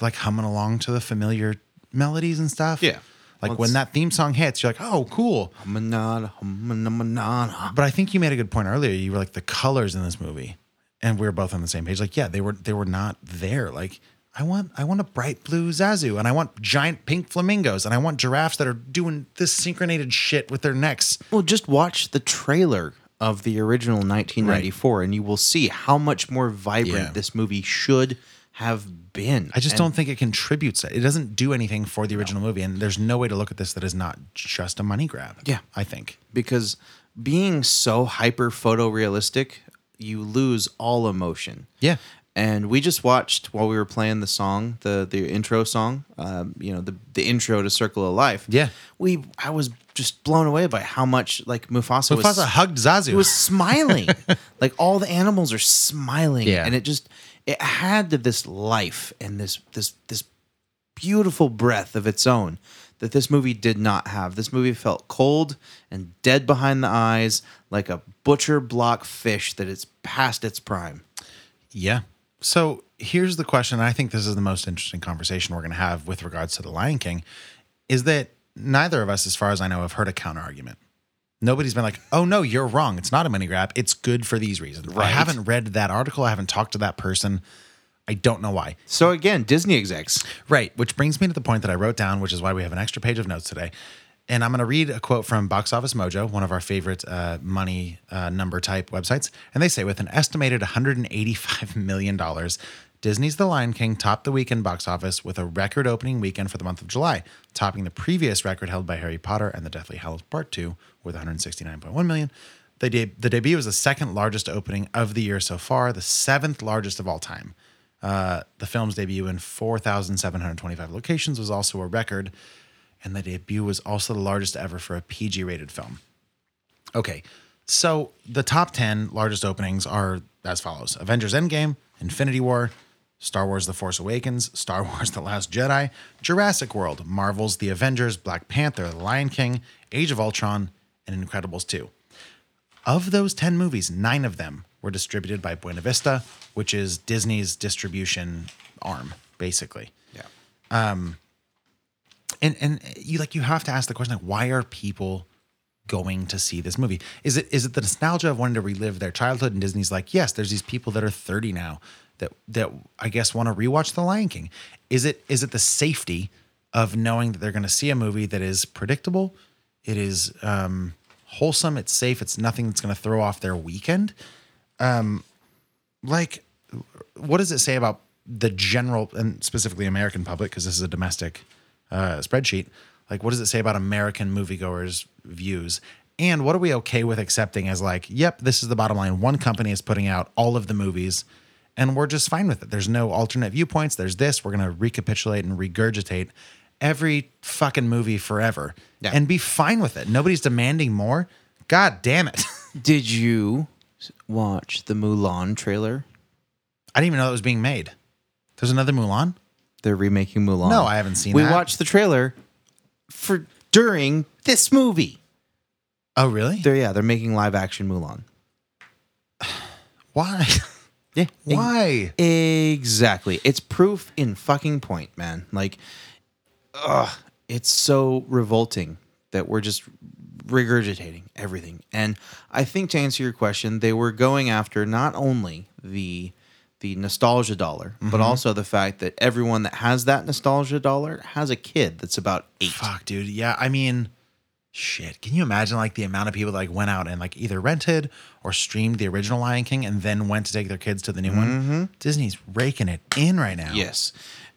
E: like humming along to the familiar melodies and stuff.
F: Yeah.
E: Like
F: Well,
E: when
F: it's-
E: that theme song hits, you're like, oh, cool.
F: Manana, manana, manana.
E: But I think you made a good point earlier. You were like the colors in this movie, and we were both on the same page. Like, yeah, they were they were not there. Like, I want I want a bright blue zazu, and I want giant pink flamingos, and I want giraffes that are doing this synchronated shit with their necks.
F: Well, just watch the trailer of the original 1994, and you will see how much more vibrant
E: Yeah.
F: this movie should have been.
E: I just
F: And
E: don't think it contributes. It doesn't do anything for the original movie, and there's no way to look at this that is not just a money grab.
F: Yeah.
E: I think.
F: because being so hyper photorealistic, you lose all emotion.
E: Yeah.
F: And we just watched while we were playing the song, the the intro song, um, you know, the the intro to Circle of Life.
E: Yeah.
F: we I was just blown away by how much like Mufasa, was
E: Mufasa hugged Zazu.
F: It was smiling. like all the animals are smiling.
E: Yeah.
F: And it just it had this life and this this this beautiful breath of its own that this movie did not have. This movie felt cold and dead behind the eyes, like a butcher block fish that it's past its prime.
E: Yeah. So here's the question. I think this is the most interesting conversation we're going to have with regards to The Lion King is that neither of us, as far as I know, have heard a counter argument. Nobody's been like, oh, no, you're wrong. It's not a money grab. It's good for these reasons. I
F: Right.
E: haven't read that article. I haven't talked to that person. I don't know why.
F: So again, Disney execs.
E: Right, which brings me to the point that I wrote down, which is why we have an extra page of notes today. And I'm going to read a quote from Box Office Mojo, one of our favorite uh, money uh, number type websites. And they say, with an estimated $185 million, Disney's The Lion King topped the weekend box office with a record opening weekend for the month of July, topping the previous record held by Harry Potter and the Deathly Hallows Part 2 with 169.1 million. The, de- the debut was the second largest opening of the year so far, the seventh largest of all time. Uh, the film's debut in 4,725 locations was also a record, and the debut was also the largest ever for a PG rated film. Okay, so the top 10 largest openings are as follows Avengers Endgame, Infinity War, Star Wars The Force Awakens, Star Wars The Last Jedi, Jurassic World, Marvel's The Avengers, Black Panther, The Lion King, Age of Ultron, and Incredibles 2 of those 10 movies, nine of them were distributed by Buena Vista, which is Disney's distribution arm, basically.
F: Yeah.
E: Um, and and you like you have to ask the question like why are people going to see this movie? Is it is it the nostalgia of wanting to relive their childhood? And Disney's like, yes, there's these people that are 30 now that that I guess want to rewatch The Lion King. Is it is it the safety of knowing that they're going to see a movie that is predictable, it is um, wholesome, it's safe, it's nothing that's going to throw off their weekend? Um, like, what does it say about the general and specifically American public? Because this is a domestic uh, spreadsheet. Like, what does it say about American moviegoers' views? And what are we okay with accepting as like, yep, this is the bottom line. One company is putting out all of the movies, and we're just fine with it. There's no alternate viewpoints. There's this. We're gonna recapitulate and regurgitate every fucking movie forever yeah. and be fine with it. Nobody's demanding more. God damn it.
F: Did you watch the Mulan trailer?
E: I didn't even know that was being made. There's another Mulan.
F: They're remaking Mulan.
E: No, I haven't seen.
F: We
E: that.
F: watched the trailer for during this movie.
E: Oh, really?
F: They're yeah, they're making live action Mulan.
E: Why?
F: Yeah.
E: Why?
F: E- Exactly. It's proof in fucking point, man. Like, ugh, it's so revolting that we're just regurgitating everything. And I think to answer your question, they were going after not only the the nostalgia dollar, mm-hmm. but also the fact that everyone that has that nostalgia dollar has a kid that's about eight.
E: Fuck, dude. Yeah. I mean, shit can you imagine like the amount of people that like went out and like either rented or streamed the original lion king and then went to take their kids to the new mm-hmm. one disney's raking it in right now
F: yes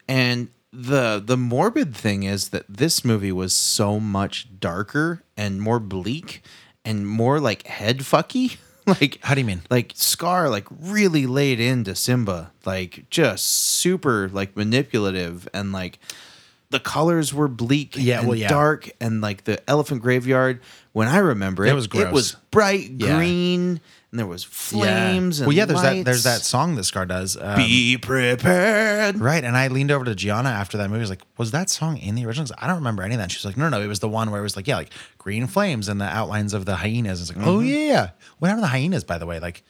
F: and the the morbid thing is that this movie was so much darker and more bleak and more like head fucky like
E: how do you mean
F: like scar like really laid into simba like just super like manipulative and like the colors were bleak
E: yeah,
F: and
E: well, yeah.
F: dark and like the elephant graveyard when i remember it,
E: it was gross.
F: it was bright yeah. green and there was flames yeah.
E: well yeah there's
F: lights.
E: that there's that song that scar does uh,
F: um, be prepared
E: right and i leaned over to gianna after that movie I was like was that song in the original i don't remember any of that she's like no no it was the one where it was like yeah like green flames and the outlines of the hyenas it's like mm-hmm. oh yeah what happened to the hyenas by the way like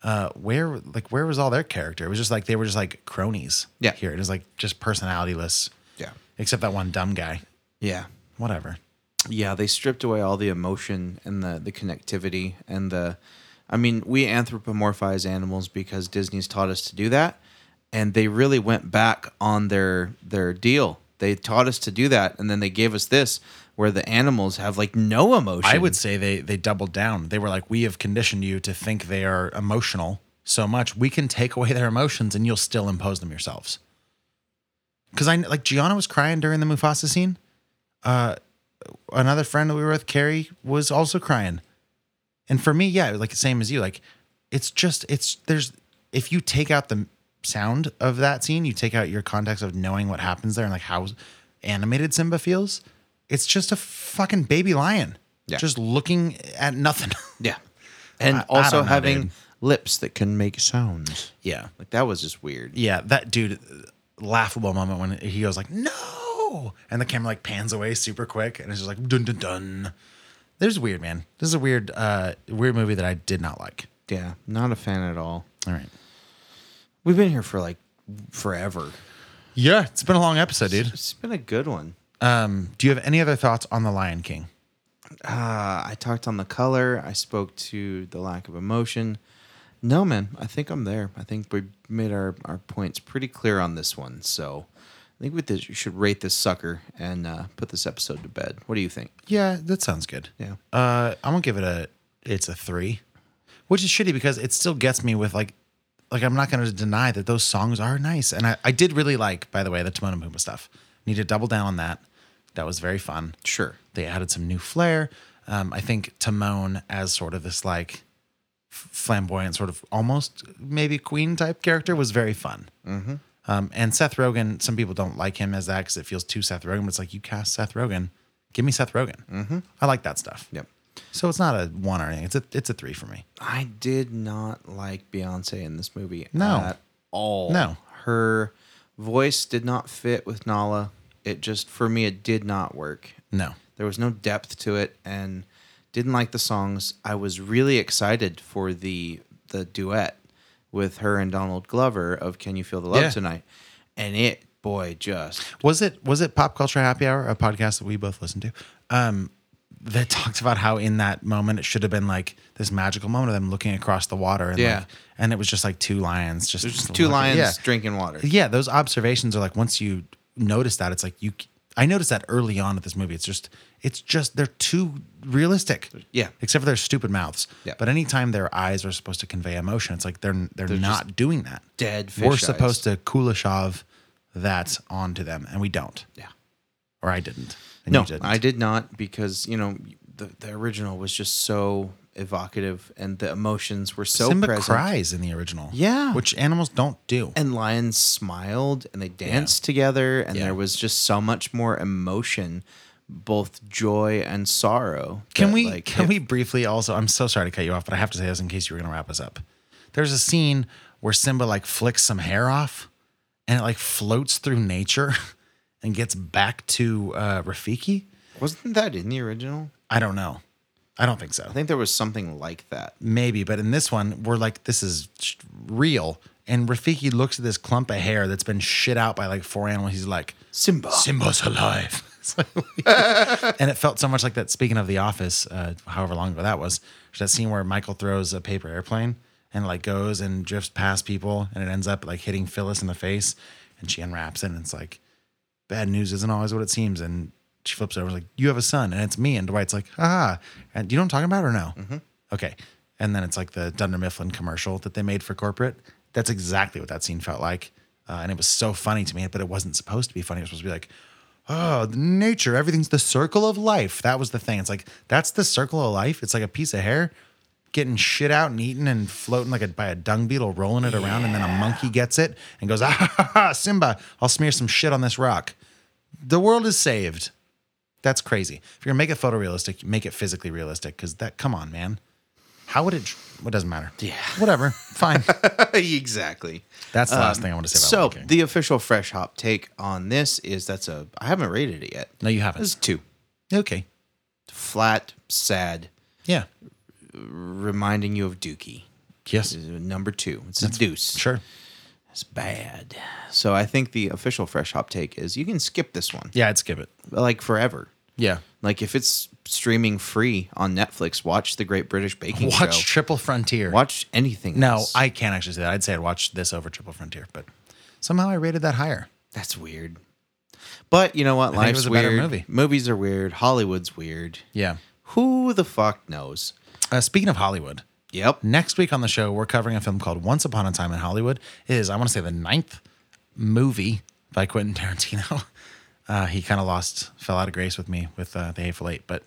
E: uh, where like where was all their character? It was just like they were just like cronies.
F: Yeah,
E: here it is like just personalityless
F: yeah.
E: Except that one dumb guy.
F: Yeah.
E: Whatever.
F: Yeah, they stripped away all the emotion and the the connectivity and the I mean, we anthropomorphize animals because Disney's taught us to do that and they really went back on their their deal. They taught us to do that and then they gave us this where the animals have like no emotion.
E: I would say they they doubled down. They were like we have conditioned you to think they are emotional so much. We can take away their emotions and you'll still impose them yourselves because I like Gianna was crying during the Mufasa scene. Uh, another friend that we were with, Carrie, was also crying, and for me, yeah, like the same as you. Like, it's just it's there's if you take out the sound of that scene, you take out your context of knowing what happens there and like how animated Simba feels. It's just a fucking baby lion,
F: yeah.
E: just looking at nothing.
F: yeah, and I, also I know, having dude. lips that can make sounds.
E: Yeah,
F: like that was just weird.
E: Yeah, that dude laughable moment when he goes like no and the camera like pans away super quick and it's just like dun dun dun there's weird man this is a weird uh weird movie that i did not like
F: yeah not a fan at all
E: all right
F: we've been here for like forever
E: yeah it's been a long episode dude
F: it's been a good one
E: um do you have any other thoughts on the lion king
F: uh i talked on the color i spoke to the lack of emotion no, man. I think I'm there. I think we made our, our points pretty clear on this one. So I think with this, you should rate this sucker and uh, put this episode to bed. What do you think?
E: Yeah, that sounds good.
F: Yeah.
E: Uh, I'm gonna give it a. It's a three, which is shitty because it still gets me with like, like I'm not gonna deny that those songs are nice, and I, I did really like, by the way, the Timon and Pumbaa stuff. Need to double down on that. That was very fun.
F: Sure.
E: They added some new flair. Um, I think Timon as sort of this like flamboyant, sort of almost maybe queen type character was very fun.
F: Mm-hmm.
E: Um, and Seth Rogen, some people don't like him as that because it feels too Seth Rogen. But it's like you cast Seth Rogen, give me Seth Rogen.
F: Mm-hmm.
E: I like that stuff.
F: Yep.
E: So it's not a one or anything. It's a it's a three for me.
F: I did not like Beyonce in this movie.
E: No.
F: at all.
E: No,
F: her voice did not fit with Nala. It just for me, it did not work.
E: No,
F: there was no depth to it, and didn't like the songs. I was really excited for the the duet with her and Donald Glover of "Can You Feel the Love
E: yeah.
F: Tonight," and it boy, just
E: was it was it Pop Culture Happy Hour, a podcast that we both listened to, um, that talked about how in that moment it should have been like this magical moment of them looking across the water, and
F: Yeah.
E: like, and it was just like two lions, just,
F: There's just
E: looking-
F: two lions
E: yeah.
F: drinking water.
E: Yeah, those observations are like once you notice that, it's like you. I noticed that early on at this movie. It's just, it's just they're too realistic.
F: Yeah.
E: except for their stupid mouths.
F: Yeah.
E: But anytime their eyes are supposed to convey emotion, it's like they're they're,
F: They're
E: not
F: just
E: doing that.
F: dead
E: We're
F: fish
E: supposed to Kuleshov that onto them, and we don't.
F: Yeah.
E: Or I didn't. And
F: no,
E: you didn't.
F: I did not because you know the, the original was just so evocative and the emotions were so
E: Simba
F: present.
E: cries in the original.
F: Yeah.
E: Which animals don't do.
F: And lions smiled and they danced together, and there was just so much more emotion, both joy and sorrow.
E: Can
F: that,
E: we
F: like,
E: can
F: hit-
E: we briefly also? I'm so sorry to cut you off, but I have to say this in case you were going to wrap us up. There's a scene where Simba like flicks some hair off, and it like floats through nature, and gets back to uh, Rafiki.
F: Wasn't that in the original?
E: I don't know. I don't think so.
F: I think there was something like that.
E: Maybe, but in this one, we're like, this is real. And Rafiki looks at this clump of hair that's been shit out by like four animals. He's like,
F: Simba.
E: Simba's alive. It's like- and it felt so much like that. Speaking of The Office, uh, however long ago that was, there's that scene where Michael throws a paper airplane and like goes and drifts past people and it ends up like hitting Phyllis in the face and she unwraps it and it's like, bad news isn't always what it seems. And she flips over, like, you have a son and it's me. And Dwight's like, ah, and do you know what I'm talking about or no? Okay. And then it's like the Dunder Mifflin commercial that they made for corporate. That's exactly what that scene felt like. Uh, and it was so funny to me, but it wasn't supposed to be funny. It was supposed to be like, oh, the nature, everything's the circle of life. That was the thing. It's like, that's the circle of life. It's like a piece of hair getting shit out and eaten and floating like a, by a dung beetle, rolling it around. And then a monkey gets it and goes, ah, ha, ha, ha, Simba, I'll smear some shit on this rock. The world is saved. That's crazy. If you're gonna make it photorealistic, make it physically realistic. Because that, come on, man. How would it? What doesn't matter. Yeah. Whatever. Fine.
F: exactly.
E: That's the last
F: Um,
E: thing I want to say about.
F: So
E: Lion King.
F: the official fresh hop take on this is that's a I haven't rated it yet.
E: no, you haven't.
F: It's two.
E: Okay.
F: Flat, sad,
E: Yeah.
F: reminding you of Dookie.
E: Yes.
F: This is Number two. It's a deuce.
E: Sure.
F: It's bad. So I think the official fresh hop take is you can skip this one.
E: Yeah, I'd skip it.
F: Like forever.
E: Yeah.
F: Like if it's streaming free on Netflix, watch the Great British Baking
E: Watch
F: Show.
E: Triple Frontier.
F: watch anything.
E: No,
F: else.
E: I can't actually say that. I'd say I'd watch this over Triple Frontier, but somehow I rated that higher.
F: That's weird. But you know what?
E: think it
F: Life's
E: was a
F: weird.
E: better movie.
F: Movies are weird. Hollywood's weird.
E: Yeah.
F: Who the fuck knows?
E: Uh, speaking of Hollywood,
F: Yep.
E: next week on the show we're covering a film called Once Upon a Time in Hollywood. It is I want to say the ninth movie by Quentin Tarantino. Uh, he kind of lost, fell out of grace with me with uh, The Hateful Eight, but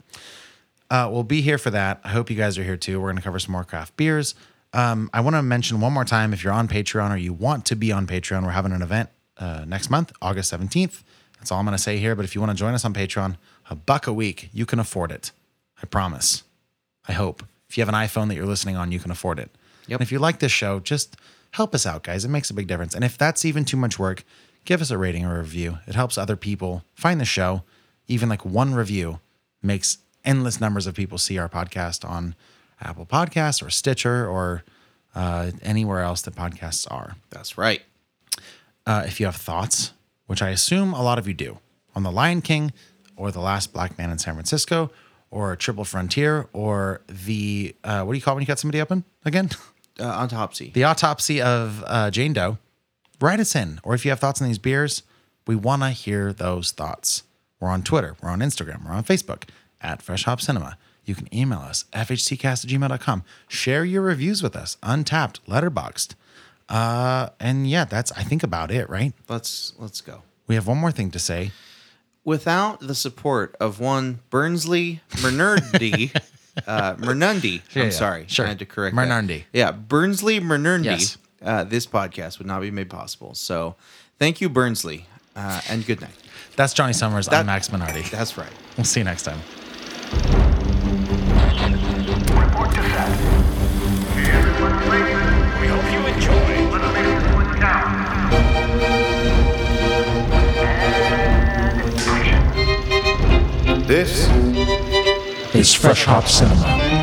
E: uh, we'll be here for that. I hope you guys are here too. We're going to cover some more craft beers. Um, I want to mention one more time if you're on Patreon or you want to be on Patreon, we're having an event uh, next month, August 17th. That's all I'm going to say here. But if you want to join us on Patreon, a buck a week, you can afford it. I promise. I hope. If you have an iPhone that you're listening on, you can afford it.
F: Yep.
E: And if you like this show, just help us out, guys. It makes a big difference. And if that's even too much work, give us a rating or a review. It helps other people find the show. Even like one review makes endless numbers of people see our podcast on Apple Podcasts or Stitcher or uh, anywhere else that podcasts are
F: That's right.
E: uh, if you have thoughts, which I assume a lot of you do, on The Lion King or The Last Black Man in San Francisco or Triple Frontier or the, uh, what do you call it when you cut somebody open again?
F: Uh, autopsy.
E: the autopsy of uh, Jane Doe, write us in. Or if you have thoughts on these beers, we want to hear those thoughts. We're on Twitter, we're on Instagram, we're on Facebook at Fresh Hop Cinema. You can email us, fhccast at gmail.com. Share your reviews with us, untapped, letterboxed. Uh, and yeah, that's, I think, about it, right?
F: let's let's go.
E: We have one more thing to say.
F: Without the support of one Burnsley Mernundy, uh, Mernundy,
E: Yeah, yeah.
F: I'm sorry,
E: Sure.
F: I had to correct
E: Mernundy.
F: That. Yeah, Burnsley Mernundy.
E: Yes.
F: Uh, this podcast would not be made possible. So, thank you, Burnsley, uh, and good night.
E: That's Johnny Summers.
F: That-
E: I'm Max Minardi.
F: That's right.
E: We'll see you next time.
B: Report to set. Hey, everyone awake. We hope you enjoy. Let's make this one count. And action.
C: This
D: is Fresh Hop Cinema.